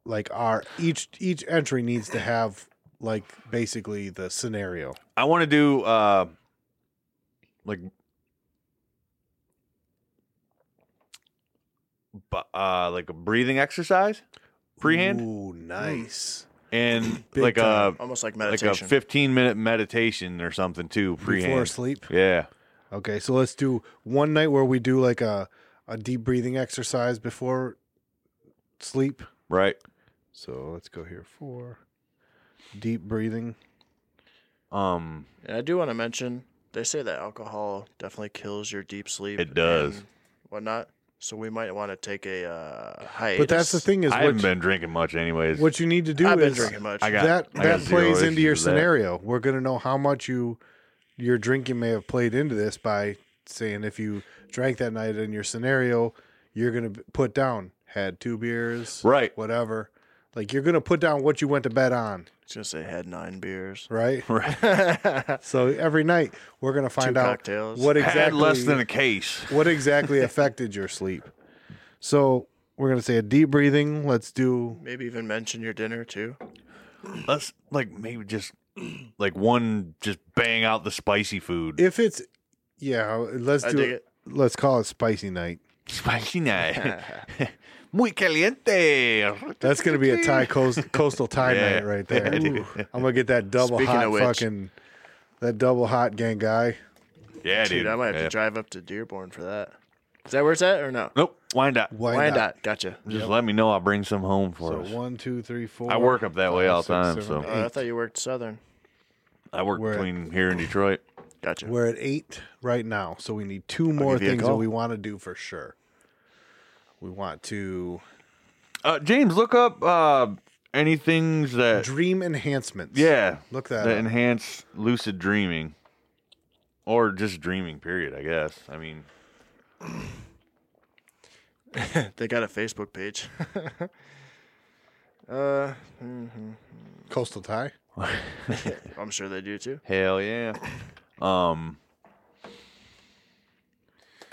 S3: like our each each entry needs to have like basically the scenario.
S7: I want to do uh like bu- uh like a breathing exercise prehand
S3: Ooh, nice.
S7: and
S3: Big
S7: like uh,
S3: time.
S7: a
S6: Almost like
S7: like a
S6: meditation.
S7: 15 minute meditation or something too pre
S3: before sleep.
S7: Yeah.
S3: Okay, so let's do one night where we do like a a deep breathing exercise before sleep.
S7: Right.
S3: So let's go here for deep breathing.
S7: Um.
S6: And I do want to mention they say that alcohol definitely kills your deep sleep.
S7: It does.
S6: and Whatnot. So we might want to take a uh, hiatus.
S3: But that's the thing is
S7: I
S3: what
S7: haven't
S3: you,
S7: been drinking much, anyways.
S3: what you need to do
S6: I've been
S3: is
S6: drinking much.
S7: I got-
S3: that
S7: I
S3: that
S7: zero
S3: plays
S7: issues
S3: into your
S7: with that.
S3: scenario. We're gonna know how much you your drinking may have played into this by saying if you drank that night in your scenario, you're gonna b- put down had two beers,
S7: Right.
S3: Whatever. Like you're gonna put down what you went to bed on,
S6: I was gonna say had nine beers.
S3: right?
S7: [LAUGHS] Right.
S3: [LAUGHS] So every night we're gonna find out
S6: cocktails.
S3: what exactly
S7: Had [LAUGHS] less than a case.
S3: [LAUGHS] what exactly affected your sleep. So we're gonna say a deep breathing. Let's do
S6: Maybe even mention your dinner too.
S7: Let's like maybe just [CLEARS THROAT] like one just bang out the spicy food.
S3: if it's yeah. Let's
S6: I
S3: do
S6: dig
S3: it. Let's call it spicy night. [LAUGHS]
S7: spicy night. Muy caliente.
S3: That's gonna be a
S7: [LAUGHS]
S3: Thai coast, coastal Thai
S7: Yeah.
S3: night right there.
S7: Yeah, dude.
S3: Ooh. I'm gonna get that double
S6: Speaking
S3: hot
S6: of which-
S3: fucking that double hot gang guy.
S7: Yeah, dude.
S6: Dude, I might have
S7: Yeah.
S6: to drive up to Dearborn for that. Is that where it's at or no?
S7: Nope. Wind up.
S3: Why,
S6: Wyandotte.
S3: not?
S6: Gotcha.
S7: Just let me know. I'll bring some home for
S3: So
S7: us.
S3: one, two, three, four.
S7: I work up that way all the time, so
S6: Uh, I thought you worked Southern.
S7: I work
S3: We're at-
S7: between here and Detroit.
S6: Gotcha.
S3: We're at eight right now, so we need two more
S6: give you a
S3: things that
S6: call.
S3: we want to do for sure. We want to
S7: Uh, James, look up uh, any things that
S3: dream enhancements.
S7: yeah
S3: Look that
S7: that
S3: up.
S7: enhance lucid dreaming, or just dreaming. Period. I guess. I mean,
S6: They got a Facebook page. [LAUGHS] uh,
S3: coastal Thai.
S6: I'm sure they do too.
S3: [COUGHS]
S7: hell yeah. Um.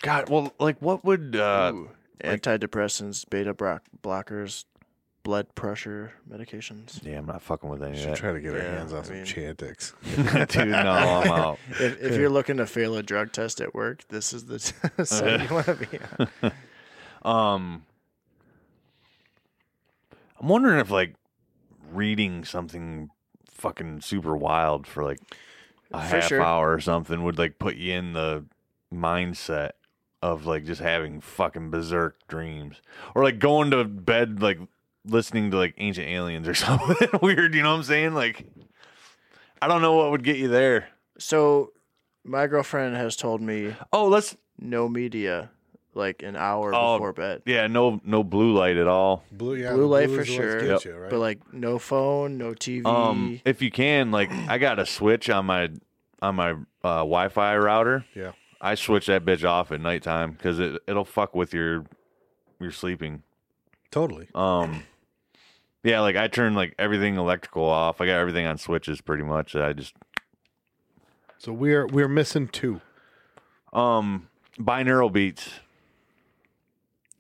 S7: God, well, like, what would uh,
S6: Ooh, antidepressants, beta block- blockers, blood pressure medications.
S7: Yeah, I'm not fucking with any
S3: Should
S7: of
S3: try to get our
S6: Yeah,
S3: hands on
S6: I
S3: some
S6: mean-
S3: Chantix.
S7: that. [LAUGHS] Dude, no,
S3: [LAUGHS]
S7: I'm out.
S6: If, [LAUGHS] if you're looking to fail a drug test at work, this is the [LAUGHS] side you want to be on.
S7: Um, I'm wondering if like reading something fucking super wild for like a
S6: For
S7: half
S6: sure.
S7: hour or something would like put you in the mindset of like just having fucking berserk dreams or like going to bed like listening to like ancient aliens or [LAUGHS] something weird. You know what I'm saying? Like, I don't know what would get you there.
S6: So, my girlfriend has told me
S7: Oh, let's
S6: no media like an hour
S7: Oh,
S6: before bed.
S7: yeah, no no blue light at all.
S3: Blue, yeah,
S6: Blue
S3: the
S6: light
S3: blues
S6: for
S3: is what's
S6: sure,
S3: good
S7: Yep.
S3: you, right?
S6: But like no phone, no TV.
S7: Um, if you can, like, I got a switch on my on my uh, Wi-Fi router.
S3: Yeah.
S7: I switch that bitch off at nighttime because it it'll fuck with your your sleeping.
S3: totally.
S7: Um, yeah, like I turn like everything electrical off. I got everything on switches pretty much. I just
S3: So we're we're missing two.
S7: um binaural beats.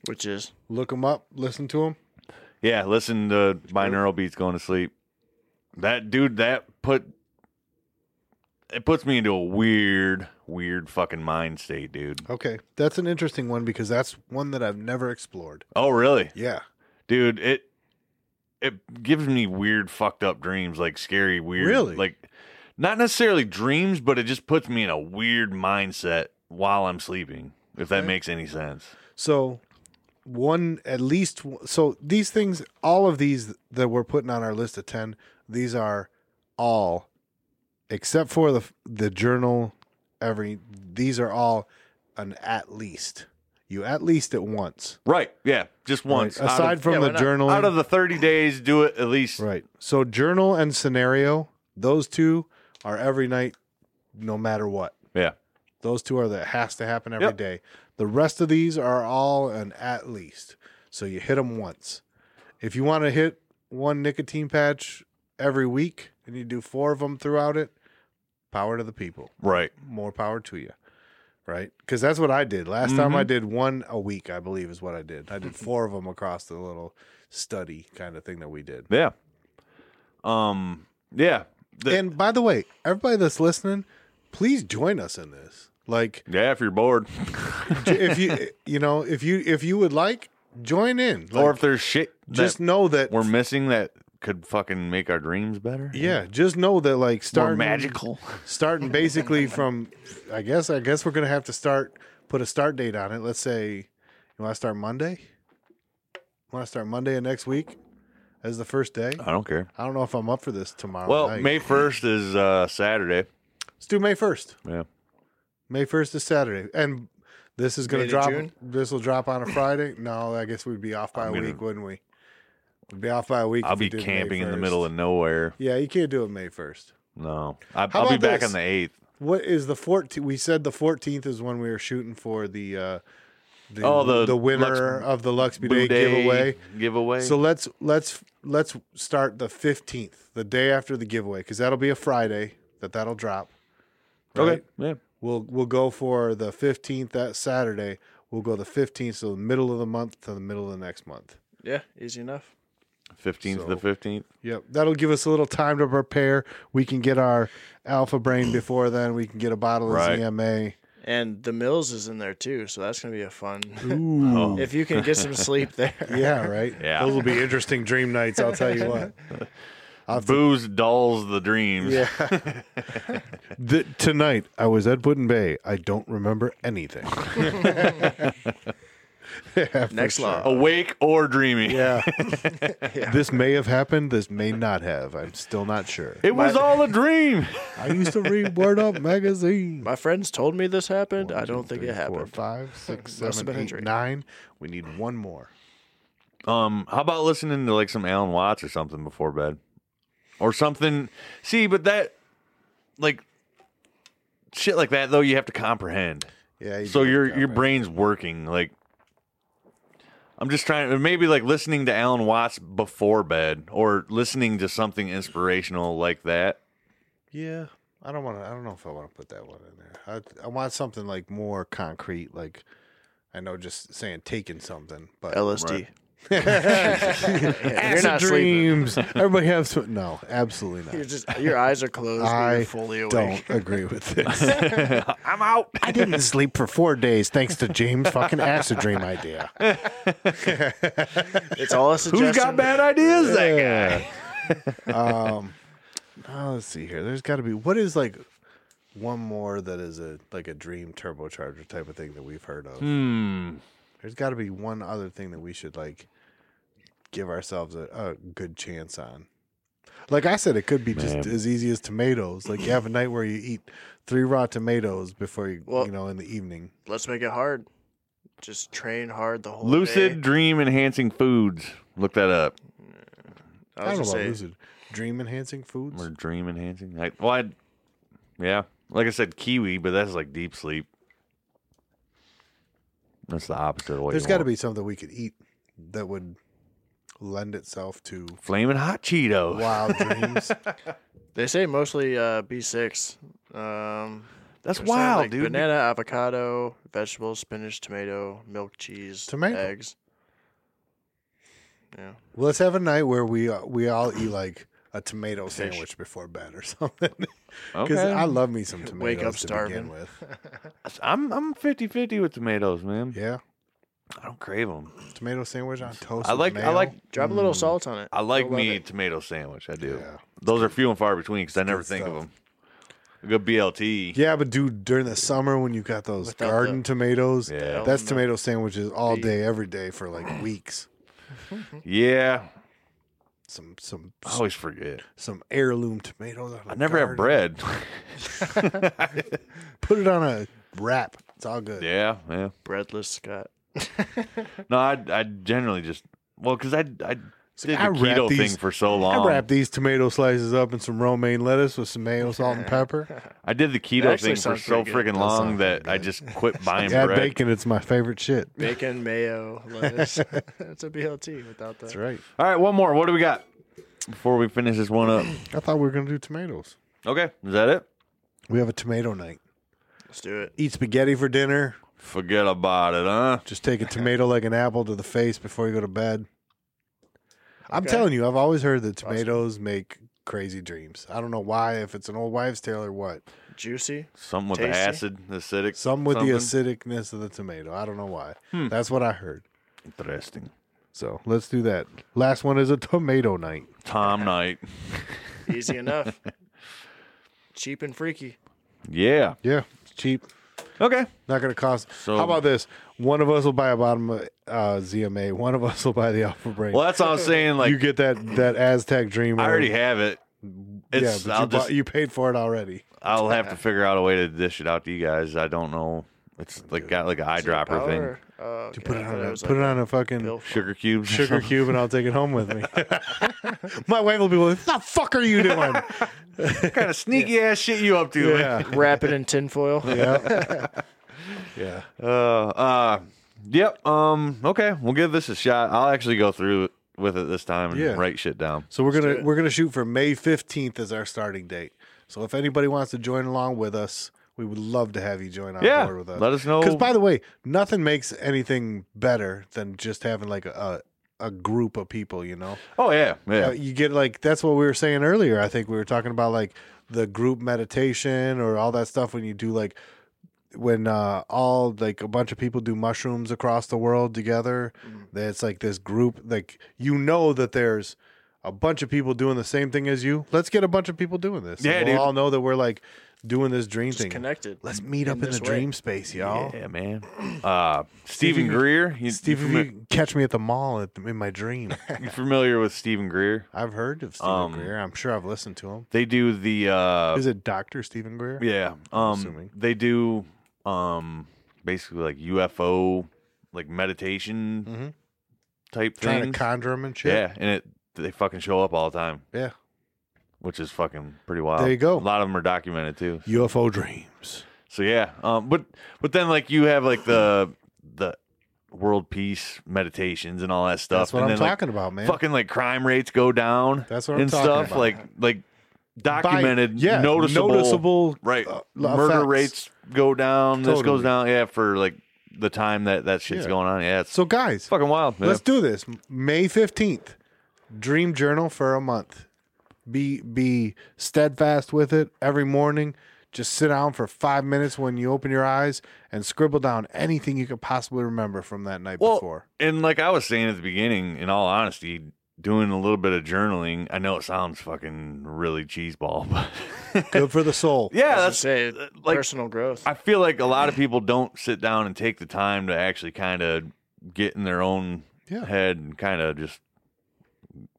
S6: which is
S3: Look them up, listen to them.
S7: Yeah, listen to binaural beats going to sleep. That dude, that put it puts me into a weird, weird fucking mind state, dude.
S3: Okay, that's an interesting one because that's one that I've never explored.
S7: Oh, really?
S3: Yeah,
S7: dude it it gives me weird fucked up dreams like scary weird
S3: Really?
S7: like not necessarily dreams but it just puts me in a weird mindset while i'm sleeping if that makes any sense
S3: So one at least so these things all of these that we're putting on our list of 10 these are all except for the the journal every these are all an at least you at least at once
S7: right yeah just once
S3: Right?
S7: out
S3: aside
S7: of,
S3: from
S6: yeah,
S3: the
S6: why not?
S3: journal
S7: out of the 30 days do it at least
S3: right so journal and scenario those two are every night no matter what
S7: yeah
S3: Those two are that has to happen every
S7: Yep.
S3: day. The rest of these are all an at least. So you hit them once. If you want to hit one nicotine patch every week and you do four of them throughout it, power to the people.
S7: right
S3: More power to you. Right? Because that's what I did. Last time I
S7: Mm-hmm.
S3: did one a week, I believe, is what I did. I did four of them across the little study kind of thing that we did.
S7: yeah um yeah The-
S3: and by the way, everybody that's listening, please join us in this. Like,
S7: yeah if you're bored [LAUGHS]
S3: if you you know if you if you would like join in Like,
S7: or if there's shit that
S3: just know that
S7: we're missing that could fucking make our dreams better.
S3: Yeah, just know that like
S7: More
S3: starting [LAUGHS]
S7: magical. [LAUGHS]
S3: starting basically from I guess I guess we're gonna have to start put a start date on it. Let's say you want to start Monday. Want to start Monday of next week as the first day.
S7: I don't care.
S3: I don't know if I'm up for this tomorrow.
S7: Uh, Well,
S3: night.
S7: May first is uh, Saturday.
S3: let's do May first.
S7: Yeah.
S3: May first is Saturday, and this is gonna
S6: Made it
S3: drop.
S6: June?
S3: This will drop on a Friday. No, I guess we'd be off by
S7: I'm
S3: a
S7: gonna-
S3: week, wouldn't we? We'd be off by a week.
S7: I'll
S3: if we
S7: be
S3: did May
S7: camping in the
S3: 1st.
S7: middle of nowhere.
S3: Yeah, you can't do it May first.
S7: No, I,
S3: How
S7: I'll be
S3: about
S7: back
S3: this?
S7: on the eighth.
S3: What is the 14th? We said the 14th is when we were shooting for the uh, the,
S7: Oh, the
S3: the winner
S7: Lux-
S3: of the Lux Bidet
S7: Blue Day
S3: giveaway.
S7: Giveaway.
S3: So let's let's let's start the 15th, the day after the giveaway, because that'll be a Friday that that'll drop.
S7: okay.
S3: right?
S7: Yeah.
S3: We'll we'll go for the 15th that Saturday. We'll go the 15th, so the middle of the month to the middle of the next month.
S6: Yeah, easy enough.
S7: Fifteenth to the
S3: So-
S7: fifteenth.
S3: Yep, that'll give us a little time to prepare. We can get our alpha
S7: [CLEARS THROAT]
S3: brain before then. We can get a bottle of
S7: Right. [LAUGHS]
S3: ZMA.
S6: And the Mills is in there too, so that's gonna be a fun.
S3: Ooh.
S6: [LAUGHS] if you can get some sleep [LAUGHS] there.
S3: Yeah, right.
S7: Yeah.
S3: Those will be interesting dream nights, I'll tell you [LAUGHS] what. I'll have to-
S7: Booze dulls the dreams.
S3: yeah. Th- tonight I was at Putin Bay. I don't remember anything. Yeah, for
S6: Next law.
S7: Awake or
S6: [LAUGHS]
S7: dreaming.
S3: Yeah. This may have happened, this may not have. I'm still not sure.
S7: It was all a dream.
S3: I used to read Word Up magazine.
S6: My friends told me this happened.
S3: One,
S6: [LAUGHS] I don't
S3: two,
S6: think
S3: three,
S6: it happened.
S3: Four, five,
S6: Must
S3: six,
S6: have
S3: seven,
S6: been a
S3: eight,
S6: dream.
S3: nine. We need one more.
S7: Um, how about listening to like some Alan Watts or something before bed, or something? See, but that, like, shit like that though, you have to comprehend.
S3: Yeah. you
S7: so
S3: do
S7: your
S3: have to
S7: your
S3: comprehend.
S7: brain's working. Like, I'm just trying. Maybe like listening to Alan Watts before bed, or listening to something inspirational like that.
S3: Yeah, I don't want to. I don't know if I want to put that one in there. I I want something like more concrete. Like I know, just saying taking something, but
S6: LSD. [LAUGHS]
S7: Right.
S6: You're
S3: acid
S6: not sleeping.
S3: dreams. [LAUGHS] Everybody have some. No, absolutely
S6: You're
S3: not.
S6: just your eyes are closed. but
S3: I
S6: you're fully awake.
S3: don't
S6: [LAUGHS]
S3: agree with this.
S7: [LAUGHS] I'm out.
S3: I didn't sleep for four days thanks to James' fucking acid dream idea.
S6: It's all a suggestion.
S7: Who's got bad ideas? That guy.
S3: Um, now let's see here. There's got to be what is like one more that is a like a dream turbocharger type of thing that we've heard of.
S7: Hmm.
S3: There's got to be one other thing that we should like give ourselves a, a good chance on. Like I said, it could be just
S7: Man.
S3: as easy as tomatoes. Like you have a night where you eat three raw tomatoes before you,
S6: Well-
S3: you know, in the evening.
S6: Let's make it hard. Just train hard the whole
S7: Lucid
S6: day.
S7: dream enhancing foods. Look that up.
S6: I
S3: I, don't know
S6: was
S3: about
S6: gonna say,
S3: lucid dream enhancing foods.
S7: Or dream enhancing. Like, well, I'd, yeah, like I said, kiwi, but that's like deep sleep. That's the opposite of what
S3: There's
S7: got to
S3: be something we could eat that would lend itself
S7: [LAUGHS]
S3: to
S7: flaming hot Cheetos.
S3: wild dreams.
S6: They say mostly uh, B6. Um,
S7: That's
S6: they're saying,
S7: wild,
S6: like,
S7: dude.
S6: Banana, avocado, vegetables, spinach, tomato, milk, cheese,
S3: Tomato.
S6: eggs. Yeah.
S3: Well, Let's have a night where we uh, we all eat like a tomato
S6: Fish.
S3: sandwich before bed or [LAUGHS] something. Because
S7: Okay,
S3: I love me some tomatoes
S6: Wake up
S3: to
S6: starving.
S3: begin with.
S7: I'm I'm 50-50 with tomatoes, man.
S3: Yeah,
S7: I don't crave them.
S3: tomato sandwich on toast.
S7: I
S3: with
S7: like I
S3: mayo.
S7: like
S6: Drop a
S3: Mm.
S6: little salt on it.
S7: I like
S6: You'll love
S7: me a
S6: it.
S7: tomato sandwich. I do.
S3: Yeah.
S7: Those are few and far between because I never think of
S3: stuff.
S7: them. A good BLT.
S3: Yeah, but dude, during the summer when you got those
S6: Without
S3: garden
S6: the-
S3: tomatoes,
S7: Yeah.
S3: that's tomato sandwiches all day, every day for like weeks.
S7: yeah.
S3: Some some
S7: I always forget.
S3: some heirloom tomatoes. out of
S7: Oh. I
S3: the
S7: never have
S3: garden.
S7: bread. [LAUGHS]
S3: Put it on a wrap. It's all good.
S7: yeah, yeah.
S6: Breadless Scott.
S3: [LAUGHS]
S7: No, I I generally just well because I I did the
S3: I wrap
S7: keto
S3: these-
S7: thing for so
S3: I
S7: long. I,
S3: wrap these tomato slices up in some romaine lettuce with some mayo, salt, and pepper.
S7: [LAUGHS] did the keto
S6: That actually
S7: thing for
S6: sounds
S7: so
S6: pretty good.
S7: freaking
S3: That
S7: long
S3: sounds
S7: that
S3: pretty
S7: I
S3: good.
S7: just
S3: [LAUGHS]
S7: quit buying
S3: Yeah,
S7: bread.
S3: bacon. It's my favorite shit.
S6: Bacon, mayo,
S3: [LAUGHS]
S6: lettuce. That's a BLT without that.
S3: That's right.
S7: All right, one more. What do we got before we finish this
S3: [CLEARS THROAT]
S7: one up?
S3: I thought we were gonna do tomatoes.
S7: Okay, is that it?
S3: We have a tomato night.
S6: Let's do it.
S3: Eat spaghetti for dinner.
S7: Forget about it, huh?
S3: Just take a tomato [LAUGHS] like an apple to the face before you go to bed. I'm
S6: Okay.
S3: telling you, I've always heard that tomatoes make crazy dreams. I don't know why, if it's an old wives' tale or what.
S6: Juicy.
S7: Something with the
S6: Tasty.
S7: acid, the acidic.
S3: Some with
S7: something. Hmm.
S3: the acidicness of the tomato. I don't know why. That's what I heard.
S7: Interesting.
S3: So let's do that. Last one is a [LAUGHS] tomato night.
S7: Tom Knight.
S6: Easy enough. Cheap and freaky.
S7: Yeah.
S3: Yeah, it's cheap.
S7: Okay.
S3: Not going to cost.
S7: So-
S3: How about this? One of us will buy a bottom of uh, ZMA. One of us will buy the Alpha Brain.
S7: Well, that's all I'm saying. Like,
S3: you get that that Aztec Dream.
S7: I
S3: or-
S7: already have it.
S3: yeah,
S7: It's,
S3: but
S7: I'll
S3: you, bought-
S7: just,
S3: you paid for it already.
S7: I'll
S3: [LAUGHS]
S7: have to figure out a way to dish it out to you guys. I don't know. It's like got like an eyedropper thing.
S6: Power. Oh, okay.
S3: Put it
S6: I thought
S3: on a,
S6: was
S3: put it
S6: like
S3: on a fucking
S6: bill.
S7: Sugar cubes. or
S3: sugar
S7: something.
S3: cube, and I'll take it home with
S7: [LAUGHS]
S3: me. [LAUGHS] My wife will be like, "What the fuck are you
S7: [LAUGHS]
S3: doing?"
S7: What kind of sneaky ass shit you up to? man?
S3: yeah,
S6: Wrap it in tinfoil.
S3: yeah.
S7: Uh, uh, yep. Um, okay. We'll give this a shot. I'll actually go through with it this time and
S3: Yeah.
S7: write shit down.
S3: So we're gonna we're gonna shoot for May fifteenth as our starting date. So if anybody wants to join along with us, we would love to have you join on
S7: Yeah.
S3: board with us.
S7: Let us know.
S3: Because by the way, nothing makes anything better than just having like a a, a group of people. You know,
S7: oh yeah, yeah.
S3: Uh, you get like that's what we were saying earlier. I think we were talking about like the group meditation or all that stuff when you do like when uh all like a bunch of people do mushrooms across the world together
S7: Mm-hmm.
S3: that it's like this group like you know that there's a bunch of people doing the same thing as you let's get a bunch of people doing this
S7: Yeah,
S3: and we'll
S7: dude.
S3: all know that we're like doing this dream
S6: Just
S3: thing
S6: connected.
S3: let's meet up in, the
S6: this way.
S3: dream space y'all
S7: Yeah, man. Uh, Stephen
S3: Stephen-
S7: Greer. You,
S3: steve
S7: you,
S3: if
S7: fami-
S3: you catch me at the mall at in my
S7: [LAUGHS]
S3: dream
S7: you familiar with Stephen Greer?
S3: i've heard of stephen
S7: Um,
S3: greer i'm sure i've listened to him
S7: They do the uh,
S3: is it dr stephen greer
S7: yeah. Um,
S3: assuming.
S7: they do um, basically like UFO, like meditation
S3: Mhm.
S7: type
S3: trying
S7: thing.
S3: to conjure them and shit.
S7: yeah, and it they fucking show up all the time,
S3: Yeah.
S7: which is fucking pretty wild.
S3: There you go.
S7: A lot of them are documented too.
S3: UFO dreams.
S7: So yeah, um, but but then like you have like the the world peace meditations and all that stuff.
S3: That's what
S7: and
S3: I'm
S7: then, like,
S3: talking about, man.
S7: Fucking like crime rates go down.
S3: That's what I'm
S7: and
S3: talking
S7: stuff
S3: about.
S7: like like
S3: By-
S7: documented,
S3: yeah,
S7: noticeable,
S3: noticeable
S7: right?
S3: uh,
S7: Murder
S3: effects.
S7: rates go down. This goes
S3: Totally.
S7: down. Yeah, for like the time that that shit's
S3: Yeah.
S7: going on. Yeah, it's
S3: So, guys,
S7: fucking wild. man.
S3: let's do this. May fifteenth, dream journal for a month. Be be steadfast with it every morning. Just sit down for five minutes when you open your eyes and scribble down anything you could possibly remember from that night
S7: well,
S3: before.
S7: and like I was saying at the beginning, in all honesty. Doing a little bit of journaling. I know it sounds fucking really cheeseball, [LAUGHS] but
S3: Good for the soul.
S7: [LAUGHS] yeah,
S6: I
S7: that's
S6: was
S7: uh,
S6: gonna say
S7: like-
S6: personal growth.
S7: I feel like a lot of people don't sit down and take the time to actually kind of get in their own
S3: Yeah.
S7: head and kind of just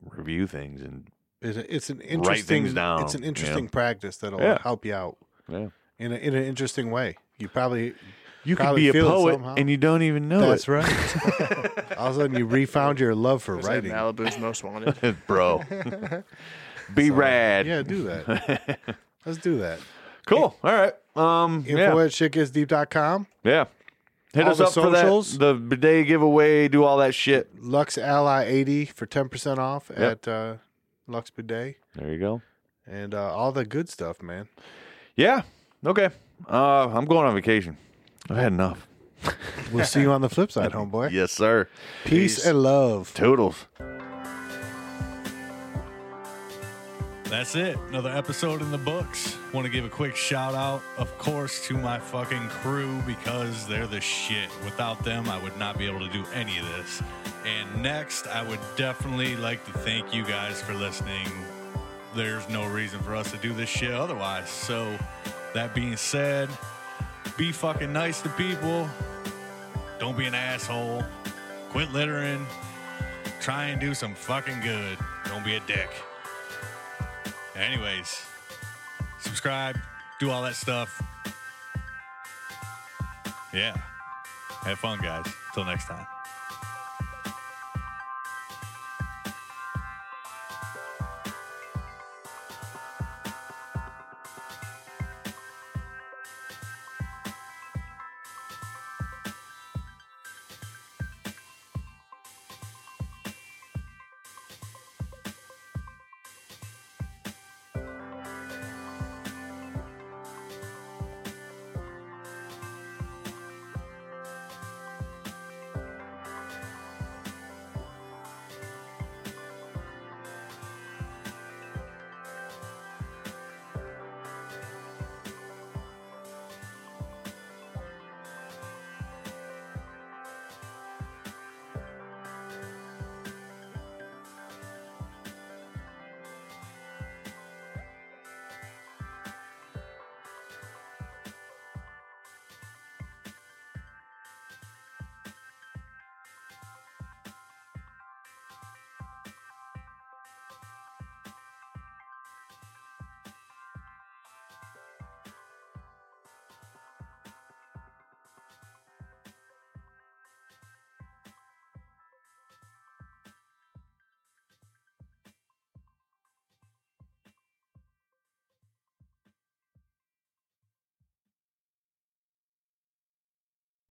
S7: review things and
S3: It, it's an interesting.
S7: things down,
S3: It's an
S7: you know.
S3: interesting practice that'll
S7: Yeah.
S3: help you out
S7: yeah.
S3: in a, in an interesting way. You probably
S7: You could
S3: Probably
S7: be a
S3: feel it
S7: poet
S3: somehow.
S7: and you don't even know
S3: That's right. All of a sudden, you refound your love for
S6: I was at
S3: writing.
S6: Malibu's most wanted.
S7: it, [LAUGHS]
S3: [LAUGHS]
S7: bro. be rad.
S3: Yeah, do that.
S7: [LAUGHS]
S3: Let's do that.
S7: Cool. All right. Um.
S3: Info
S7: yeah.
S3: at shitgetsdeep.com.
S7: Yeah. Hit
S3: all
S7: us
S3: the
S7: up
S3: socials.
S7: for that. The bidet giveaway. Do all that shit.
S3: Lux Ally 80 for 10% off
S7: Yep.
S3: at uh, Lux Bidet.
S7: There you go.
S3: And uh, all the good stuff,
S7: [LAUGHS]
S3: man.
S7: Yeah. Okay. Uh, I'm going on vacation. I've had enough.
S3: We'll see you on the flip side, homeboy.
S7: Yes, sir.
S3: Peace, and love.
S7: Toodles.
S2: That's it. Another episode in the books. Want to give a quick shout out, of course, to my fucking crew because they're the shit. Without them, I would not be able to do any of this. And next, I would definitely like to thank you guys for listening. There's no reason for us to do this shit otherwise. So, that being said, be fucking nice to people. Don't be an asshole. Quit littering. Try and do some fucking good. Don't be a dick. Anyways, subscribe, do all that stuff. Yeah. Have fun, guys. Till next time.